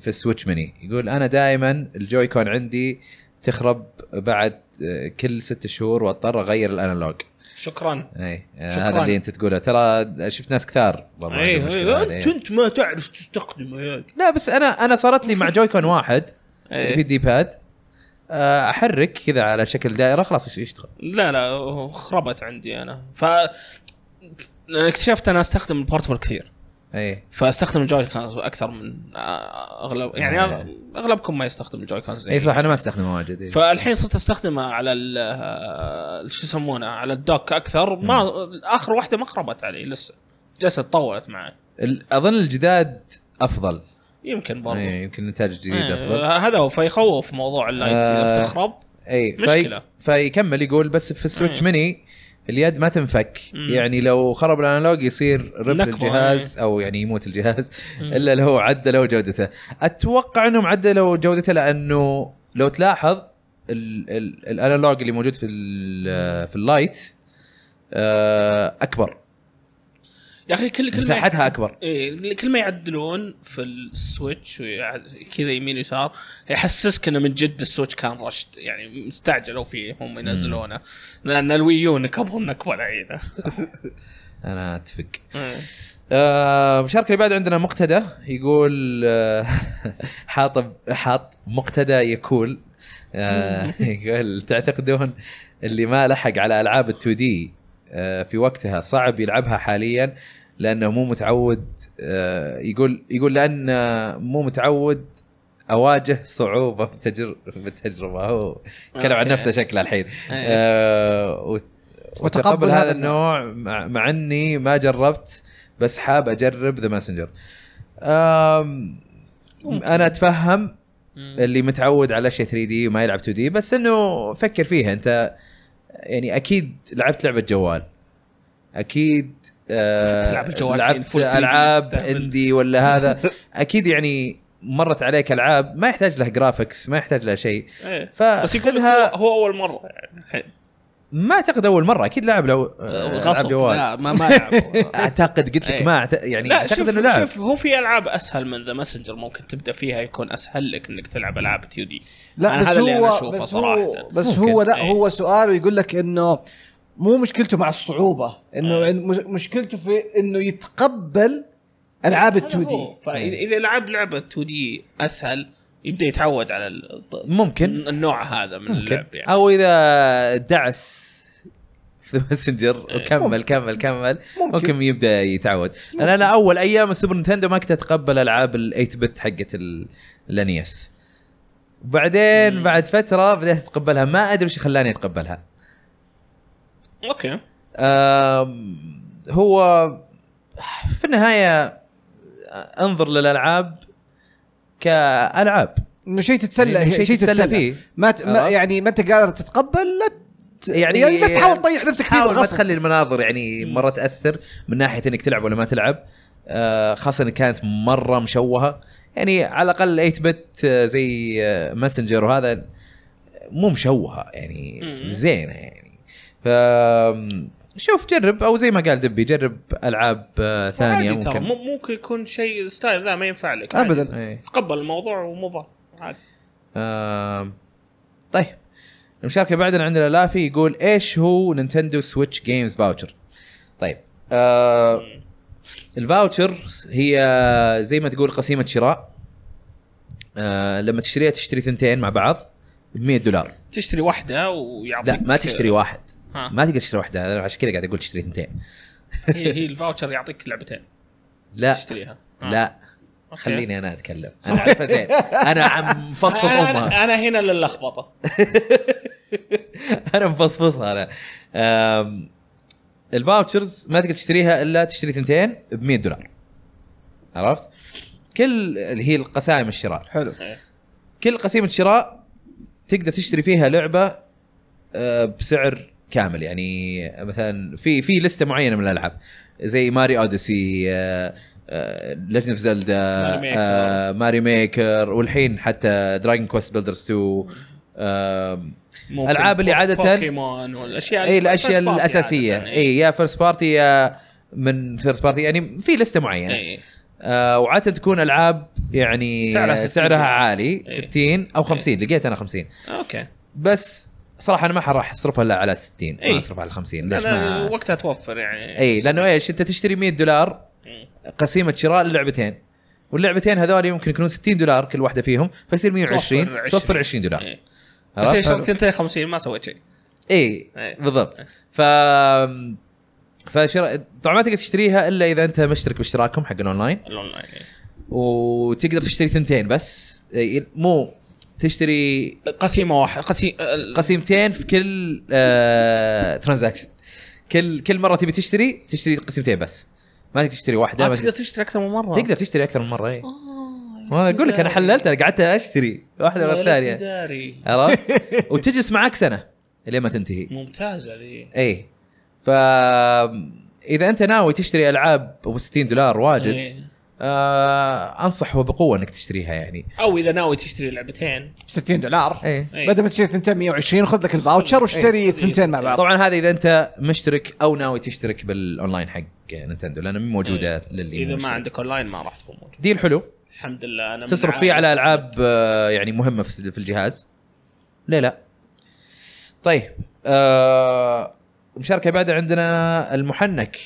في السويتش ميني يقول انا دائما الجوي كون عندي تخرب بعد آه، كل ست شهور واضطر اغير الانالوج شكرا اي آه، شكراً. هذا اللي انت تقوله ترى شفت ناس كثار والله عندهم ايه مشكلة ايه، هذه. انت انت ما تعرف تستخدمه يعني لا بس انا انا صارت لي مع جوي كون واحد في ايه. الدي باد آه، احرك كذا على شكل دائره خلاص يشتغل لا لا هو خربت عندي انا ف انا اكتشفت انا استخدم البورتبل كثير اي فاستخدم الجوي كونز اكثر من آه، اغلب يعني ايه. اغلبكم ما يستخدم الجوي كونز اي إيه، صح انا ما استخدمه واجد إيه. إي. فالحين صرت استخدمه على ال- آه، شو يسمونه على الدوك اكثر ما اخر واحده ما خربت علي لسه جلست طولت معي ال- اظن الجداد افضل يمكن برضه إي، يمكن الانتاج الجديد إيه، افضل هذا هو فيخوف موضوع اللايت اذا آه. بتخرب اي مشكلة. في فيكمل يقول بس في السويتش مم. ميني اليد ما تنفك مم. يعني لو خرب الانالوج يصير ربل نكبة، الجهاز او يعني يموت الجهاز مم. الا لو عدلوا جودته اتوقع انهم عدلوا جودته لانه لو تلاحظ ال- ال- الانالوج اللي موجود في ال- في اللايت آه، اكبر يا اخي كل كل ما- مساحتها اكبر ايه كل ما يعدلون في السويتش ويع- كذا يمين يسار يحسسك انه من جد السويتش كان رشد يعني مستعجلوا فيه هم ينزلونه لان الويو نكبهم نكبه لعينه انا اتفق إيه. آه، المشاركة اللي بعد عندنا مقتدى يقول آه، حاط حاط مقتدى يكول آه، يقول تعتقدون اللي ما لحق على العاب ال 2 دي في وقتها صعب يلعبها حاليا لانه مو متعود آه، يقول يقول لان آه، مو متعود اواجه صعوبه بتجر- بالتجربه هو يتكلم عن أوكي. نفسه شكله الحين إيه. آه، وت- وتقبل هذا النوع مع, مع اني ما جربت بس حاب اجرب ذا ماسنجر انا اتفهم اللي متعود على شيء 3 دي وما يلعب 2 دي بس انه فكر فيها انت يعني اكيد لعبت لعبه جوال اكيد آه ألعاب الجوال فين؟ لعبت Full 3D العاب تستهبل. اندي ولا هذا اكيد يعني مرت عليك العاب ما يحتاج لها جرافكس ما يحتاج لها شيء إيه. بس يقول لك فخذها هو, هو اول مره يعني الحين. ما اعتقد اول مره اكيد لعب لو آه، غصب لعب جوال لا ما ما لعب. اعتقد قلت لك إيه. ما أعت- يعني لا اعتقد شوف انه لاعب شوف هو في العاب اسهل من ذا ماسنجر ممكن تبدا فيها يكون اسهل لك انك تلعب العاب تيو دي لا أنا بس هذا اللي أنا هو أشوفه بس هو صراحة. بس ممكن. هو لا إيه. هو سؤال ويقول لك انه مو مشكلته مع الصعوبه انه إيه. مش- مشكلته في انه يتقبل العاب ال 2 دي فاذا إيه. اذا لعب لعبه 2 دي اسهل يبدا يتعود على ال- ممكن النوع هذا من ممكن اللعب يعني او اذا دعس في الماسنجر إيه. وكمل كمل كمل ممكن. ممكن يبدا يتعود انا انا اول ايام السوبر نينتندو ما كنت اتقبل العاب ال8 بت حقت ال- الانيس بعدين مم. بعد فتره بديت اتقبلها ما ادري وش خلاني اتقبلها اوكي آم، هو في النهايه انظر للالعاب كالعاب انه شيء تتسلى يعني شيء تتسلى فيه ما, ت... ما عرفت؟ يعني ما انت قادر تتقبل لا ت... يعني- يعني, يعني لا تحاول تطيح نفسك فيه حاول ما بالغصب تخلي المناظر يعني مره تاثر من ناحيه انك تلعب ولا ما تلعب آه، خاصه ان كانت مره مشوهه يعني على الاقل 8 بت آه، زي آه، ماسنجر وهذا مو مشوهه يعني مم. زينه يعني ف شوف جرب او زي ما قال دبي جرب العاب آه، ثانيه عادي ترى، ممكن مو- ممكن يكون شيء ستايل لا ما ينفع لك عادي. ابدا إيه. تقبل الموضوع ومضى عادي آم، طيب المشاركه بعدنا عندنا لافي يقول ايش هو نينتندو سويتش جيمز فاوتشر طيب آه الفاوتشر هي زي ما تقول قسيمه شراء آه لما تشتريها تشتري ثنتين مع بعض ب 100 دولار تشتري واحده ويعطيك لا ما تشتري واحد ها. ما تقدر تشتري واحده أنا عشان كذا قاعد اقول تشتري ثنتين هي هي الفاوتشر يعطيك لعبتين لا تشتريها ها. لا أوكي. خليني انا اتكلم انا اعرفها زين انا عم مفصفص امها انا أنا هنا للخبطه انا مفصفصها انا آم، الفاوتشرز ما تقدر تشتريها الا تشتري ثنتين ب 100 دولار عرفت؟ كل اللي هي القسائم الشراء حلو كل قسيمه شراء تقدر تشتري فيها لعبه آه، بسعر كامل يعني مثلا في في لسته معينه من الالعاب زي ماري آه، اوديسي ليجند اوف زلدا ماري ميكر. آه، ماري ميكر والحين حتى دراجون كويست بيلدرز 2 آم، ممكن ألعاب اللي بو- عادة- إيه، بوكيمون والاشياء اي الاشياء الفيرست بارتي الاساسيه يعني عادة، يعني. اي إيه، يا فيرست بارتي يا من ثيرد بارتي يعني في لسته معينه اي آه وعاده تكون العاب يعني سعرها 60. سعرها عالي إيه. 60 او 50 لقيت انا 50 اوكي بس صراحه انا ما راح اصرفها الا على 60 ما إيه. اصرفها على 50 ليش انا ما إيه، وقتها توفر يعني إيه. اي لانه ايش انت تشتري 100 دولار مم. قسيمه شراء للعبتين واللعبتين هذول يمكن يكونون 60 دولار كل واحده فيهم فيصير 120 توفر 20. توفر 20 دولار إيه. بس هي عرفت؟ شرط 52 ما سويت شيء اي إيه. بالضبط ف فشرا... طبعا ما تقدر تشتريها الا اذا انت مشترك باشتراكهم حق الاونلاين الاونلاين إيه. وتقدر تشتري ثنتين بس إيه، مو تشتري قسيمه واحده قسيم قسيمتين في كل آه... ترانزاكشن كل كل مره تبي تشتري تشتري قسيمتين بس ما تقدر تشتري واحده ما تقدر تشتري اكثر من مره تقدر تشتري اكثر من مره إيه. آه، ما اقول لك انا حللت أنا قعدت اشتري واحده ورا يا الثانيه لفداري. عرفت وتجلس معك سنه لين ما تنتهي ممتازه ذي اي إيه. ف اذا انت ناوي تشتري العاب ابو 60 دولار واجد إيه. آه انصح وبقوه انك تشتريها يعني او اذا ناوي تشتري لعبتين 60 دولار ايه إيه. بدل ما تشتري ثنتين 120 خذ لك الفاوتشر واشتري إيه. ثنتين مع بعض طبعا هذا اذا انت مشترك او ناوي تشترك بالاونلاين حق نينتندو لانه مو موجوده للي مو اذا إيه. ما مشترك. عندك اونلاين ما راح تكون موجود ديل حلو الحمد لله انا من تصرف فيه على العاب آه، يعني مهمه في في الجهاز ليه لا طيب آه، مشاركه بعدها عندنا المحنك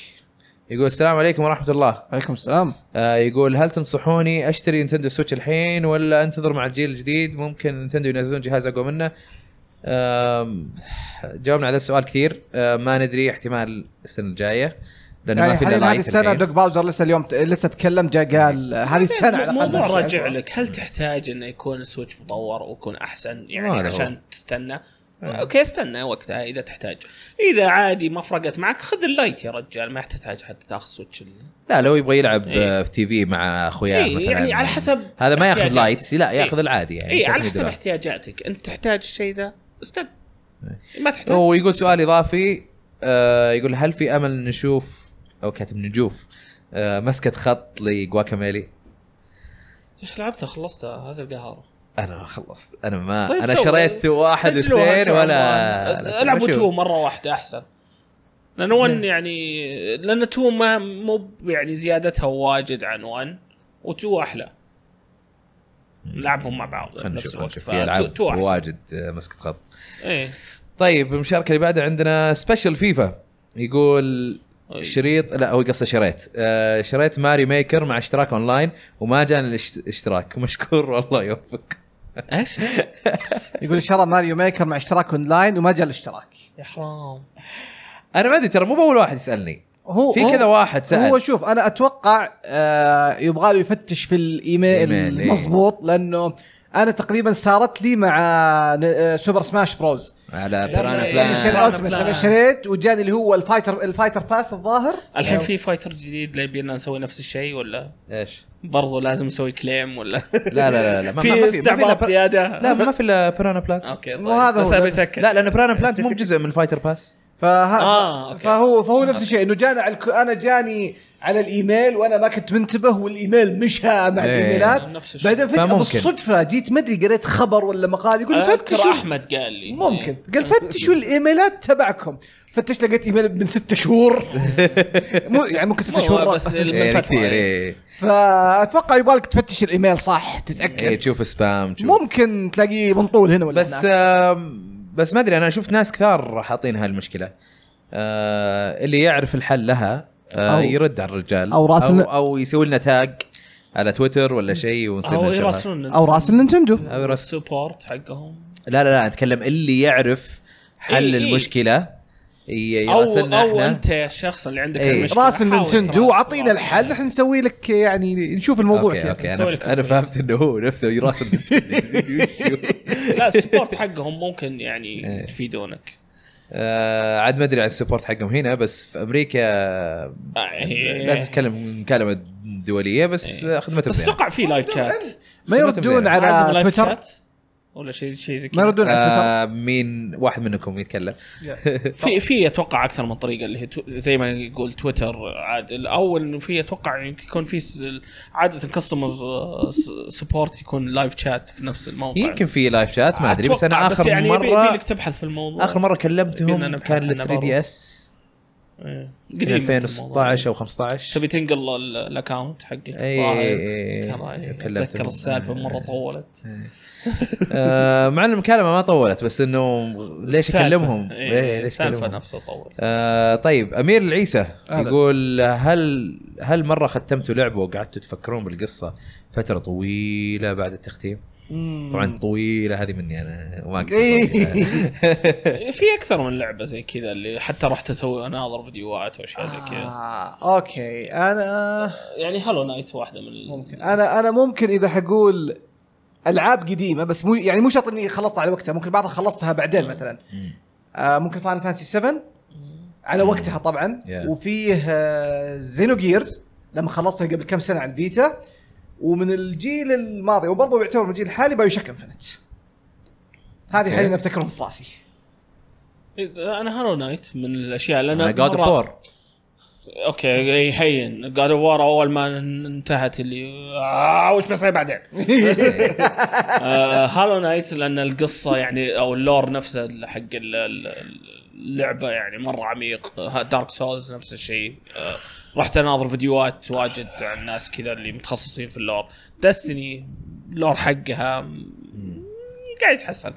يقول السلام عليكم ورحمه الله عليكم السلام آه، يقول هل تنصحوني اشتري نينتندو سويتش الحين ولا انتظر مع الجيل الجديد ممكن نينتندو ينزلون جهاز اقوى منه آم، جاوبنا على هذا السؤال كثير آه، ما ندري احتمال السنه الجايه لانه ما يعني في الا حاليا هذه لايت السنه الحين. دوك باوزر لسه اليوم ت- لسه تكلم جاء قال آه، هذه السنه على الاقل الموضوع ممكن. راجع لك هل تحتاج انه يكون السويتش مطور ويكون احسن هذا يعني هو. عشان تستنى اوكي استنى وقتها اذا تحتاج اذا عادي ما فرقت معك خذ اللايت يا رجال ما تحتاج حتى تاخذ سويتش ال- لا لو يبغى يلعب إيه. آه، في تي في مع اخوياه إيه، مثلا يعني على حسب هذا ما ياخذ احتياجاتك. لايت لا إيه. ياخذ العادي يعني اي 300 على حسب دولار. احتياجاتك انت تحتاج الشيء ذا استنى ما تحتاج هو يقول سؤال اضافي آه، يقول هل في امل نشوف او كاتب نجوف آه، مسكه خط لجواكاميلي ايش لعبتها خلصتها هذا القهار انا خلصت انا ما طيب طيب انا سوي. شريت واحد سجلوها واثنين انتوا ولا عنوان. العبوا بشوف. تو مره واحده احسن لان 1 يعني لان تو ما مو ب- يعني زيادتها واجد عن 1 و2 احلى لعبهم مع بعض خلينا نشوف نفس خلينا الوقت نشوف في العاب فتو احسن واجد آه، مسكه خط ايه طيب المشاركه اللي بعدها عندنا سبيشل فيفا يقول أي. شريط لا هو قصه شريت آه شريت ماري ميكر مع اشتراك اونلاين وما جاني الاشتراك مشكور والله يوفقك ايش؟ يقول شرى ماريو ميكر مع اشتراك اونلاين وما جاء الاشتراك يا حرام انا ما ادري ترى مو باول واحد يسالني هو في هو- كذا واحد سال هو شوف انا اتوقع آه يبغى له يفتش في الايميل إيميل، إيه. مضبوط لانه انا تقريبا صارت لي مع ن- آه، سوبر سماش بروز على لما- برانا لما بلان شريت فلان. الالتيميت لما شريت وجاني اللي هو الفايتر الفايتر باس الظاهر الحين في فايتر جديد لا يبينا نسوي نفس الشيء ولا ايش برضو لازم نسوي كليم ولا لا لا لا لا ما ما- ما في في ما في إلا استعباط برا- زياده لا ما في الا برانا بلان اوكي طيب وهذا بس هو- انا بتاكد لا لان برانا بلانت مو بجزء من فايتر باس فها آه، أوكي. فهو فهو نفس الشيء انه جانا على الك- انا جاني على الايميل وانا ما كنت منتبه والايميل مشى مع إيه. الايميلات نفس الشيء. بعدين فجاه فممكن. بالصدفه جيت ما ادري قريت خبر ولا مقال يقول أنا اذكر فتشوا احمد قال لي ممكن قال فتشوا الايميلات تبعكم فتش لقيت ايميل من ست شهور مو يعني ممكن ست مو- شهور بس بس من إيه، فترة، كثير إيه. إيه. فاتوقع يبغالك تفتش الايميل صح إيه، تتاكد تشوف سبام تشوف ممكن تلاقيه منطول هنا ولا بس هناك. آم، بس ما ادري انا شفت ناس كثار حاطين هالمشكله آه، اللي يعرف الحل لها آه، أو- يرد على الرجال أو راسل- او, أو يسوي لنا تاج على تويتر ولا شيء ونصير او ننشرها. يراسلون او راس النينتندو أو يرس- السبورت حقهم لا لا لا اتكلم اللي يعرف حل إيه، إيه. المشكله ي- او يراسلنا او احنا انت الشخص اللي عندك إيه. المشكله راس حاول النينتندو تراك- اعطينا الحل احنا نسوي لك يعني نشوف الموضوع اوكي كيف اوكي نسوي انا لك انا تويتر. فهمت انه هو نفسه يراسل لا السبورت حقهم ممكن يعني إيه. يفيدونك آه عاد ما ادري عن السبورت حقهم هنا بس في امريكا إيه. لا تتكلم مكالمه دوليه بس إيه. خدمتهم بس زينة. اتوقع في لايف شات ما يردون خدمتهم عندهم على لايف تويتر شات ولا شيء شيء زي ما كذا يردون على تويتر آه مين واحد منكم يتكلم في في اتوقع اكثر من طريقه اللي هي تو- زي ما يقول تويتر عاد الاول انه في اتوقع يمكن يكون في س- عاده كاستمر سبورت يكون لايف شات في نفس الموقع يمكن في لايف شات ما ادري بس انا أتوقع، اخر بس يعني يبي- يبي مره لك تبحث في الموضوع اخر مره يبينا كلمتهم نبحث كان عنه لل 3 برضه. دي اس إيه. كان قريب من 2016 الموضوع. او 15 تبي تنقل ال- الاكونت حقك إيه، ضاع. إيه، إيه. كراي. كلمتهم. اتذكر السالفه مره طولت آه، مع ان المكالمه ما طولت بس انه ليش السالفة. اكلمهم؟ إيه، ليه- ليش السالفه اكلمهم؟ نفسها طولت آه طيب امير العيسى أهلا. يقول هل هل مره ختمتوا لعبه وقعدتوا تفكرون بالقصه فتره طويله بعد التختيم؟ طبعا طويله هذه مني انا وما اقدر إيه. في اكثر من لعبه زي كذا اللي حتى رحت اسوي اناظر فيديوهات واشياء زي كذا آه، اوكي انا يعني هالو نايت واحده من ال- إيه، ممكن انا انا ممكن اذا حقول العاب قديمه بس مو يعني مو شرط اني خلصت على وقتها ممكن بعضها خلصتها بعدين مثلا مم. آه ممكن فاينل فانسي 7 على مم. وقتها طبعا Yeah. وفيه آه زينو جيرز لما خلصتها قبل كم سنه على الفيتا ومن الجيل الماضي وبرضه يعتبر من الجيل الحالي بايو شك انفنت هذه Okay. حاليا افتكرهم في راسي انا هالو نايت من الاشياء لان انا جاد مرة- فور اوكي اي هين جاد وار اول ما انتهت اللي آه وش بسوي بعدين آه، هالو نايت لان القصه يعني او اللور نفسه ال- حق ال- ال- اللعبه يعني مره عميق آه، دارك سولز نفس الشيء آه، رحت اناظر فيديوهات واجد عن ناس كذا اللي متخصصين في اللور دستني اللور حقها م- قاعد يتحسن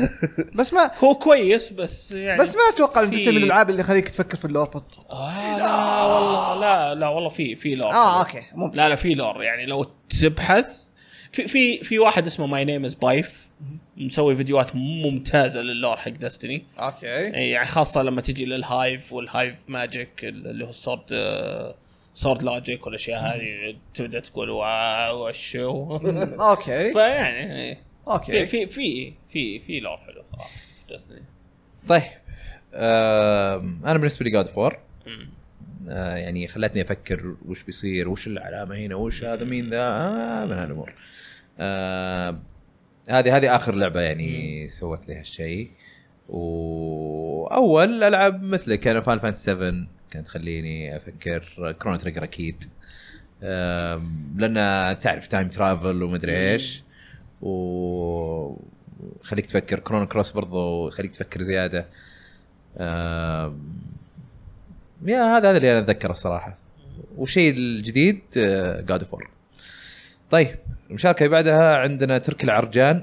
بس ما هو كويس بس يعني بس ما اتوقع انه في- جزء من الالعاب اللي خليك تفكر في اللور فترة. آه لا والله لا لا والله في في لور اه اوكي ممكن لا لا في لور يعني لو تبحث في في في واحد اسمه ماي نيم از بايف مسوي فيديوهات ممتازه للور حق دستني اوكي يعني خاصه لما تجي للهايف والهايف ماجيك اللي هو السورد سورد لوجيك والاشياء هذه تبدا تقول واو وشو اوكي فيعني إيه. في اوكي في في في في لور حلو صراحه في Destiny. طيب آم، انا بالنسبه لي جاد فور مم. آه، يعني خلتني افكر وش بيصير وش العلامه هنا وش هذا مين ذا آه من هالامور آه، هذه هذه اخر لعبه يعني سوت لي هالشيء واول العاب مثل كان فان فانتسي 7 كانت تخليني افكر كرون تريجر اكيد آم، لان تعرف تايم ترافل ومدري ايش و خليك تفكر كرون كروس برضو خليك تفكر زياده آم، آه، يا هذا هذا اللي انا اتذكره الصراحه والشيء الجديد آه، جاد فور طيب المشاركه اللي بعدها عندنا ترك العرجان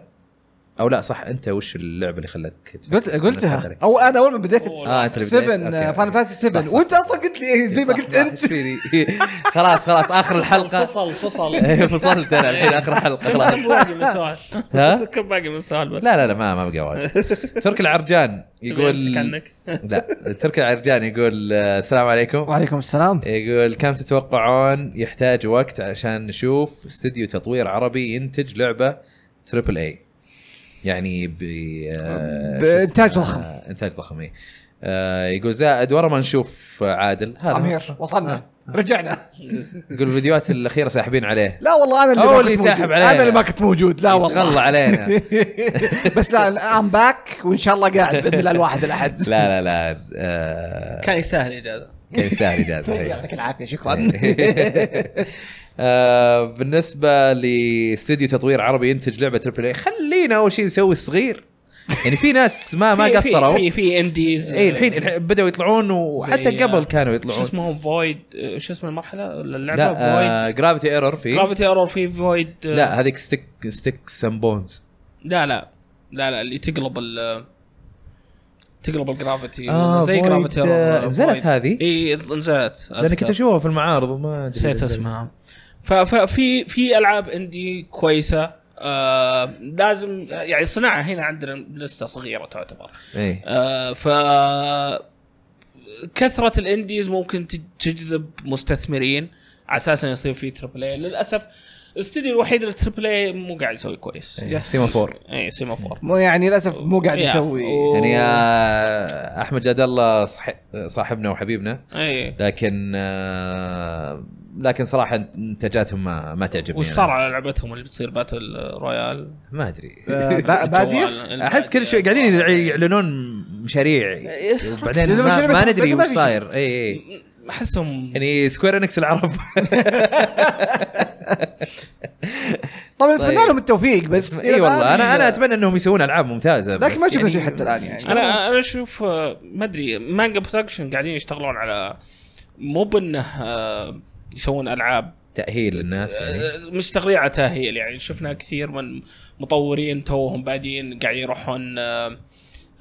او لا صح انت وش اللعبه اللي خلتك تفكر؟ قلت أنا قلتها سألك. او انا اول ما بديت أول اه انت اللي بديت؟ 7 أوكي، فان أوكي. فانتسي صح، 7 صح، وانت صح. اصلا قلت لي زي ما صح، قلت صح، انت إيش فيني؟ خلاص خلاص اخر الحلقه فصل فصل إيه، فصلت انا الحين اخر حلقه كم خلاص باقي من السؤال ها؟ كم باقي من السؤال بس لا لا لا ما ما بقى واجد ترك العرجان أمسك يقول عنك. لا ترك العرجان يقول آه، السلام عليكم وعليكم إيه، السلام يقول كم تتوقعون يحتاج وقت عشان نشوف استديو تطوير عربي ينتج لعبه تريبل اي يعني ب آه، بإنتاج شو اسمه؟ ضخم. آه، انتاج ضخم إيه. آه، يقول زائد ورا ما نشوف عادل هذا امير وصلنا رجعنا يقول الفيديوهات الاخيره ساحبين عليه لا والله انا اللي هو ما اللي كنت ساحب موجود. علينا. إيه، انا اللي ما كنت موجود لا يتغلى والله علينا بس لا ام باك وان شاء الله قاعد باذن الله الواحد الاحد لا لا لا آه، كان يستاهل اجازه كان يستاهل اجازه أيوه. يعطيك العافيه شكرا إيه. آه، بالنسبه لاستديو تطوير عربي ينتج لعبه تربل اي خلينا اول شيء نسوي صغير يعني في ناس ما ما في- في- قصروا في في انديز اي الحين الحين بداوا يطلعون وحتى زي- آه، قبل كانوا يطلعون شو اسمه فويد آه، شو اسم المرحله ولا اللعبه لا فويد جرافيتي ايرور في جرافيتي ايرور في فويد آه، لا هذيك ستيك ستيك سم بونز لا لا لا لا اللي تقلب ال آه، تقلب الجرافيتي آه، زي Void، جرافيتي آه، نزلت هذه؟ اي نزلت لان كنت أذكر. اشوفها في المعارض وما ادري نسيت اسمها ففي في العاب اندي كويسه آه لازم يعني الصناعه هنا عندنا لسه صغيره تعتبر ايه آه ف كثره الانديز ممكن تج- تجذب مستثمرين على اساس انه يصير في تربل اي للاسف الاستديو الوحيد للتربل اي مو قاعد يسوي كويس إيه، سيمافور. اي سيمافور مو يعني للاسف مو قاعد يا. يسوي و- يعني يا احمد جاد الله صح- صاحبنا وحبيبنا اي لكن آه، لكن صراحه انتاجاتهم ما ما تعجبني وش صار أنا. على لعبتهم اللي بتصير باتل رويال ما ادري آه، با- باديه الجوال، احس كل شوي قاعدين يع- يعلنون مشاريع إيه. وبعدين لأنه ما, مشاريع ما بس- ندري لأنه وش ما في شيء. صاير اي اي احسهم يعني سكوير انكس العرب طبعا اتمنى طيب. لهم التوفيق بس إلى اي والله الآن انا انا اتمنى انهم يسوون العاب ممتازه لكن ما بس شفنا يعني- شيء حتى الان يعني انا انا اشوف آه، ما ادري مانجا برودكشن قاعدين يشتغلون على مو بانه آه، يسوون العاب تاهيل للناس يعني آه، مش تغيير على تاهيل يعني شفنا كثير من مطورين توهم بادين قاعدين يروحون آه،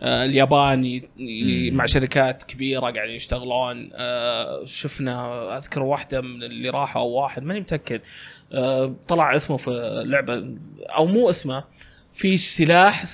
آه، اليابان ي- ي- مم. مع شركات كبيره قاعدين يشتغلون آه، شفنا اذكر واحده من اللي راحوا او واحد ماني متاكد آه، طلع اسمه في لعبه او مو اسمه في سلاح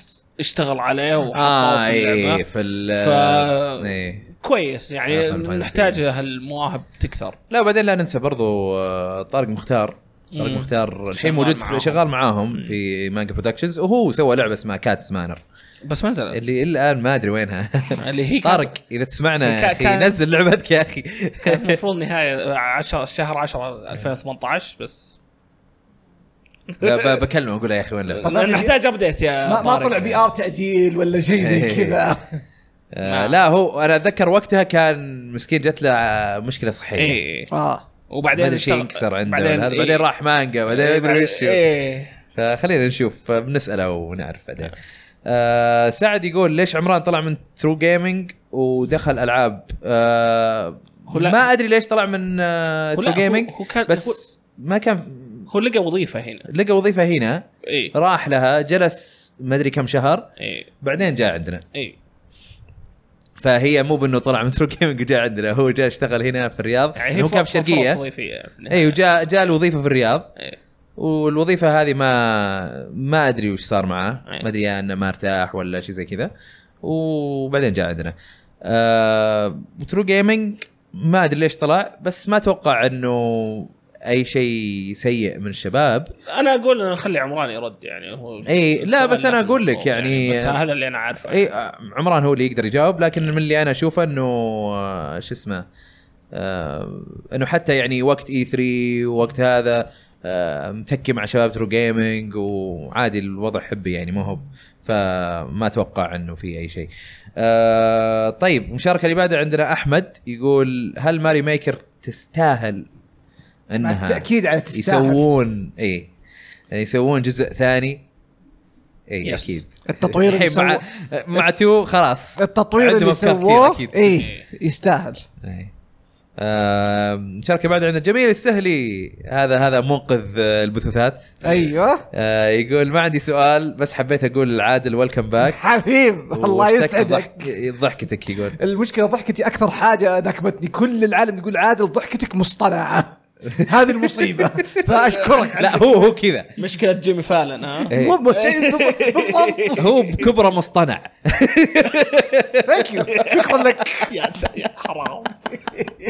اشتغل عليه وحطوه اه آه، في اللعبه اي في ال ف- إيه. كويس يعني آه، Final Fantasy. نحتاج هالمواهب تكثر لا بعدين لا ننسى برضو آه، طارق مختار طارق مم. مختار الحين شغال موجود معاهم. في شغال مم. معاهم في مانجا برودكشنز وهو سوى لعبه اسمها كاتس مانر بس ما نزلت اللي الى الان ما ادري وينها اللي هي طارق اذا تسمعنا يا كا- اخي كان- نزل لعبتك يا اخي كانت المفروض نهايه 10 شهر 10 2018 بس لا، ب- بكلمه اقول له يا اخي وين لعبتك طلع في- نحتاج ابديت يا ما, ما طارق. طلع بي ار تاجيل ولا شيء زي إيه. كذا آه لا هو انا اتذكر وقتها كان مسكين جت له آه، مشكله صحيه ايه اه بعدين وبعدين ادري شيء اشتغل- انكسر عنده بعدين بعدين, هذا إيه. بعدين راح مانجا بعدين إيه، ادري ايش ايه فخلينا نشوف بنساله ونعرف بعدين آه سعد يقول ليش عمران طلع من ثرو جيمنج ودخل العاب آه هو لا- ما ادري ليش طلع من آه هو ثرو لا، جيمنج هو- هو كان- بس ما كان هو لقى وظيفه هنا لقى وظيفه هنا ايه راح لها جلس ما ادري كم شهر ايه بعدين جاء عندنا ايه فهي مو بانه طلع من ثرو جيمنج وجاء عندنا هو جاء اشتغل هنا في الرياض يعني هي هو كان أيوه. في فرص- فرص الشرقيه وظيفيه في النهاية. اي إيه، وجاء جاء الوظيفه في الرياض إيه. والوظيفه هذه ما ما ادري وش صار معاه أي. ما ادري انه ما ارتاح ولا شيء زي كذا وبعدين جاء عندنا آه ترو جيمنج ما ادري ليش طلع بس ما اتوقع انه اي شيء سيء من الشباب انا اقول إنه نخلي عمران يرد يعني هو إيه، لا، بس أنا أقول لك يعني- بس هذا اللي انا عارفه اي آه، عمران هو اللي يقدر يجاوب لكن من اللي انا اشوفه انه آه، شو اسمه آه انه حتى يعني وقت اي 3 ووقت هذا آه متكي مع شباب ترو جيمنج وعادي الوضع حبي يعني ما هو فما اتوقع انه في اي شيء. آه طيب المشاركه اللي بعدها عندنا احمد يقول هل ماري ميكر تستاهل مع انها التاكيد على تستاهل يسوون اي يعني يسوون جزء ثاني إيه، اي Yes. اكيد التطوير اللي الحين يعني إيه، مع سووه مع تو خلاص التطوير عندهم اللي أفكار كثير سووه أكيد. ايه يستاهل إيه. آم، مشاركه بعد عندنا جميل السهلي هذا هذا منقذ آه، البثوثات ايوه آه، يقول ما عندي سؤال بس حبيت اقول العادل ويلكم باك حبيب الله واشتكى يسعدك ضحك- ضحكتك يقول المشكله ضحكتي اكثر حاجه نكبتني كل العالم يقول عادل ضحكتك مصطنعه هذه المصيبه فاشكرك لا هو هو كذا مشكله جيمي فالن ها إيه. مو مو شيء بالضبط- بالضبط هو بكبره مصطنع ثانك يو شكرا لك يا س- يا حرام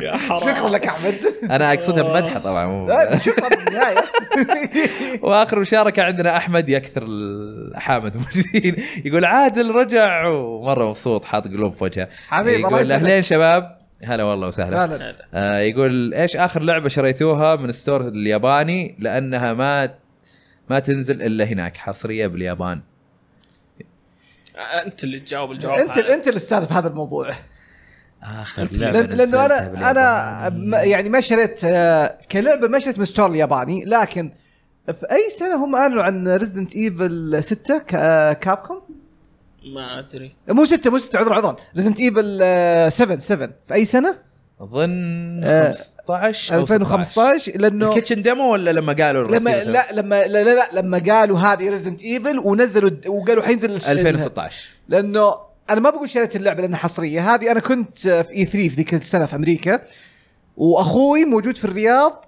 يا حرام شكرا لك احمد انا اقصدها بمدحه طبعا مو- لا، شكرا بالنهايه واخر مشاركه عندنا احمد يكثر الحامد الموجودين يقول عادل رجع ومره مبسوط حاط قلوب في وجهه حبيب، الله يقول يسعدك. اهلين شباب هلا والله وسهلا لا، لا، لا. آه يقول ايش اخر لعبه شريتوها من ستور الياباني لانها ما ما تنزل الا هناك حصريه باليابان انت اللي تجاوب الجواب انت هذا. انت الاستاذ في هذا الموضوع اخر لأن- لانه انا انا ما- يعني ما شريت آه، كلعبه ما شريت من ستور الياباني لكن في اي سنه هم اعلنوا عن ريزدنت ايفل 6 كابكوم ما ادري آه، مو 6 مو 6 عذرا عذرا ريزدنت ايفل 7 7 في اي سنه؟ اظن آه، 15 او 16 2015 لانه الكيتشن ديمو ولا لما قالوا لما الرسمي؟ لا لما لا لا, لا لما قالوا هذه ريزدنت ايفل ونزلوا الد- وقالوا حينزل الس- 2016 لانه انا ما بقول شريت اللعبه لانها حصريه هذه انا E كنت في اي 3 في ذيك السنه في امريكا واخوي موجود في الرياض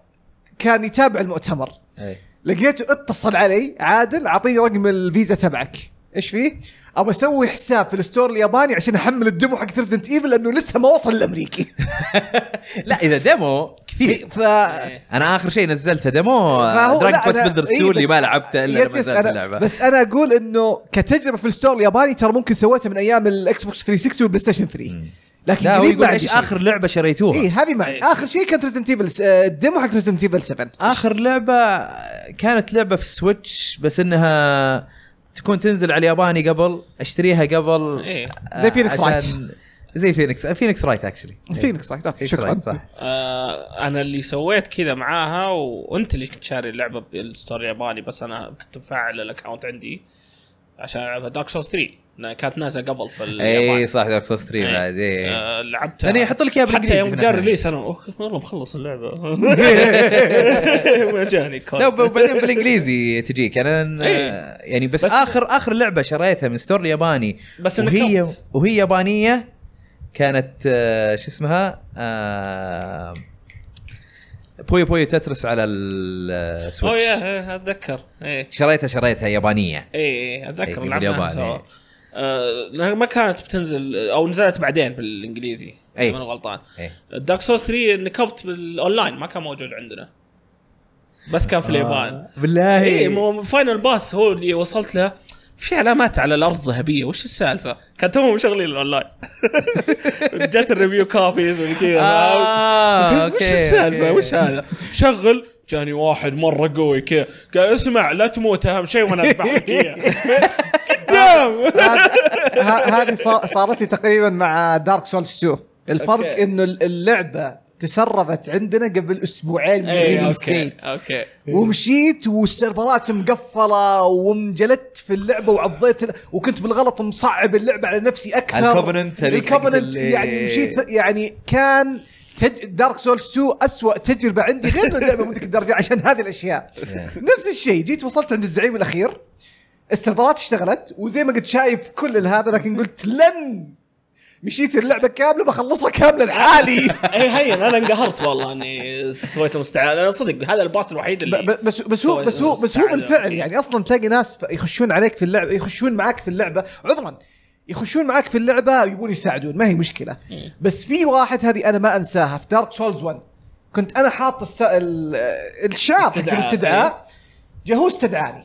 كان يتابع المؤتمر اي لقيته اتصل علي عادل اعطيني رقم الفيزا تبعك ايش فيه؟ ابى اسوي حساب في الستور الياباني عشان احمل الدمو حق ريزنت ايفل لانه لسه ما وصل الامريكي لا اذا ديمو كثير ف انا اخر شيء نزلته ديمو دراج لا، بس أنا- بلدر إيه، 2 اللي بس- ما لعبته الا يس لما يس نزلت أنا اللعبه بس انا اقول انه كتجربه في الستور الياباني ترى ممكن سويتها من ايام الاكس بوكس 360 والبلاي ستيشن 3 مم. لكن لا هو قريب يقول ما ايش عندي شيء. اخر لعبه شريتوها اي هذه معي إيه. اخر شيء كانت ريزنت ايفل الديمو آه، حق ريزنت ايفل 7 اخر لعبه كانت لعبه في السويتش بس انها تكون تنزل على الياباني قبل اشتريها قبل آه، إيه. زي فينيكس عشان- رايت. زي فينيكس فينيكس رايت اكشلي فينيكس رايت اوكي شكرا إيه. صح آه انا اللي سويت كذا معاها وانت اللي كنت شاري اللعبه بالستور الياباني بس انا كنت مفعل الاكونت عندي عشان العبها دارك سورس 3 لأنها كانت نازله قبل إيه، في اليابان اي صح دارك سورس 3 إيه. بعد اي آه لعبتها لانه يحط لك اياها حتى بالانجليزي يوم في جاء النهاية. الريليس انا أوه، والله مخلص اللعبه ما جاني كود. لا وب- وبعدين بالانجليزي تجيك انا أنا- طيب. إيه. يعني بس, بس- اخر اخر لعبه شريتها من ستور ياباني بس إنك وهي كنت. وهي يابانيه كانت آه، شو اسمها آه، بويو بويو تترس على اوه السويتش يا إيه، اتذكر ايه شريتها شريتها يابانيه ايه اتذكر إيه، لعبناها باليابان، سوا إيه. آه، لأنها ما كانت بتنزل او نزلت بعدين بالانجليزي إيه. انا غلطان إيه. دارك سورس 3 نكبت بالاونلاين ما كان موجود عندنا بس كان في اليابان آه، بالله اي إيه، مو فاينل باس هو اللي وصلت له في علامات على الارض ذهبيه وش السالفه؟ كان توهم مشغلين الاونلاين جت الريفيو كوبيز وكذا آه، وش أوكي، السالفه؟ أوكي. وش هذا؟ شغل جاني واحد مره قوي كذا قال اسمع لا تموت اهم شيء وانا اذبح لك اياه قدام هذا- ه- هذه صا- صارت لي تقريبا مع دارك سولز 2 الفرق أوكي. انه ال- اللعبه تسربت عندنا قبل اسبوعين من اي الريليز اوكي ديت اوكي إيه. ومشيت والسيرفرات مقفله وانجلدت في اللعبه وعضيت ال- وكنت بالغلط مصعب اللعبه على نفسي اكثر الكوفننت هذيك حقت الكوفننت ال- إيه. يعني مشيت يعني كان تج... دارك سولز 2 أسوأ تجربه عندي غير إنه اللعبه مو ذيك الدرجه عشان هذه الاشياء إيه. نفس الشيء جيت وصلت عند الزعيم الاخير السيرفرات اشتغلت وزي ما كنت شايف كل هذا لكن قلت لن مشيت اللعبه كامله بخلصها كامله لحالي اي هين انا إيه، انقهرت والله اني سويت مستعان انا صدق هذا الباص الوحيد ب- اللي ب- بس بس هو سوي- بس هو بس هو استعجل. بالفعل يعني اصلا تلاقي ناس ف- يخشون عليك في اللعبه يخشون معك في اللعبه عذرا يخشون معك في اللعبه يبون يساعدون ما هي مشكله مم. بس في واحد هذه انا ما انساها في دارك سولز 1 كنت انا حاط الس... ال... الشاب حق استدعاء. إيه. الاستدعاء جاء هو استدعاني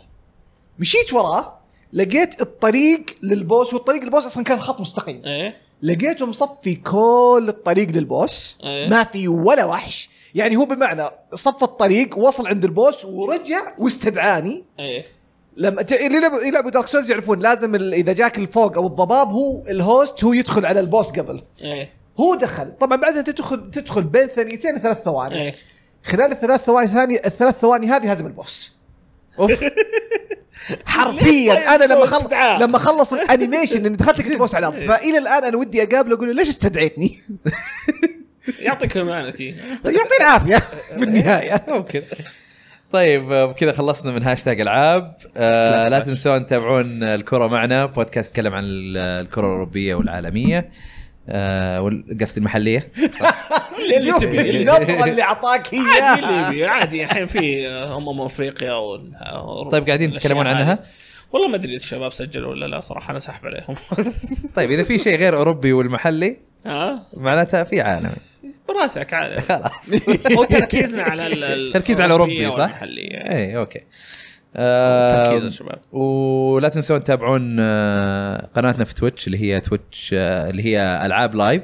مشيت وراه لقيت الطريق للبوس والطريق للبوس اصلا كان خط مستقيم ايه لقيته مصفي كل الطريق للبوس إيه. ما في ولا وحش يعني هو بمعنى صف الطريق وصل عند البوس ورجع واستدعاني ايه لما ت- اللي يلعبوا- يلعبوا دارك سولز يعرفون لازم ال- اذا جاك الفوق او الضباب هو الهوست هو يدخل على البوس قبل ايه هو دخل طبعا بعدها تدخل تدخل بين ثانيتين ثلاث ثواني ايه خلال الثلاث ثواني ثاني الثلاث ثواني هذه هزم البوس اوف حرفيا انا لما خلص طيب استدعاء؟ لما خلص الانيميشن اني دخلت كنت بوس على الارض فالى الان انا ودي اقابله اقول له ليش استدعيتني؟ يعطيك هيومانيتي يعطيه العافيه في النهايه ممكن طيب آه، بكذا خلصنا من هاشتاج العاب آه لا تنسون تتابعون الكره معنا بودكاست يتكلم عن ال- الكره الاوروبيه والعالميه آه وال- قصدي المحليه صح؟ اللي شوف تبي اللي- النظره اللي اعطاك عادي اياها الليبي عادي الحين في امم افريقيا وال- طيب قاعدين والأشياء تتكلمون هذه. عنها؟ والله ما ادري اذا الشباب سجلوا ولا لا صراحه انا ساحب عليهم طيب اذا في شيء غير اوروبي والمحلي ها معناتها في عالمي براسك عادي خلاص هو تركيزنا على ال- ال- تركيز على أوروبي، صح؟ إيه. والمحلية. اي اوكي تركيز آه الشباب ولا تنسون تتابعون آه، قناتنا في تويتش اللي هي تويتش آه، اللي هي العاب لايف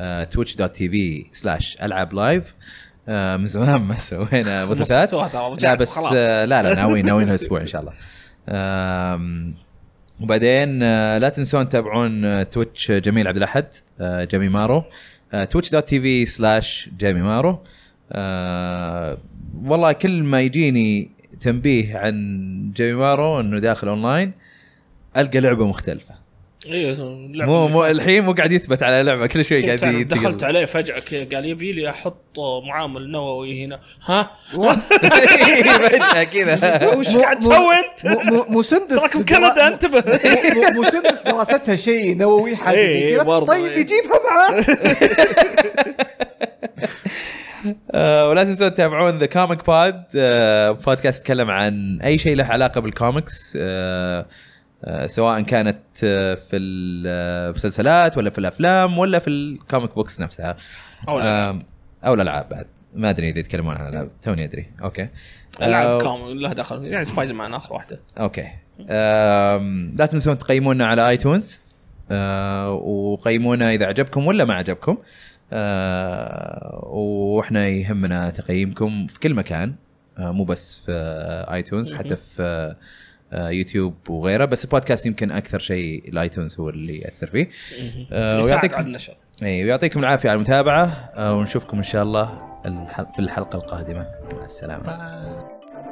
آه، تويتش دوت تي في سلاش العاب لايف آه، من زمان ما سوينا بثوثات مصدتوها ترى، لا رجعت بس وخلاص. آه، لا لا ناويين ناويين هالاسبوع ان شاء الله آم، وبعدين آه، لا تنسون تتابعون آه، تويتش جميل عبد الاحد آه، جيمي مارو تويتش دوت تي في سلاش جيمي مارو آه، والله كل ما يجيني تنبيه عن جيمي مارو انه داخل اونلاين القى لعبه مختلفه ايوه مو مو الحين مو قاعد يثبت على لعبه كل شوي قاعد قاعد ينتقل. دخلت عليه فجاه كذا قال يبي لي احط معامل نووي هنا ها فجاه إيه، كذا وش قاعد تسوي انت؟ مو- مو- مو سندس تراكم كندا انتبه مو- مو- مو سندس دراستها شيء نووي حقيقي إيه، كذا. برضه طيب إيه. يجيبها معاه آه، ولا تنسوا تتابعون ذا كوميك بود آه، بودكاست يتكلم عن اي شيء له علاقه بالكوميكس آه، آه، سواء كانت آه، في المسلسلات ولا في الافلام ولا في الكوميك بوكس نفسها او لا آم، او الالعاب بعد ما ادري اذا يتكلمون عن الالعاب توني ادري اوكي العاب آه، كامل له دخل يعني سبايدر مان اخر واحده اوكي آم، لا تنسون تقيمونا على ايتونز وقيمونا اذا عجبكم ولا ما عجبكم آه، واحنا يهمنا تقييمكم في كل مكان آه، مو بس في ايتونز حتى في آه، آه، يوتيوب وغيره بس البودكاست يمكن اكثر شيء الايتونز هو اللي ياثر فيه آه، يساعد ويعطيكم- على النشر اي ويعطيكم العافيه على المتابعه آه، ونشوفكم ان شاء الله الح- في الحلقه القادمه مع السلامه